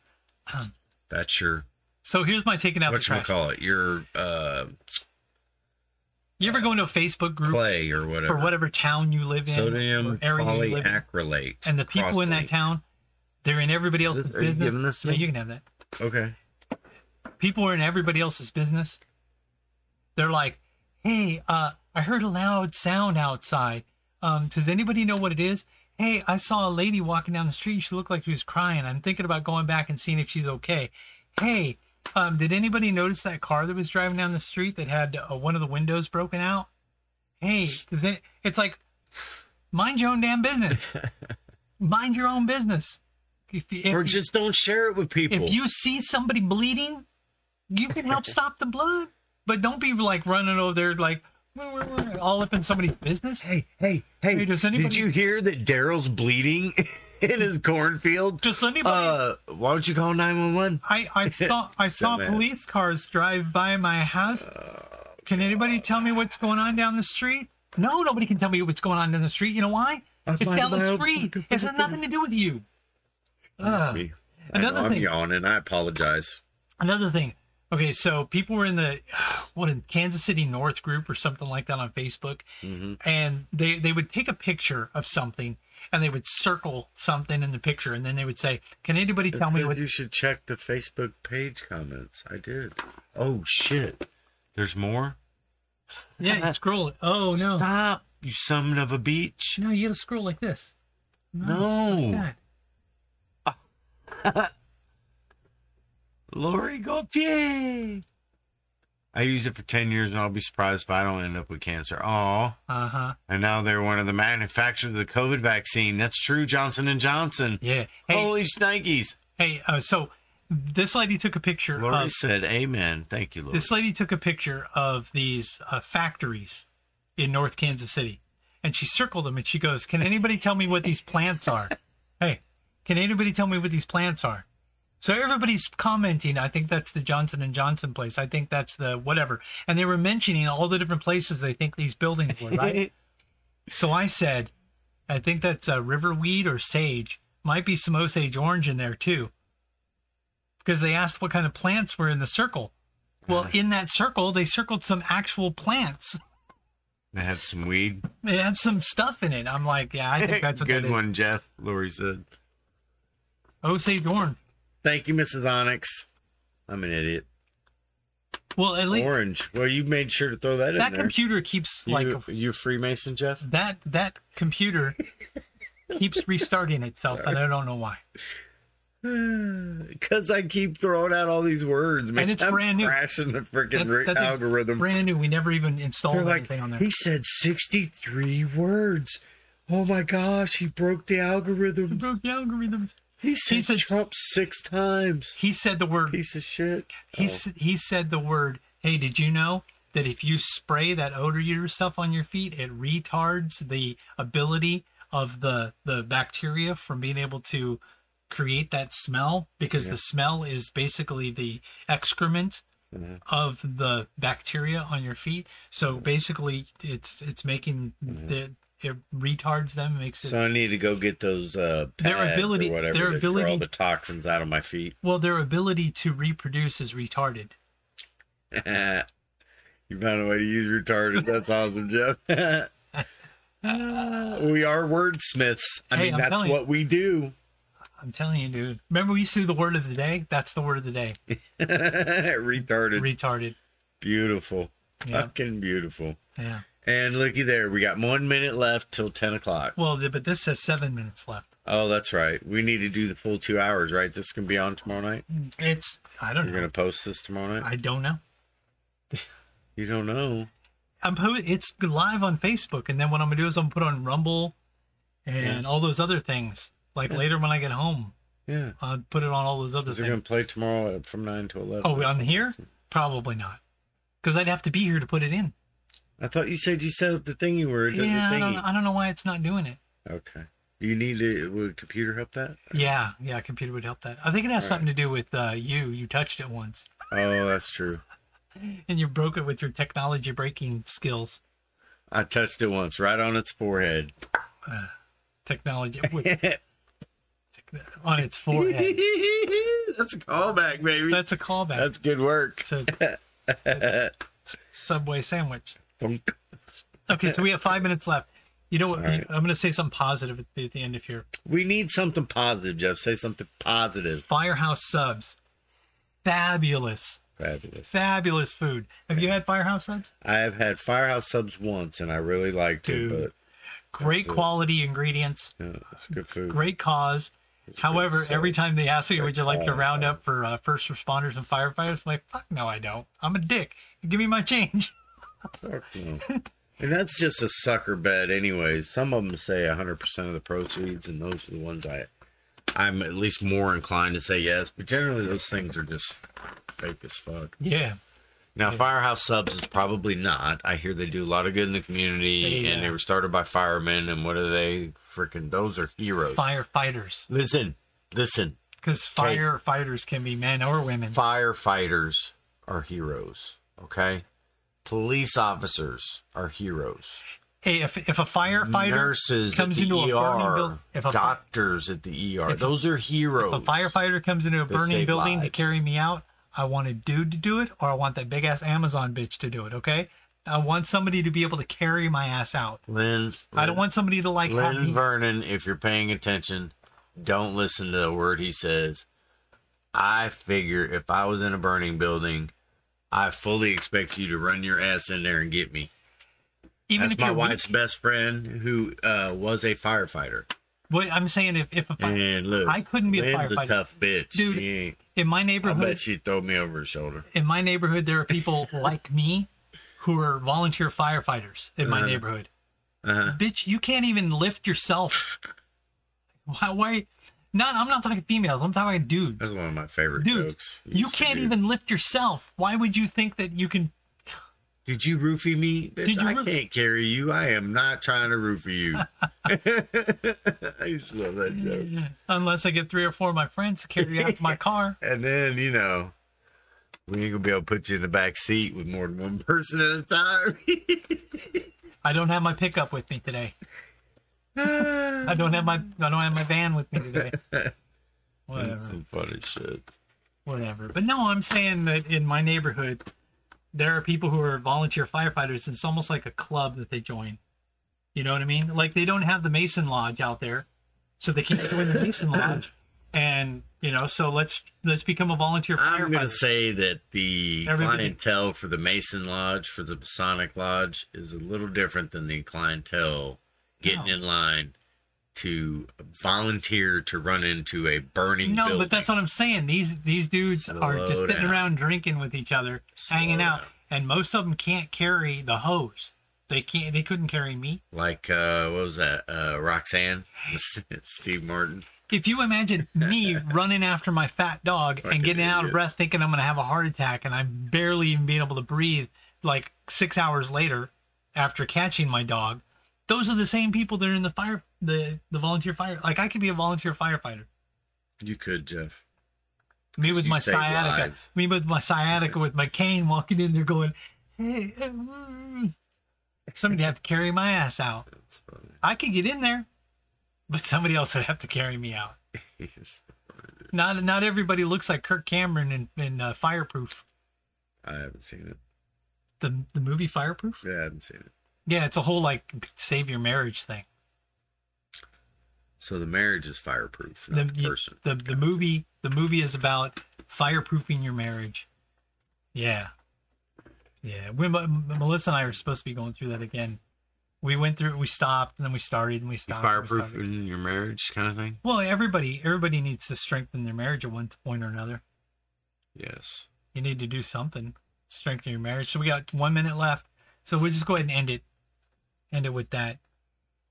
Speaker 3: That's your
Speaker 1: So here's my taking out the
Speaker 3: what you
Speaker 1: trash.
Speaker 3: call it? Your uh,
Speaker 1: You ever go into a Facebook group
Speaker 3: clay or
Speaker 1: for
Speaker 3: whatever.
Speaker 1: whatever town you live in,
Speaker 3: Sodium
Speaker 1: or area you live in,
Speaker 3: polyacrylate.
Speaker 1: and the people in that
Speaker 3: Croslate.
Speaker 1: town, they're in everybody
Speaker 3: Is it-
Speaker 1: else's
Speaker 3: are you
Speaker 1: business.
Speaker 3: giving this to
Speaker 1: yeah,
Speaker 3: me?
Speaker 1: you can have that.
Speaker 3: Okay.
Speaker 1: people are in everybody else's business. They're like, "Hey, uh, I heard a loud sound outside. Um, does anybody know what it is? Hey, I saw a lady walking down the street. She looked like she was crying. I'm thinking about going back and seeing if she's okay. Hey, um, did anybody notice that car that was driving down the street that had uh, one of the windows broken out? Hey, does it? It's like, mind your own damn business. mind your own business. If, you- if
Speaker 3: Or
Speaker 1: you-
Speaker 3: just don't share it with people.
Speaker 1: if you see somebody bleeding, you can help stop the blood. But don't be like running over there like all up in somebody's business.
Speaker 3: hey, hey, hey,
Speaker 1: Hey, does anybody-
Speaker 3: did you hear that Daryl's bleeding in his cornfield?
Speaker 1: Just anybody.
Speaker 3: Uh, why don't you call 911?
Speaker 1: I, I saw I saw
Speaker 3: Dumbass. Oh,
Speaker 1: police cars drive by my house. Can anybody tell me what's going on down the street? No, nobody can tell me what's going on down the street. You know why?
Speaker 3: I
Speaker 1: It's
Speaker 3: find
Speaker 1: down
Speaker 3: my
Speaker 1: the
Speaker 3: own
Speaker 1: street.
Speaker 3: fucking
Speaker 1: It has nothing to do with you. Ugh.
Speaker 3: Me. I know,
Speaker 1: Ah. another
Speaker 3: I'm
Speaker 1: thing-
Speaker 3: yawning. I apologize.
Speaker 1: another thing okay so people were in the what in kansas city north group or something like that on facebook
Speaker 2: Mm-hmm.
Speaker 1: and they they would take a picture of something and they would circle something in the picture and then they would say can anybody tell me
Speaker 3: Because
Speaker 1: what
Speaker 3: you should check the Facebook page comments. I did. Oh shit!
Speaker 2: There's more.
Speaker 1: yeah you scroll it oh no
Speaker 2: Stop, you summon of a beach.
Speaker 1: no you gotta scroll like this
Speaker 2: No,
Speaker 1: God.
Speaker 2: Lori Gautier. I used it for ten years, and I'll be surprised if I don't end up with cancer. Aw.
Speaker 1: uh-huh
Speaker 2: And now they're one of the manufacturers of the COVID vaccine. That's true, Johnson and Johnson.
Speaker 1: yeah hey
Speaker 2: Holy shnikes.
Speaker 1: hey uh, so this lady took a picture
Speaker 2: Lori
Speaker 1: of
Speaker 2: said, "Amen." Thank you, Lori.
Speaker 1: Uh, This lady took a picture of these uh, factories in North Kansas City, and she circled them and she goes, "Can anybody tell me what these plants are? Hey, can anybody tell me what these plants are?" So everybody's commenting. I think that's the Johnson and Johnson place. I think that's the whatever, and they were mentioning all the different places they think these buildings were. Right. so I said, "I think that's uh, riverweed or sage. Might be some Osage orange in there too." Because they asked what kind of plants were in the circle. Well,
Speaker 3: Uh-huh.
Speaker 1: in that circle, they circled some actual plants.
Speaker 2: They had some weed.
Speaker 1: It had some stuff in it. I'm like, yeah, I think that's what
Speaker 2: Good
Speaker 1: that is.
Speaker 2: one, Jeff. Lori said.
Speaker 1: Osage orange.
Speaker 3: Thank you, Mrs. Onyx. I'm an idiot.
Speaker 1: Well, at least
Speaker 3: Orange. Well, you made sure to throw that, in
Speaker 1: that
Speaker 3: there.
Speaker 1: computer keeps like
Speaker 2: you, you a Freemason, Jeff?
Speaker 1: that. That computer keeps restarting itself, and I don't know why.
Speaker 3: Because I keep throwing out all these words, man.
Speaker 1: And it's
Speaker 3: I'm
Speaker 1: brand new.
Speaker 3: Crashing the freaking
Speaker 1: That- that thing's
Speaker 3: algorithm.
Speaker 1: brand new. We never even installed
Speaker 3: They're like,
Speaker 1: anything on there.
Speaker 3: he said 63 words. Oh my gosh, he broke the
Speaker 1: He
Speaker 3: algorithm.
Speaker 1: broke the algorithms.
Speaker 3: He said,
Speaker 1: said-
Speaker 3: Trump six times.
Speaker 1: He said the word.
Speaker 3: Piece of shit.
Speaker 1: He s- he said the word. Hey, did you know that if you spray that odor eater stuff on your feet, it retards the ability of the the bacteria from being able to create that smell because the smell is basically the excrement of the bacteria on your feet. So basically, it's it's making the it retards them, makes it
Speaker 3: So I need to go get those uh, pads
Speaker 1: Their ability-
Speaker 3: or whatever
Speaker 1: their
Speaker 3: to draw
Speaker 1: ability-
Speaker 3: all the toxins out of my feet.
Speaker 1: well their ability to reproduce is retarded.
Speaker 3: you found a way to use retarded. That's awesome, Jeff. we are wordsmiths. I
Speaker 1: Hey,
Speaker 3: mean,
Speaker 1: I'm
Speaker 3: that's
Speaker 1: telling
Speaker 3: what we do.
Speaker 1: I'm telling you, dude. Remember we used to do the word of the day? That's the word of the day.
Speaker 3: retarded.
Speaker 1: retarded.
Speaker 3: beautiful.
Speaker 1: Yeah.
Speaker 3: Fucking beautiful.
Speaker 1: Yeah.
Speaker 3: And looky there, we got one minute left till 10 o'clock.
Speaker 1: Well, th- but this says seven minutes left.
Speaker 3: Oh, that's right. We need to do the full two hours, right? This can be on tomorrow night.
Speaker 1: It's I don't
Speaker 3: You're
Speaker 1: know.
Speaker 3: going to post this tomorrow night?
Speaker 1: I don't know.
Speaker 3: You don't know.
Speaker 1: I'm po- it's live on Facebook, and then what I'm gonna do is I'm gonna put on Rumble and all those other things. Like later when I get home,
Speaker 3: Yeah.
Speaker 1: I'll put it on all those other
Speaker 3: Is it going
Speaker 1: things.
Speaker 3: to play tomorrow at- from 9 to 11?
Speaker 1: Oh, on here? Probably not, because I'd have to be here to put it in.
Speaker 3: I thought you said you set up the thingy where it does
Speaker 1: yeah,
Speaker 3: the
Speaker 1: I don't,
Speaker 3: thingy.
Speaker 1: I don't know why it's not doing it.
Speaker 3: Okay. Do you need to, would a computer help that?
Speaker 1: Yeah, yeah, computer would help that. I think it has something to do with uh, you. You touched it once,
Speaker 3: Oh, that's true.
Speaker 1: and you broke it with your technology breaking skills.
Speaker 3: I touched it once, right on its forehead.
Speaker 1: Technology. Wait. on its forehead.
Speaker 3: That's a callback, baby.
Speaker 1: That's a callback.
Speaker 3: That's good work.
Speaker 1: to Subway sandwich.
Speaker 3: Thunk.
Speaker 1: Okay, so we have five minutes left. You know what?
Speaker 3: All right.
Speaker 1: I'm going to say something positive at the, at the end of here.
Speaker 3: We need something positive, Jeff. Say something positive.
Speaker 1: Firehouse subs, fabulous,
Speaker 3: Fabulous.
Speaker 1: fabulous food. Have you had Firehouse subs?
Speaker 3: I have had Firehouse subs once, and I really liked
Speaker 1: Dude.
Speaker 3: it.
Speaker 1: Great
Speaker 3: Absolutely.
Speaker 1: quality ingredients,
Speaker 3: But yeah, it's good food.
Speaker 1: great cause. However,
Speaker 3: sub.
Speaker 1: every time they ask me, "Would you like to
Speaker 3: cause,
Speaker 1: round
Speaker 3: yeah.
Speaker 1: up for uh, first responders and firefighters?" I'm like, "Fuck no, I don't. I'm a dick. Give me my change."
Speaker 3: Fuck no. And that's just a sucker bet, anyways. Some of them say 100% of the proceeds, and those are the ones I, I'm at least more inclined to say yes. But generally, those things are just fake as fuck.
Speaker 1: Yeah,
Speaker 3: Now, Firehouse Subs is probably not. I hear they do a lot of good in the community,
Speaker 1: They,
Speaker 3: and
Speaker 1: uh,
Speaker 3: they were started by firemen. And what are they? Freaking, those are heroes.
Speaker 1: firefighters,
Speaker 3: listen, listen.
Speaker 1: because firefighters can be men or women.
Speaker 3: Firefighters are heroes. Okay, police officers are heroes.
Speaker 1: Hey, if if a firefighter
Speaker 3: Nurses
Speaker 1: comes
Speaker 3: at the
Speaker 1: into a burning
Speaker 3: ER,
Speaker 1: building, if a, fi-
Speaker 3: doctors at the ER,
Speaker 1: if a-
Speaker 3: those are heroes.
Speaker 1: if a firefighter comes into a
Speaker 3: They
Speaker 1: burning
Speaker 3: save
Speaker 1: building to
Speaker 3: lives.
Speaker 1: carry me out, I want a dude to do it, or I want that big ass Amazon bitch to do it. Okay, I want somebody to be able to carry my ass out.
Speaker 3: Lynn,
Speaker 1: I don't want somebody to like have
Speaker 3: Lynn
Speaker 1: me.
Speaker 3: Vernon, if you're paying attention, don't listen to a word he says. I figure if I was in a burning building, I fully expect you to run your ass in there and get me.
Speaker 1: Even if
Speaker 3: That's my
Speaker 1: you're
Speaker 3: wife's
Speaker 1: weak.
Speaker 3: best friend who uh, was a firefighter.
Speaker 1: What I'm saying, if if a fi-
Speaker 3: And look,
Speaker 1: I couldn't be a
Speaker 3: Lynn's
Speaker 1: firefighter.
Speaker 3: a tough bitch.
Speaker 1: Dude,
Speaker 3: she ain't.
Speaker 1: in my
Speaker 3: I
Speaker 1: neighborhood,
Speaker 3: bet she'd throw me over her shoulder.
Speaker 1: in my neighborhood, there are people like me who are volunteer firefighters in my
Speaker 3: Uh-huh.
Speaker 1: neighborhood.
Speaker 3: Uh-huh.
Speaker 1: Bitch, you can't even lift yourself. Why? why no, I'm not talking females. I'm talking dudes.
Speaker 3: That's one of my favorite
Speaker 1: Dude,
Speaker 3: jokes.
Speaker 1: you
Speaker 3: used to
Speaker 1: can't
Speaker 3: do.
Speaker 1: even lift yourself. Why would you think that you can?
Speaker 3: Did you roofie me? Bitch,
Speaker 1: Did you
Speaker 3: I
Speaker 1: roof-
Speaker 3: can't carry you. I am not trying to roofie you. I used to love that joke.
Speaker 1: Unless I get three or four of my friends to carry out to my car.
Speaker 3: And then, you know, we ain't gonna be able to put you in the back seat with more than one person at a time.
Speaker 1: I don't have my pickup with me today. I don't have my I don't have my van with me today.
Speaker 3: That's
Speaker 1: Whatever.
Speaker 3: some funny shit.
Speaker 1: Whatever. But no, I'm saying that in my neighborhood, there are people who are volunteer firefighters. and It's almost like a club that they join. You know what I mean? Like they don't have the Mason Lodge out there, so they can't join the Mason Lodge. And you know, so let's let's become a volunteer firefighter.
Speaker 3: I'm gonna say that the
Speaker 1: Everybody-
Speaker 3: clientele for the Mason Lodge, for the Masonic Lodge, is a little different than the clientele getting
Speaker 1: No.
Speaker 3: in line to volunteer to run into a burning
Speaker 1: No,
Speaker 3: building.
Speaker 1: but that's what I'm saying. These these dudes are just
Speaker 3: Slow
Speaker 1: sitting
Speaker 3: down.
Speaker 1: around drinking with each other, hanging
Speaker 3: Slow
Speaker 1: out,
Speaker 3: down.
Speaker 1: and most of them can't carry the hose. They can't. They couldn't carry me.
Speaker 3: like uh what was that uh roxanne steve martin
Speaker 1: If you imagine me running after my fat dog
Speaker 3: Fucking
Speaker 1: and getting out of
Speaker 3: idiot.
Speaker 1: breath, thinking I'm going to have a heart attack, and I'm barely even being able to breathe, like six hours later, after catching my dog, those are the same people that are in the fire, the the volunteer fire. Like I could be a volunteer firefighter.
Speaker 3: you could jeff
Speaker 1: Me with
Speaker 3: You
Speaker 1: my
Speaker 3: save
Speaker 1: sciatica.
Speaker 3: lives.
Speaker 1: Me with my sciatica with my cane walking in there going, hey, uh, mm." somebody have to carry my ass out.
Speaker 3: that's funny
Speaker 1: I could get in there, but somebody else would have to carry me out. Not not everybody looks like Kirk Cameron in, in uh, Fireproof,
Speaker 3: i haven't seen it
Speaker 1: the the movie Fireproof.
Speaker 3: yeah i haven't seen it
Speaker 1: Yeah, it's a whole like save your marriage thing.
Speaker 3: so the marriage is fireproof
Speaker 1: The,
Speaker 3: not the,
Speaker 1: you-
Speaker 3: person
Speaker 1: the the movie the movie is about fireproofing your marriage. Yeah, yeah. We, M- M- Melissa and I are supposed to be going through that again. We went through, it, we stopped, and then we started, and we
Speaker 3: You
Speaker 1: stopped. and we
Speaker 3: fireproof
Speaker 1: started.
Speaker 3: in your marriage kind of thing
Speaker 1: Well, everybody everybody needs to strengthen their marriage at one point or another.
Speaker 3: yes
Speaker 1: You need to do something to strengthen your marriage. So we got one minute left. So we'll just go ahead and end it. End it with that.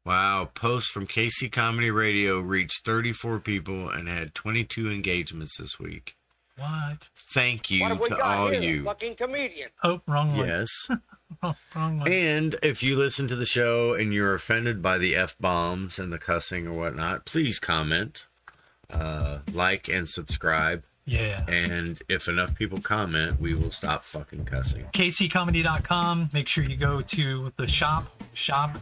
Speaker 3: wow post from kc comedy radio reached 34 people and had 22 engagements this week
Speaker 1: What?
Speaker 3: thank you
Speaker 5: What have we
Speaker 3: to
Speaker 5: got
Speaker 3: all
Speaker 5: here?
Speaker 3: you
Speaker 5: Fucking comedian.
Speaker 1: Oh, wrong one.
Speaker 3: yes
Speaker 1: Oh, wrong one.
Speaker 3: And if you listen to the show and you're offended by the F bombs and the cussing or whatnot, please comment, uh, like, and subscribe.
Speaker 1: Yeah.
Speaker 3: And if enough people comment, we will stop fucking cussing.
Speaker 1: kccomedy.com. Make sure you go to the shop, shop,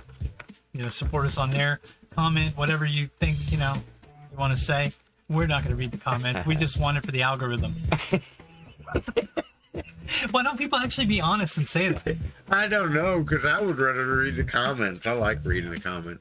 Speaker 1: you know, support us on there. Comment whatever you think, you know, you want to say. We're not going to read the comments. We just want it for the algorithm. Why don't people actually be honest and say that?
Speaker 3: I don't know because I would rather read the comments. I like reading the comments.